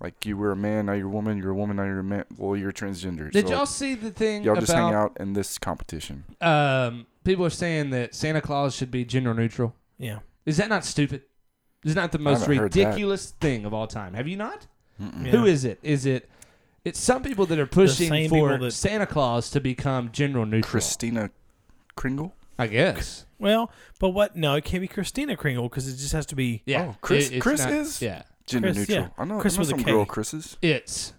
[SPEAKER 6] Like you were a man, now you're a woman. You're a woman, now you're a man. Well, you're transgender.
[SPEAKER 5] Did
[SPEAKER 6] so
[SPEAKER 5] y'all see the thing
[SPEAKER 6] y'all
[SPEAKER 5] about
[SPEAKER 6] just hang out in this competition.
[SPEAKER 5] Um, people are saying that Santa Claus should be gender neutral.
[SPEAKER 7] Yeah.
[SPEAKER 5] Is that not stupid? Is that not the most
[SPEAKER 6] haven't heard that.
[SPEAKER 5] ridiculous thing of all time? Have you not?
[SPEAKER 7] yeah.
[SPEAKER 5] Who is it? Is it? It's some people that are pushing
[SPEAKER 7] same people
[SPEAKER 5] for
[SPEAKER 7] that-
[SPEAKER 5] Santa Claus to become gender neutral.
[SPEAKER 6] Christina Kringle.
[SPEAKER 5] I guess.
[SPEAKER 7] Well, but what? No, it can't be Christina Kringle because it just has to be.
[SPEAKER 5] Yeah.
[SPEAKER 6] Oh, Chris-
[SPEAKER 5] it's
[SPEAKER 6] Chris
[SPEAKER 5] not-
[SPEAKER 6] is?
[SPEAKER 5] Yeah.
[SPEAKER 6] Gender
[SPEAKER 7] Chris,
[SPEAKER 6] neutral.
[SPEAKER 7] yeah.
[SPEAKER 6] I know,
[SPEAKER 7] Chris
[SPEAKER 6] I know
[SPEAKER 7] with a
[SPEAKER 6] some
[SPEAKER 7] K.
[SPEAKER 6] girl Chris's.
[SPEAKER 5] It's.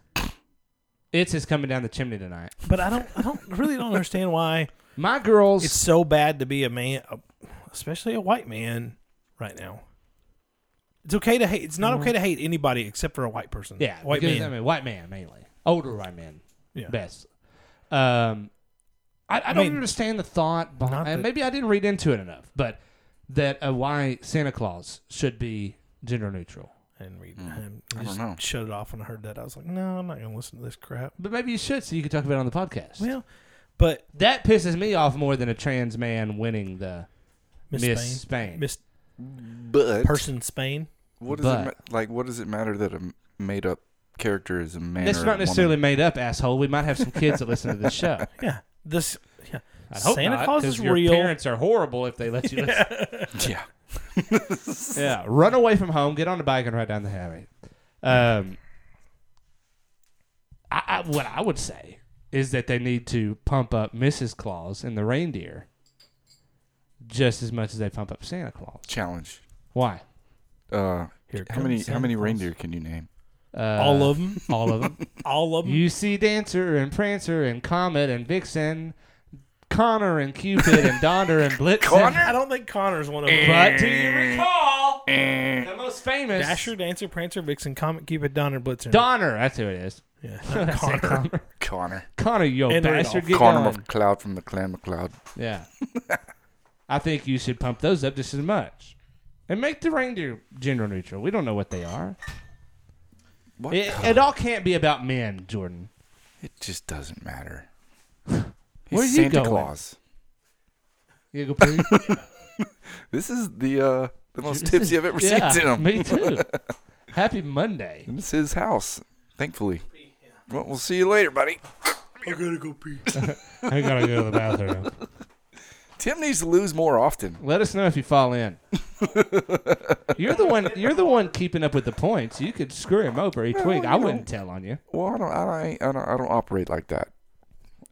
[SPEAKER 5] It's is coming down the chimney tonight.
[SPEAKER 7] But I don't. I don't really don't understand why
[SPEAKER 5] My girls.
[SPEAKER 7] it's so bad to be a man, especially a white man, right now. It's okay to hate. It's not
[SPEAKER 6] Mm-hmm.
[SPEAKER 7] okay to hate anybody except for a white person.
[SPEAKER 5] yeah.
[SPEAKER 7] white
[SPEAKER 5] because,
[SPEAKER 7] man.
[SPEAKER 5] I mean, white man mainly. Older white men.
[SPEAKER 7] yeah.
[SPEAKER 5] Best. Um, I, I, don't
[SPEAKER 7] mean,
[SPEAKER 5] understand the thought
[SPEAKER 7] not
[SPEAKER 5] behind.
[SPEAKER 7] that-
[SPEAKER 5] maybe I didn't read into it enough, but that uh, why Santa Claus should be gender neutral.
[SPEAKER 7] And read. and
[SPEAKER 6] Mm. I
[SPEAKER 7] just
[SPEAKER 6] don't know.
[SPEAKER 7] Shut it off when I heard that. I was like, no, I'm not going to listen to this crap.
[SPEAKER 5] But maybe you should, so you can talk about it on the podcast.
[SPEAKER 7] Well, but
[SPEAKER 5] that pisses me off more than a trans man winning the
[SPEAKER 7] Miss,
[SPEAKER 5] Miss
[SPEAKER 7] Spain,
[SPEAKER 5] Spain.
[SPEAKER 7] Miss
[SPEAKER 6] But
[SPEAKER 7] Person Spain.
[SPEAKER 6] what does
[SPEAKER 5] but-
[SPEAKER 6] it ma- like? What does it matter that a made up character is a man?
[SPEAKER 5] That's
[SPEAKER 6] or
[SPEAKER 5] not
[SPEAKER 6] a
[SPEAKER 5] necessarily
[SPEAKER 6] Woman?
[SPEAKER 5] made up, asshole. We might have some kids that listen to this show.
[SPEAKER 7] Yeah. This. Yeah.
[SPEAKER 5] I hope
[SPEAKER 7] Santa
[SPEAKER 5] not,
[SPEAKER 7] Claus
[SPEAKER 5] 'cause
[SPEAKER 7] is
[SPEAKER 5] your
[SPEAKER 7] real.
[SPEAKER 5] Parents are horrible if they let you. listen.
[SPEAKER 6] Yeah.
[SPEAKER 5] yeah, run away from home, get on the bike, and ride down the highway. Um, I, I, what I would say is that they need to pump up Mrs. Claus and the reindeer just as much as they pump up Santa Claus.
[SPEAKER 6] Challenge.
[SPEAKER 5] Why?
[SPEAKER 6] Uh,
[SPEAKER 7] Here
[SPEAKER 6] how many?
[SPEAKER 7] comes
[SPEAKER 6] How many
[SPEAKER 7] Santa Claus.
[SPEAKER 6] reindeer can you name?
[SPEAKER 5] Uh,
[SPEAKER 7] All of 'em?
[SPEAKER 5] All of them.
[SPEAKER 7] All of them.
[SPEAKER 5] you see Dancer and Prancer and Comet and Vixen, Connor and Cupid and Donder and Blitzen.
[SPEAKER 7] I don't think Connor's one of them.
[SPEAKER 5] But do you recall the most famous?
[SPEAKER 7] Dasher, Dancer, Prancer, Vixen, Comet, Cupid, Donner, Blitzer.
[SPEAKER 5] Donner. That's who it is.
[SPEAKER 7] yeah, not Connor.
[SPEAKER 6] Connor.
[SPEAKER 5] Connor, you
[SPEAKER 7] And
[SPEAKER 5] bastard.
[SPEAKER 7] Rudolph.
[SPEAKER 5] Get
[SPEAKER 6] Oh, Connor
[SPEAKER 5] going.
[SPEAKER 6] McCloud from the Clan McCloud.
[SPEAKER 5] Yeah. I think you should pump those up just as much. And make the reindeer gender neutral. We don't know what they are.
[SPEAKER 6] What?
[SPEAKER 5] It, it all can't be about men, Jordan.
[SPEAKER 6] It just doesn't matter.
[SPEAKER 5] Where
[SPEAKER 6] He's
[SPEAKER 5] are you
[SPEAKER 6] Santa
[SPEAKER 5] going?
[SPEAKER 6] Claus.
[SPEAKER 5] You go pee?
[SPEAKER 6] This is the uh, the most
[SPEAKER 5] This
[SPEAKER 6] tipsy
[SPEAKER 5] is-
[SPEAKER 6] I've ever
[SPEAKER 5] yeah,
[SPEAKER 6] seen Tim.
[SPEAKER 5] Me too. Happy Monday.
[SPEAKER 6] This is his house, thankfully. Well, we'll see you later, buddy.
[SPEAKER 5] I gotta go to the bathroom.
[SPEAKER 6] Tim needs to lose more often.
[SPEAKER 5] Let us know if you fall in. you're the one. You're the one keeping up with the points. You could screw him over each week. I
[SPEAKER 6] you
[SPEAKER 5] wouldn't tell on you.
[SPEAKER 6] Well, I don't, I don't, I don't, I don't operate like that.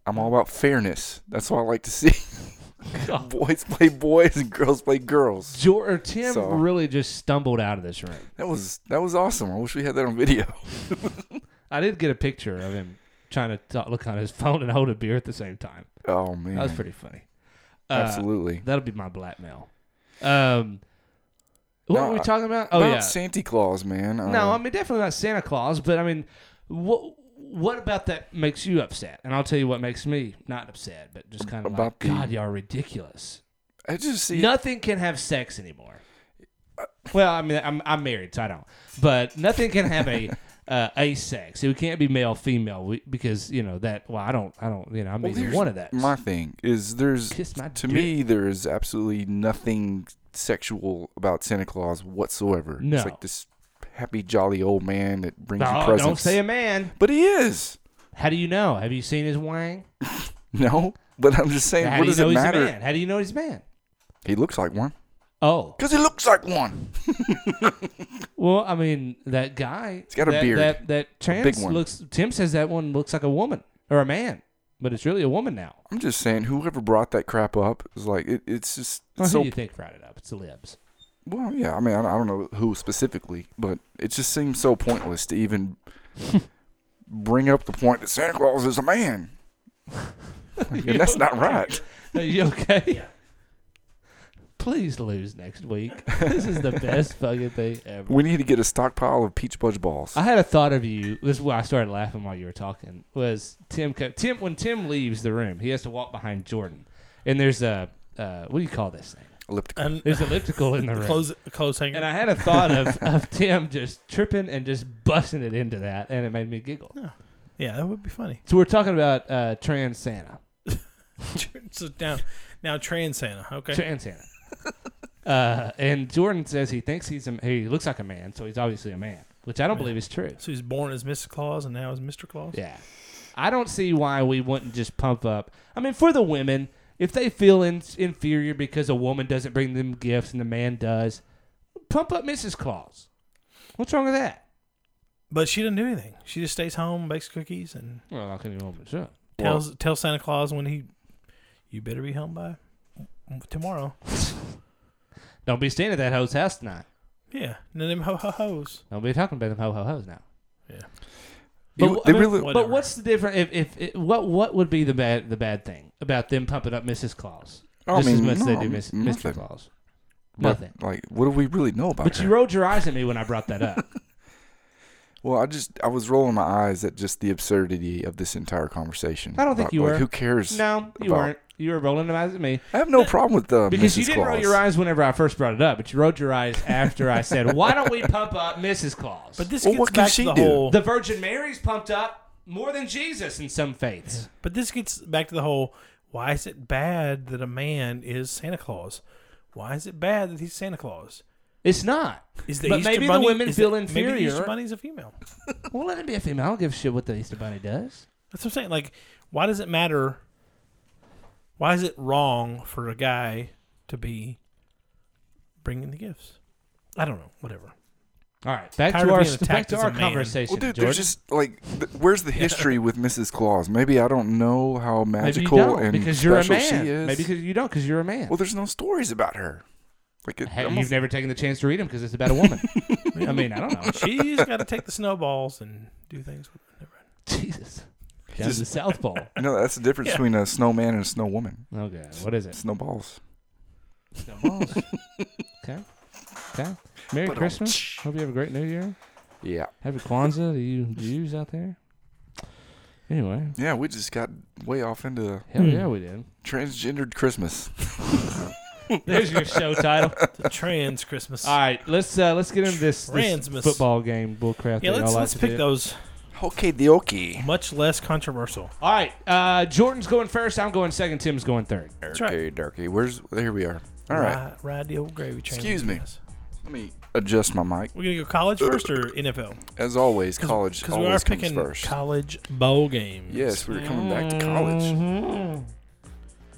[SPEAKER 6] I'm
[SPEAKER 5] Mm.
[SPEAKER 6] all about fairness. That's what I like to see. boys play boys and girls play girls.
[SPEAKER 5] Jor- or Tim
[SPEAKER 6] So-
[SPEAKER 5] really just stumbled out of this room.
[SPEAKER 6] That was that was awesome. I wish we had that on video.
[SPEAKER 5] I did get a picture of him trying to talk, look on his phone and hold a beer at the same time.
[SPEAKER 6] Oh man,
[SPEAKER 5] That was pretty funny. Uh,
[SPEAKER 6] absolutely.
[SPEAKER 5] That'll be my blackmail. Um, what
[SPEAKER 6] No,
[SPEAKER 5] were we
[SPEAKER 6] I-
[SPEAKER 5] talking about? Oh
[SPEAKER 6] about
[SPEAKER 5] yeah.
[SPEAKER 6] Santa Claus, man. Uh,
[SPEAKER 5] no, I mean definitely not Santa Claus, but I mean, what what about that makes you upset? And I'll tell you what makes me not upset, but just kind of like,
[SPEAKER 6] About the-
[SPEAKER 5] God, y'all are ridiculous.
[SPEAKER 6] I just see.
[SPEAKER 5] Nothing can have Uh, sex anymore. Well, I mean, I'm I'm married, so I don't. But nothing can have a uh, asex. It can't be male female we, because you know that. Well, I don't. I don't. You know, I'm either
[SPEAKER 6] here's
[SPEAKER 5] one of that.
[SPEAKER 6] My thing is there's
[SPEAKER 5] Kiss my
[SPEAKER 6] to me there is absolutely nothing sexual about Santa Claus whatsoever.
[SPEAKER 5] No.
[SPEAKER 6] It's like this happy jolly old man that brings you
[SPEAKER 5] oh,
[SPEAKER 6] presents.
[SPEAKER 5] don't say a man.
[SPEAKER 6] But he is.
[SPEAKER 5] How do you know? Have you seen his wang?
[SPEAKER 6] No, but I'm just saying
[SPEAKER 5] How
[SPEAKER 6] what
[SPEAKER 5] do you
[SPEAKER 6] does
[SPEAKER 5] know
[SPEAKER 6] it
[SPEAKER 5] he's a
[SPEAKER 6] matter?
[SPEAKER 5] man? How do you know he's a man?
[SPEAKER 6] He looks like one.
[SPEAKER 5] Oh,
[SPEAKER 6] Cuz he looks like one.
[SPEAKER 5] well, I mean that guy. He's
[SPEAKER 6] got a
[SPEAKER 5] that,
[SPEAKER 6] beard.
[SPEAKER 5] That that
[SPEAKER 6] big
[SPEAKER 5] trans
[SPEAKER 6] one.
[SPEAKER 5] looks. Tim says that one looks like a woman or a man, but it's really a woman now.
[SPEAKER 6] I'm just saying whoever brought that crap up is like it, it's just
[SPEAKER 5] Well,
[SPEAKER 6] so
[SPEAKER 5] who do you think brought it up? It's the libs.
[SPEAKER 6] Well, yeah. I mean, I don't, I don't know who specifically, but it just seems so pointless to even bring up the point that Santa Claus is a man. and that's not right.
[SPEAKER 5] Are you okay? Please lose next week. This is the best fucking thing ever.
[SPEAKER 6] We need to get a stockpile of peach budge balls.
[SPEAKER 5] I had a thought of you. This is why I started laughing while you were talking. Was Tim? co- Tim when Tim leaves the room, he has to walk behind Jordan, and there's a uh, what do you call this thing?
[SPEAKER 6] Elliptical.
[SPEAKER 7] And
[SPEAKER 5] There's an elliptical in the room.
[SPEAKER 7] close, close hanger.
[SPEAKER 5] And I had a thought of, of Tim just tripping and just busting it into that, and it made me giggle.
[SPEAKER 7] yeah, that would be funny.
[SPEAKER 5] So we're talking about uh, trans Santa,
[SPEAKER 7] so now, now trans Santa. Okay.
[SPEAKER 5] trans Santa, uh, and Jordan says he thinks he's a, he looks like a man, so he's obviously a man, which I don't believe is true.
[SPEAKER 7] so he's born as Mr. Claus and now as Mr. Claus.
[SPEAKER 5] Yeah. I don't see why we wouldn't just pump up. I mean, for the women, if they feel in- inferior because a woman doesn't bring them gifts and the man does, pump up Mrs. Claus. What's wrong with that?
[SPEAKER 7] But she doesn't do anything. She just stays home, bakes cookies, and
[SPEAKER 5] Well, I can woman sure.
[SPEAKER 7] tells tells Santa Claus when he, you better be home by tomorrow.
[SPEAKER 5] Don't be staying at that hoe's house tonight.
[SPEAKER 7] Yeah. And then them ho ho ho's.
[SPEAKER 5] Don't be talking about them ho ho hoes now.
[SPEAKER 7] Yeah.
[SPEAKER 5] But,
[SPEAKER 6] You-
[SPEAKER 5] I
[SPEAKER 6] they
[SPEAKER 5] mean,
[SPEAKER 6] really-
[SPEAKER 5] but
[SPEAKER 7] Whatever.
[SPEAKER 5] what's the difference? If, if, if what what would be the bad the bad thing about them pumping up Mrs. Claus?
[SPEAKER 6] I
[SPEAKER 5] just
[SPEAKER 6] mean,
[SPEAKER 5] as much
[SPEAKER 6] no,
[SPEAKER 5] they do Miss,
[SPEAKER 6] nothing.
[SPEAKER 5] Mr. Claus.
[SPEAKER 6] But,
[SPEAKER 5] Nothing.
[SPEAKER 6] Like, what do we really know about
[SPEAKER 5] But
[SPEAKER 6] her?
[SPEAKER 5] you rolled your eyes at me when I brought that up.
[SPEAKER 6] well, I just, I was rolling my eyes at just the absurdity of this entire conversation.
[SPEAKER 5] I don't think
[SPEAKER 6] About,
[SPEAKER 5] you
[SPEAKER 6] like,
[SPEAKER 5] were.
[SPEAKER 6] Who cares?
[SPEAKER 5] No, you
[SPEAKER 6] about-
[SPEAKER 5] weren't. You were rolling them eyes at me
[SPEAKER 6] I have no problem with the
[SPEAKER 5] because
[SPEAKER 6] Mrs.
[SPEAKER 5] you didn't roll
[SPEAKER 6] Claus.
[SPEAKER 5] your eyes whenever I first brought it up, but you rolled your eyes after I said, "Why don't we pump up Mrs. Claus?"
[SPEAKER 7] But this
[SPEAKER 6] Well,
[SPEAKER 7] gets
[SPEAKER 6] what can
[SPEAKER 7] back
[SPEAKER 6] she
[SPEAKER 7] to the
[SPEAKER 6] do?
[SPEAKER 7] whole.
[SPEAKER 5] the Virgin Mary's pumped up more than Jesus in some faiths.
[SPEAKER 7] but this gets back to the whole. Why is it bad that a man is Santa Claus? Why is it bad that he's Santa Claus?
[SPEAKER 5] It's not.
[SPEAKER 7] Is the
[SPEAKER 5] But
[SPEAKER 7] Easter
[SPEAKER 5] maybe the
[SPEAKER 7] Bunny-
[SPEAKER 5] women
[SPEAKER 7] is
[SPEAKER 5] feel
[SPEAKER 7] the, Maybe the
[SPEAKER 5] inferior.
[SPEAKER 7] Easter Bunny's a female.
[SPEAKER 5] Well, let it be a female. I don't give a shit what the Easter Bunny does.
[SPEAKER 7] That's what I'm saying. Like, why does it matter? Why is it wrong for a guy to be bringing the gifts? I don't know. Whatever.
[SPEAKER 5] All right, back
[SPEAKER 7] Tired
[SPEAKER 5] to
[SPEAKER 7] of
[SPEAKER 5] our
[SPEAKER 7] being
[SPEAKER 5] back
[SPEAKER 7] attacked
[SPEAKER 5] to
[SPEAKER 7] as
[SPEAKER 5] our
[SPEAKER 7] a man.
[SPEAKER 5] conversation.
[SPEAKER 6] Well, dude,
[SPEAKER 5] Jordan.
[SPEAKER 6] there's just like, th- where's the history with Mrs. Claus? Maybe I don't know how
[SPEAKER 5] maybe you
[SPEAKER 6] magical
[SPEAKER 5] don't
[SPEAKER 6] and
[SPEAKER 5] because you're a
[SPEAKER 6] special
[SPEAKER 5] man.
[SPEAKER 6] she is.
[SPEAKER 5] Maybe because you don't because you're a man.
[SPEAKER 6] well, there's no stories about her. Like, it,
[SPEAKER 5] Hey,
[SPEAKER 6] almost-
[SPEAKER 5] you've never taken the chance to read them because it's about a woman. I mean, I don't know.
[SPEAKER 7] She's got to take the snowballs and do things. With never mind.
[SPEAKER 5] Jesus, down to the South Pole.
[SPEAKER 6] no, that's the difference
[SPEAKER 7] Yeah.
[SPEAKER 6] between a snowman and a snow woman.
[SPEAKER 5] Okay, what is it?
[SPEAKER 6] Snowballs.
[SPEAKER 5] No balls. okay. Okay. Merry
[SPEAKER 6] um,
[SPEAKER 5] Christmas. Hope you have a great New Year.
[SPEAKER 6] Yeah.
[SPEAKER 5] Happy Kwanzaa to you Jews out there. Anyway,
[SPEAKER 6] Yeah, we just got way off into
[SPEAKER 5] hell
[SPEAKER 7] Hmm.
[SPEAKER 5] yeah, we did.
[SPEAKER 6] transgendered Christmas.
[SPEAKER 5] There's your show title.
[SPEAKER 7] The trans Christmas.
[SPEAKER 5] All right, let's uh, let's get into this, this
[SPEAKER 7] Transmas.
[SPEAKER 5] football game bullcrap.
[SPEAKER 7] yeah,
[SPEAKER 5] that
[SPEAKER 7] let's
[SPEAKER 5] y'all
[SPEAKER 7] let's
[SPEAKER 5] like to
[SPEAKER 7] pick
[SPEAKER 5] do.
[SPEAKER 7] those
[SPEAKER 6] Okay, the okay.
[SPEAKER 7] much less controversial.
[SPEAKER 5] All right, uh, Jordan's going first. I'm going second. Tim's going third.
[SPEAKER 7] That's right.
[SPEAKER 6] Okay, darky. Where's here we are. All right.
[SPEAKER 7] Ride, ride the old gravy train.
[SPEAKER 6] Excuse
[SPEAKER 7] with
[SPEAKER 6] me.
[SPEAKER 7] us.
[SPEAKER 6] Let me adjust my mic.
[SPEAKER 7] We're gonna go college first or NFL?
[SPEAKER 6] As always, college
[SPEAKER 7] Because we are
[SPEAKER 6] always comes
[SPEAKER 7] picking
[SPEAKER 6] first.
[SPEAKER 7] college bowl games.
[SPEAKER 6] yes, we're coming back to college.
[SPEAKER 7] Mm-hmm.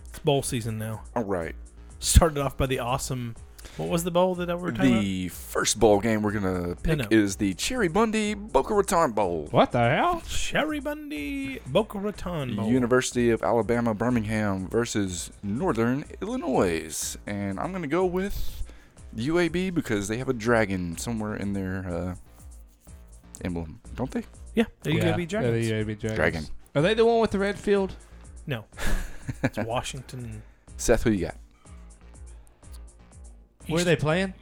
[SPEAKER 7] it's bowl season now.
[SPEAKER 6] All right.
[SPEAKER 7] Started off by the awesome. What was the bowl that we were talking about?
[SPEAKER 6] The first bowl game we're gonna pick
[SPEAKER 7] no.
[SPEAKER 6] is the Cherry Bundy Boca Raton Bowl.
[SPEAKER 5] What the hell?
[SPEAKER 7] Sherry Bundy, Boca Raton Bowl.
[SPEAKER 6] University of Alabama Birmingham versus Northern Illinois, and I'm gonna go with UAB because they have a dragon somewhere in their uh, emblem, don't they?
[SPEAKER 7] yeah, there you
[SPEAKER 5] Yeah,
[SPEAKER 7] go, be Dragons.
[SPEAKER 5] they're the UAB Dragons.
[SPEAKER 6] Dragon.
[SPEAKER 5] Are they the one with the red field?
[SPEAKER 7] No, it's Washington.
[SPEAKER 6] Seth, who you got?
[SPEAKER 5] Where are they playing?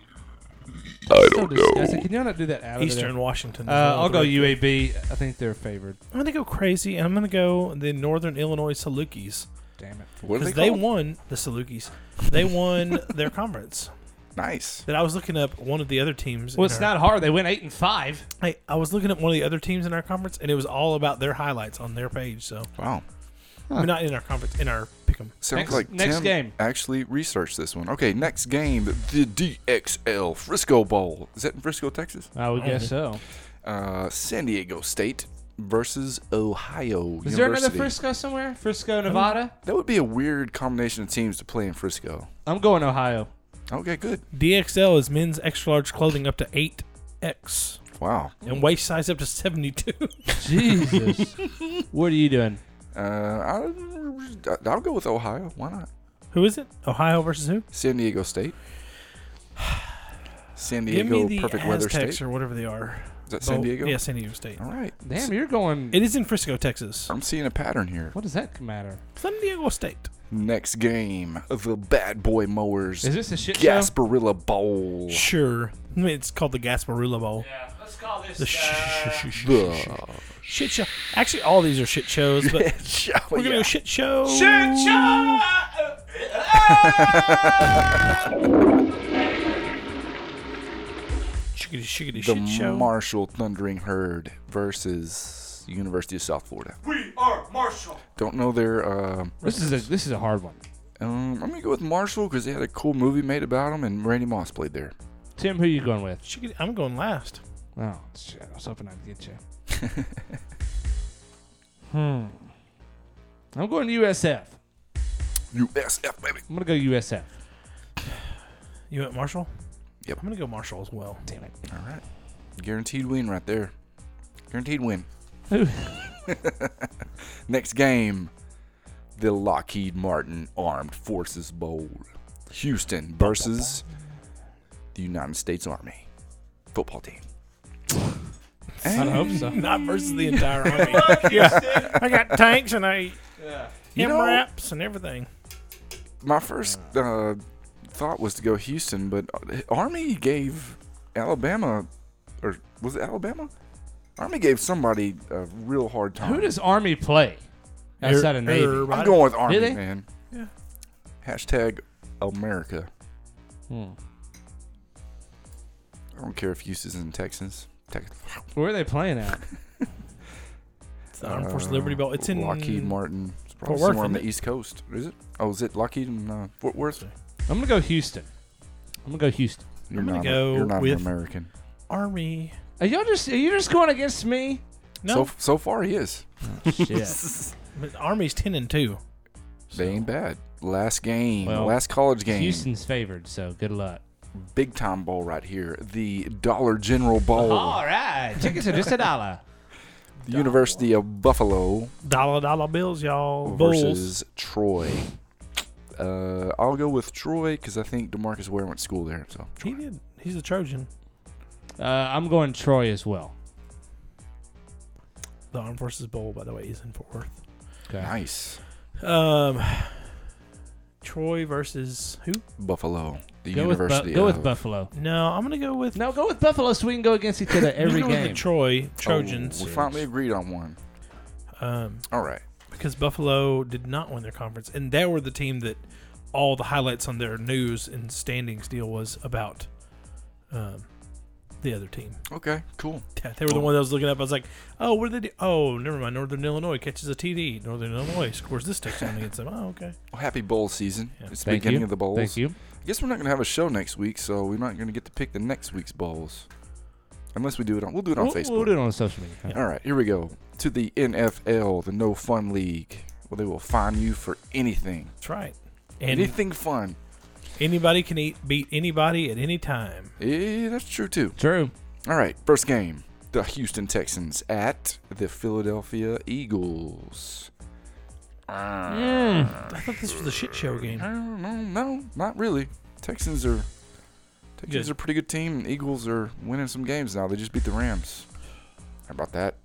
[SPEAKER 6] I
[SPEAKER 5] So disgusting. Can y'all not do that out of there?
[SPEAKER 7] Eastern Washington.
[SPEAKER 5] Uh, I'll go UAB. I think they're favored.
[SPEAKER 7] I'm gonna go crazy, and I'm gonna go the Northern Illinois Salukis
[SPEAKER 5] Damn it.
[SPEAKER 6] What are
[SPEAKER 7] because
[SPEAKER 6] they,
[SPEAKER 7] they
[SPEAKER 6] called?
[SPEAKER 7] won the Salukis. They won their conference.
[SPEAKER 6] Nice.
[SPEAKER 7] That I was looking up one of the other teams.
[SPEAKER 5] Well,
[SPEAKER 7] in
[SPEAKER 5] it's
[SPEAKER 7] our-
[SPEAKER 5] not hard. They went eight and five.
[SPEAKER 7] I, I was looking at one of the other teams in our conference, and it was all about their highlights on their page. So,
[SPEAKER 6] Wow.
[SPEAKER 7] I mean, not in our conference, in our pick'em.
[SPEAKER 6] Sounds
[SPEAKER 5] Next-
[SPEAKER 6] like
[SPEAKER 5] next
[SPEAKER 6] Tim
[SPEAKER 5] game.
[SPEAKER 6] actually researched this one. Okay, next game, the DXL Frisco Bowl. Is that in Frisco, Texas?
[SPEAKER 5] I would guess so.
[SPEAKER 6] Uh, San Diego State versus Ohio
[SPEAKER 5] Is
[SPEAKER 6] University.
[SPEAKER 5] there another Frisco somewhere? Frisco, Nevada.
[SPEAKER 6] That would be a weird combination of teams to play in Frisco.
[SPEAKER 5] I'm going Ohio.
[SPEAKER 6] Okay, good.
[SPEAKER 7] DXL is men's extra large clothing up to 8X
[SPEAKER 6] Wow.
[SPEAKER 7] and waist size up to 72.
[SPEAKER 5] Jesus, what are you doing?
[SPEAKER 6] Uh, I, I'll go with Ohio. Why not?
[SPEAKER 7] who is it? Ohio versus who?
[SPEAKER 6] San Diego State. San
[SPEAKER 7] Give me
[SPEAKER 6] Diego
[SPEAKER 7] the
[SPEAKER 6] Perfect Weather State.
[SPEAKER 7] Aztecs or whatever they are.
[SPEAKER 6] Is that San
[SPEAKER 7] Oh,
[SPEAKER 6] Diego?
[SPEAKER 7] Yeah, San Diego State.
[SPEAKER 6] All right.
[SPEAKER 5] Damn, you're going.
[SPEAKER 7] It is in Frisco, Texas.
[SPEAKER 6] I'm seeing a pattern here.
[SPEAKER 5] what does that matter?
[SPEAKER 7] San Diego State.
[SPEAKER 6] Next game of the Bad Boy Mowers.
[SPEAKER 5] Is this a shit show?
[SPEAKER 6] Gasparilla Bowl.
[SPEAKER 7] Sure. I mean, it's called the Gasparilla Bowl.
[SPEAKER 5] Yeah, let's call this. uh,
[SPEAKER 7] The sh- sh- sh- sh-
[SPEAKER 6] The
[SPEAKER 7] shit show. Actually, all these are shit shows, but we're going to do shit show. Shiggity, shiggity,
[SPEAKER 6] the
[SPEAKER 7] shit show.
[SPEAKER 6] Marshall Thundering Herd versus University of South Florida. We are Marshall. Don't know their. um
[SPEAKER 5] this is a this is a hard one.
[SPEAKER 6] um, I'm gonna go with Marshall because they had a cool movie made about them, and Randy Moss played there.
[SPEAKER 5] Tim, who you going with?
[SPEAKER 7] Shiggity- I'm going last.
[SPEAKER 5] Oh shit! I was hoping I'd get you. hmm. I'm going to USF.
[SPEAKER 6] USF baby.
[SPEAKER 5] I'm gonna go USF.
[SPEAKER 7] You went Marshall?
[SPEAKER 6] Yep.
[SPEAKER 7] I'm going to go Marshall as well.
[SPEAKER 5] Damn it.
[SPEAKER 6] All right, guaranteed win right there. Guaranteed win.
[SPEAKER 5] Who-
[SPEAKER 6] Next game, the Lockheed Martin Armed Forces Bowl. Houston versus the United States Army football team.
[SPEAKER 5] I hope so.
[SPEAKER 7] Not versus the entire army. yeah. I got tanks and I. Yeah.
[SPEAKER 6] You know-
[SPEAKER 7] wraps and everything.
[SPEAKER 6] My first uh, thought was to go Houston, but uh, Army gave Alabama, or was it Alabama? Army gave somebody a real hard time.
[SPEAKER 5] Who does Army play outside of
[SPEAKER 6] Er,
[SPEAKER 5] Navy?
[SPEAKER 6] I'm going with Army,
[SPEAKER 5] Really?
[SPEAKER 6] man. Yeah. Hashtag America.
[SPEAKER 5] Hmm.
[SPEAKER 6] I don't care if Houston's in Texas. Texas.
[SPEAKER 5] Where are they playing at?
[SPEAKER 7] It's the Armed Forces Liberty Bowl. It's in
[SPEAKER 6] uh, Lockheed Martin. It's probably
[SPEAKER 7] Fort Worth,
[SPEAKER 6] somewhere on the
[SPEAKER 7] isn't
[SPEAKER 6] East Coast. Is it? Oh, is it Lockheed in uh, Fort Worth?
[SPEAKER 5] I'm gonna go Houston. I'm gonna go Houston.
[SPEAKER 6] You're
[SPEAKER 7] I'm gonna
[SPEAKER 6] not.
[SPEAKER 7] go
[SPEAKER 6] you're not
[SPEAKER 7] with-
[SPEAKER 6] an American.
[SPEAKER 7] Army.
[SPEAKER 5] Are y'all just are you just going against me?
[SPEAKER 7] No,
[SPEAKER 6] So so far he is.
[SPEAKER 5] Shit.
[SPEAKER 7] but Army's ten and two.
[SPEAKER 6] They ain't bad. Last game,
[SPEAKER 5] Well,
[SPEAKER 6] last college game,
[SPEAKER 5] Houston's favored, so good luck.
[SPEAKER 6] big time bowl right here. The Dollar General Bowl,
[SPEAKER 5] All right, tickets are just a dollar.
[SPEAKER 6] the University of Buffalo
[SPEAKER 7] Dollar dollar bills, y'all. Bulls.
[SPEAKER 6] versus Troy. Uh, I'll go with Troy because I think Demarcus Ware went to school there. So
[SPEAKER 7] He did. He's a Trojan.
[SPEAKER 5] Uh, I'm going Troy as well.
[SPEAKER 7] The Armed Forces Bowl, by the way, is in Fort Worth.
[SPEAKER 5] Okay.
[SPEAKER 6] nice,
[SPEAKER 7] Um, Troy versus who?
[SPEAKER 6] Buffalo, the
[SPEAKER 5] Go with, Bu-
[SPEAKER 6] University.
[SPEAKER 5] go
[SPEAKER 6] of-
[SPEAKER 5] with Buffalo.
[SPEAKER 7] No, I'm gonna go with
[SPEAKER 5] No, go with Buffalo so we can go against each other
[SPEAKER 7] I'm
[SPEAKER 5] every
[SPEAKER 7] gonna go with
[SPEAKER 5] game.
[SPEAKER 7] the Troy
[SPEAKER 6] Oh,
[SPEAKER 7] Trojans.
[SPEAKER 6] we finally agreed on one.
[SPEAKER 7] um,
[SPEAKER 6] All right.
[SPEAKER 7] because Buffalo did not win their conference, and they were the team that all the highlights on their news and standings deal was about. Um, the other team.
[SPEAKER 6] Okay. Cool.
[SPEAKER 7] Yeah, they were the one that was looking up. I was like, "Oh, what did they do? Oh, never mind. Northern Illinois catches a TD. Northern Illinois scores this touchdown against them. Oh, okay.
[SPEAKER 6] Well, happy bowl season. It's the
[SPEAKER 5] Thank
[SPEAKER 6] beginning
[SPEAKER 5] you.
[SPEAKER 6] of the bowls.
[SPEAKER 5] Thank you.
[SPEAKER 6] I guess we're not gonna have a show next week, so we're not gonna get to pick the next week's bowls, unless we do it on. We'll do it on
[SPEAKER 5] We'll,
[SPEAKER 6] Facebook.
[SPEAKER 5] we'll do it on social media.
[SPEAKER 6] All right, here we go to the NFL, the No Fun League, where they will fine you for anything,
[SPEAKER 7] That's right. And
[SPEAKER 6] anything fun.
[SPEAKER 7] anybody can eat, beat anybody at any time.
[SPEAKER 6] Yeah, Eh, that's true too.
[SPEAKER 5] True.
[SPEAKER 6] All right, first game, the Houston Texans at the Philadelphia Eagles.
[SPEAKER 5] Hmm.
[SPEAKER 7] I thought this was a shit show game.
[SPEAKER 6] I don't know, no, not really. Texans are Texans
[SPEAKER 7] Good.
[SPEAKER 6] are a pretty good team. and Eagles are winning some games now. They just beat the Rams. How about that?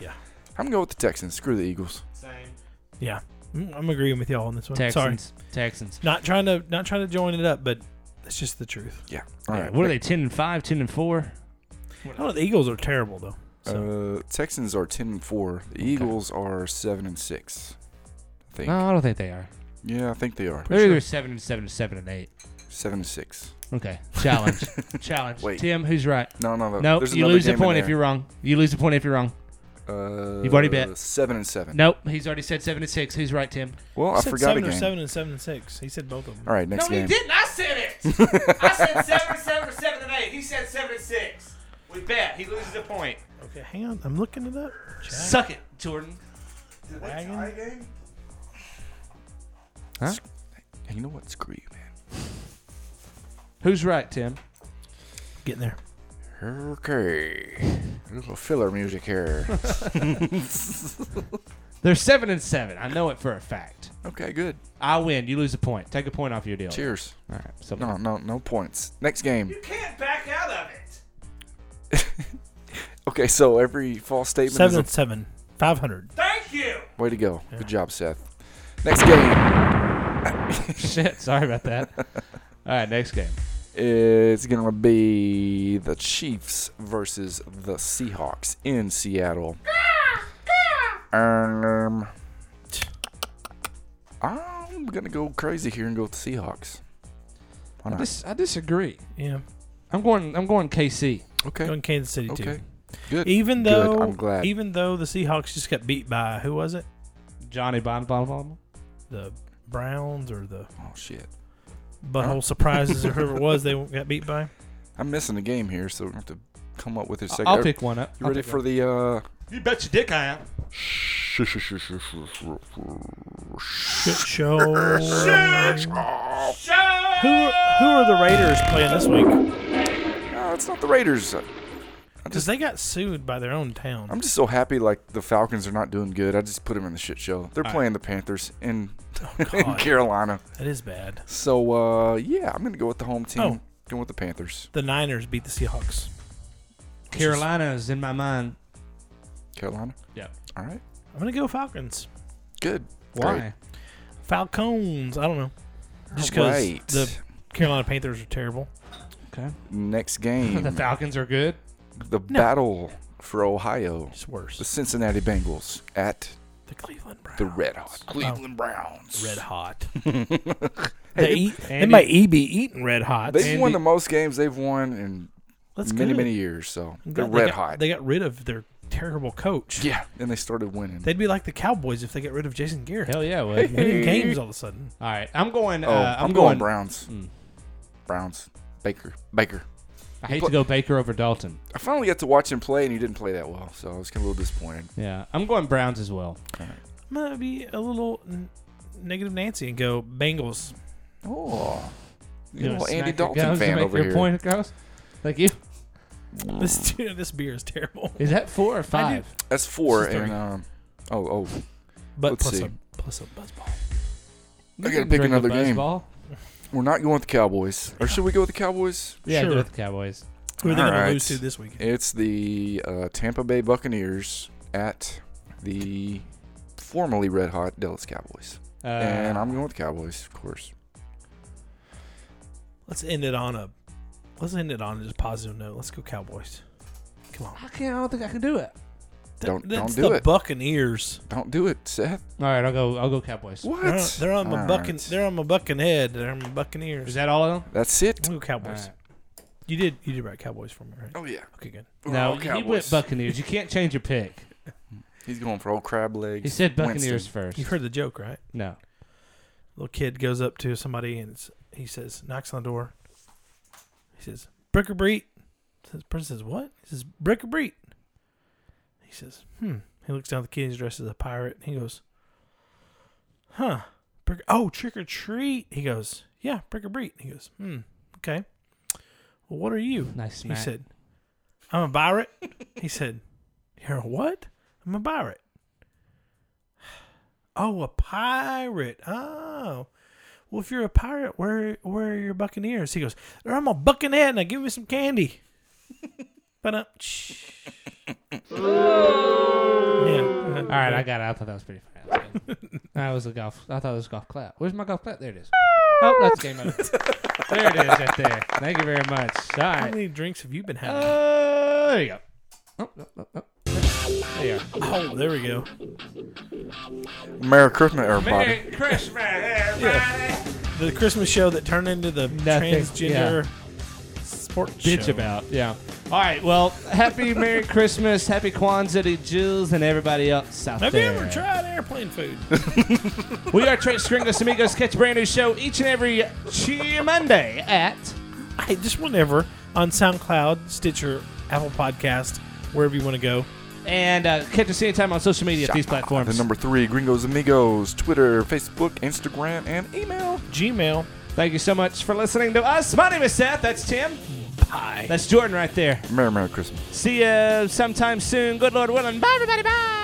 [SPEAKER 7] Yeah.
[SPEAKER 6] I'm going with the Texans. Screw the Eagles.
[SPEAKER 7] Yeah, Mm, I'm agreeing with y'all on this one. Sorry,
[SPEAKER 5] Texans. Texans.
[SPEAKER 7] not trying to not trying to join it up, but it's just the truth.
[SPEAKER 6] Yeah. All right.
[SPEAKER 5] What are they? Ten and five. Ten and four.
[SPEAKER 7] Oh, the Eagles are terrible though. So
[SPEAKER 6] Uh, Texans are ten and four. The Eagles are seven and six. I think.
[SPEAKER 5] No, I don't think they are.
[SPEAKER 6] yeah, I think they are.
[SPEAKER 5] They're either seven and seven, or seven and eight.
[SPEAKER 6] Seven to six.
[SPEAKER 5] Okay. Challenge. Challenge.
[SPEAKER 6] Wait.
[SPEAKER 5] Tim, who's right?
[SPEAKER 6] No, no, no.
[SPEAKER 5] No,
[SPEAKER 6] there's
[SPEAKER 5] you
[SPEAKER 6] another
[SPEAKER 5] lose a
[SPEAKER 6] game in
[SPEAKER 5] point if
[SPEAKER 6] there.
[SPEAKER 5] you're wrong. You lose a point if you're wrong.
[SPEAKER 6] Uh,
[SPEAKER 5] You've already bet.
[SPEAKER 6] seven and seven.
[SPEAKER 5] Nope, he's already said seven to six. Who's right, Tim?
[SPEAKER 6] Well,
[SPEAKER 7] He
[SPEAKER 6] I
[SPEAKER 7] said
[SPEAKER 6] forgot a
[SPEAKER 7] seven
[SPEAKER 6] game.
[SPEAKER 7] or seven and seven and six. He said both of them.
[SPEAKER 6] All right, next game.
[SPEAKER 5] didn't. I said it. I said seven to seven or seven to eight. He said seven to six. We bet. He loses a point.
[SPEAKER 7] Okay, hang on. I'm looking it up. Jack
[SPEAKER 5] Suck it, Jordan.
[SPEAKER 7] Wagon.
[SPEAKER 6] Hey, you know what? Screw you, man.
[SPEAKER 5] Who's right, Tim?
[SPEAKER 7] Getting there.
[SPEAKER 6] Okay. A little filler music here.
[SPEAKER 5] They're seven and seven. I know it for a fact.
[SPEAKER 6] okay, good.
[SPEAKER 5] I win. You lose a point. Take a point off your deal.
[SPEAKER 6] Cheers.
[SPEAKER 5] All right. So
[SPEAKER 6] No, no, no points. Next game.
[SPEAKER 5] can't back out of it.
[SPEAKER 6] Okay, so every false statement
[SPEAKER 7] Seven and
[SPEAKER 6] is
[SPEAKER 7] seven. Five hundred.
[SPEAKER 5] Thank you.
[SPEAKER 6] a way to go. Good job, Seth. Next game
[SPEAKER 5] Shit. Sorry about that. All right. Next game.
[SPEAKER 6] is gonna be the Chiefs versus the Seahawks in Seattle. Um, I'm gonna go crazy here and go with the Seahawks. Why
[SPEAKER 5] I,
[SPEAKER 6] not?
[SPEAKER 5] dis- I disagree.
[SPEAKER 7] Yeah.
[SPEAKER 5] I'm going. I'm going KC.
[SPEAKER 6] Okay.
[SPEAKER 7] Going Kansas City
[SPEAKER 6] Okay.
[SPEAKER 7] too.
[SPEAKER 6] Good.
[SPEAKER 7] Even
[SPEAKER 6] Good,
[SPEAKER 7] though
[SPEAKER 6] I'm glad.
[SPEAKER 7] even though the Seahawks just got beat by who was it?
[SPEAKER 5] Johnny Bon Bon Bon.
[SPEAKER 7] The Browns or the
[SPEAKER 6] oh shit.
[SPEAKER 7] Butthole Surprises or whoever it was they got beat by.
[SPEAKER 6] I'm missing the game here, so we have to come up with a second.
[SPEAKER 5] I'll pick one up.
[SPEAKER 6] You ready for the uh?
[SPEAKER 5] You bet your dick I am.
[SPEAKER 7] Shit show. Who who are the Raiders playing this week?
[SPEAKER 6] No, it's not the Raiders.
[SPEAKER 7] Because they got sued by their own town.
[SPEAKER 6] I'm just so happy like the Falcons are not doing good. I just put them in the shit show. They're playing the Panthers in, in
[SPEAKER 7] Oh, God.
[SPEAKER 6] Carolina.
[SPEAKER 7] That is bad.
[SPEAKER 6] So uh, yeah, I'm gonna go with the home team.
[SPEAKER 7] Oh.
[SPEAKER 6] Going with the Panthers.
[SPEAKER 7] The Niners beat the Seahawks.
[SPEAKER 5] Carolina is in my mind.
[SPEAKER 6] Carolina.
[SPEAKER 5] Yeah.
[SPEAKER 6] All right.
[SPEAKER 7] I'm gonna go Falcons.
[SPEAKER 6] Good. Great.
[SPEAKER 5] Why?
[SPEAKER 7] Falcons. I don't know. Just because
[SPEAKER 6] Alright.
[SPEAKER 7] the Carolina Panthers are terrible.
[SPEAKER 5] Okay.
[SPEAKER 6] Next game,
[SPEAKER 5] The
[SPEAKER 6] the,
[SPEAKER 5] Falcons are good.
[SPEAKER 6] battle for Ohio.
[SPEAKER 7] It's
[SPEAKER 6] The
[SPEAKER 7] worse.
[SPEAKER 6] Cincinnati Bengals at
[SPEAKER 7] The Cleveland Browns.
[SPEAKER 6] the Red Hot Cleveland Browns.
[SPEAKER 7] Oh. Red hot. they, eat, they
[SPEAKER 5] Andy-
[SPEAKER 7] might e be eating red hot.
[SPEAKER 6] They've won
[SPEAKER 5] Andy-
[SPEAKER 6] the most games they've won in
[SPEAKER 7] That's
[SPEAKER 6] many,
[SPEAKER 7] good.
[SPEAKER 6] many years. So
[SPEAKER 7] I'm
[SPEAKER 6] they're
[SPEAKER 7] glad
[SPEAKER 6] red
[SPEAKER 7] got,
[SPEAKER 6] hot.
[SPEAKER 7] They got rid of their terrible coach.
[SPEAKER 6] yeah, and they started winning.
[SPEAKER 7] They'd be like the Cowboys if they get rid of Jason Garrett.
[SPEAKER 5] Hell yeah, it would.
[SPEAKER 7] Winning games all of a sudden.
[SPEAKER 5] All right. I'm going. Uh,
[SPEAKER 6] oh,
[SPEAKER 5] I'm,
[SPEAKER 6] I'm, going,
[SPEAKER 5] going.
[SPEAKER 6] Browns.
[SPEAKER 7] Hmm.
[SPEAKER 6] Browns. Baker. Baker.
[SPEAKER 5] I hate to go Baker over Dalton.
[SPEAKER 6] I finally got to watch him play, and he didn't play that well, so I was kind of a little disappointed.
[SPEAKER 5] Yeah. I'm going Browns as well.
[SPEAKER 7] I'm gonna be a little n- negative Nancy and go Bengals.
[SPEAKER 6] Oh, you
[SPEAKER 5] You
[SPEAKER 6] little
[SPEAKER 5] know,
[SPEAKER 6] Andy
[SPEAKER 5] smack your
[SPEAKER 6] Dalton
[SPEAKER 5] gums to
[SPEAKER 6] fan
[SPEAKER 5] make
[SPEAKER 6] over
[SPEAKER 5] your
[SPEAKER 6] here.
[SPEAKER 5] Point across. Thank you.
[SPEAKER 7] This dude, this beer is terrible.
[SPEAKER 5] Is that four or five?
[SPEAKER 6] That's four,
[SPEAKER 7] This is
[SPEAKER 6] and um, oh, oh,
[SPEAKER 7] But
[SPEAKER 6] Let's
[SPEAKER 7] plus
[SPEAKER 6] see.
[SPEAKER 7] a plus a buzzball.
[SPEAKER 5] You
[SPEAKER 6] gotta
[SPEAKER 5] can
[SPEAKER 6] pick
[SPEAKER 5] drink a
[SPEAKER 6] another game.
[SPEAKER 5] Buzzball.
[SPEAKER 6] we're not going with the Cowboys, or should we go with the Cowboys?
[SPEAKER 5] Yeah,
[SPEAKER 7] Sure.
[SPEAKER 5] go with the Cowboys.
[SPEAKER 7] Who are they
[SPEAKER 6] All
[SPEAKER 7] gonna
[SPEAKER 6] right.
[SPEAKER 7] lose to this weekend?
[SPEAKER 6] It's the uh, Tampa Bay Buccaneers at the formerly red hot Dallas Cowboys,
[SPEAKER 5] Uh,
[SPEAKER 6] and I'm going with the Cowboys, of course.
[SPEAKER 7] Let's end it on a let's end it on a just positive note. Let's go Cowboys. Come on.
[SPEAKER 5] I can't. I don't think I can do it.
[SPEAKER 7] Th-
[SPEAKER 6] Don't-
[SPEAKER 7] that's
[SPEAKER 6] don't do
[SPEAKER 7] the
[SPEAKER 6] it.
[SPEAKER 7] Buccaneers.
[SPEAKER 6] Don't do it, Seth.
[SPEAKER 5] All right. I'll go. I'll go Cowboys.
[SPEAKER 6] What?
[SPEAKER 7] They're on, they're on my
[SPEAKER 6] All
[SPEAKER 7] bucking.
[SPEAKER 6] right.
[SPEAKER 7] They're on my bucking head. They're on my Buccaneers.
[SPEAKER 5] Is that all of them?
[SPEAKER 6] That's it.
[SPEAKER 7] We'll go
[SPEAKER 5] All
[SPEAKER 7] Cowboys.
[SPEAKER 5] right.
[SPEAKER 7] You did you did write Cowboys for me, right?
[SPEAKER 6] Oh yeah.
[SPEAKER 7] Okay, good.
[SPEAKER 6] We're
[SPEAKER 5] No,
[SPEAKER 6] all
[SPEAKER 5] he went
[SPEAKER 6] Cowboys.
[SPEAKER 5] Buccaneers. You can't change your pick.
[SPEAKER 6] He's going for old crab legs.
[SPEAKER 5] He said Buccaneers
[SPEAKER 6] Winston.
[SPEAKER 5] first.
[SPEAKER 7] You've heard the joke, right?
[SPEAKER 5] No.
[SPEAKER 7] Little kid goes up to somebody and it's, he says, knocks on the door. He says, "Brick or breet?" Says person says, "What?" He says, "Brick or breet?" He says, "Hmm." He looks down at the kid. He's dressed as a pirate. And he goes, "Huh? Brick- oh, trick or treat?" He goes, "Yeah, brick or breet." He goes, "Hmm. Okay. Well, what are you?"
[SPEAKER 5] Nice
[SPEAKER 7] He
[SPEAKER 5] smack.
[SPEAKER 7] said, "I'm a pirate." he said, "You're a what?" "I'm a pirate." Oh, a pirate. Oh. Well, if you're a pirate, where where are your Buccaneers? He goes, they're on my Buccaneer. Now give me some candy. but uh, yeah.
[SPEAKER 5] All right, I got it. I thought that was pretty fast. that was a golf. I thought it was a golf clap. Where's my golf clap? There it is. Oh, that's game over. there it is, right there. Thank you very much. All
[SPEAKER 7] How
[SPEAKER 5] right.
[SPEAKER 7] many drinks have you been having?
[SPEAKER 5] Uh, there you go. Oh, oh, oh, oh. There you go.
[SPEAKER 7] oh, there we go.
[SPEAKER 6] Merry Christmas, everybody.
[SPEAKER 5] Merry Christmas, everybody.
[SPEAKER 7] Yeah. the Christmas show that turned into the
[SPEAKER 5] Nothing,
[SPEAKER 7] transgender sports
[SPEAKER 5] bitch
[SPEAKER 7] show.
[SPEAKER 5] about. Yeah. All right. Well, happy Merry Christmas, happy Kwanzaa to Jules and everybody else out
[SPEAKER 7] Have you
[SPEAKER 5] there.
[SPEAKER 7] ever tried airplane food?
[SPEAKER 5] We are Trent Scringo Amigos. Catch a brand new show each and every Cheer Monday at.
[SPEAKER 7] hey, just whenever on SoundCloud, Stitcher, Apple Podcast, wherever you want to go.
[SPEAKER 5] And uh, catch us anytime on social media at these platforms.
[SPEAKER 6] The number three, Gringos Amigos, Twitter, Facebook, Instagram, and email.
[SPEAKER 7] Gmail.
[SPEAKER 5] Thank you so much for listening to us. My name is Seth. That's Tim.
[SPEAKER 7] Bye.
[SPEAKER 5] That's Jordan right there.
[SPEAKER 6] Merry Merry Christmas.
[SPEAKER 5] See you sometime soon. Good Lord willing. Bye, everybody. Bye.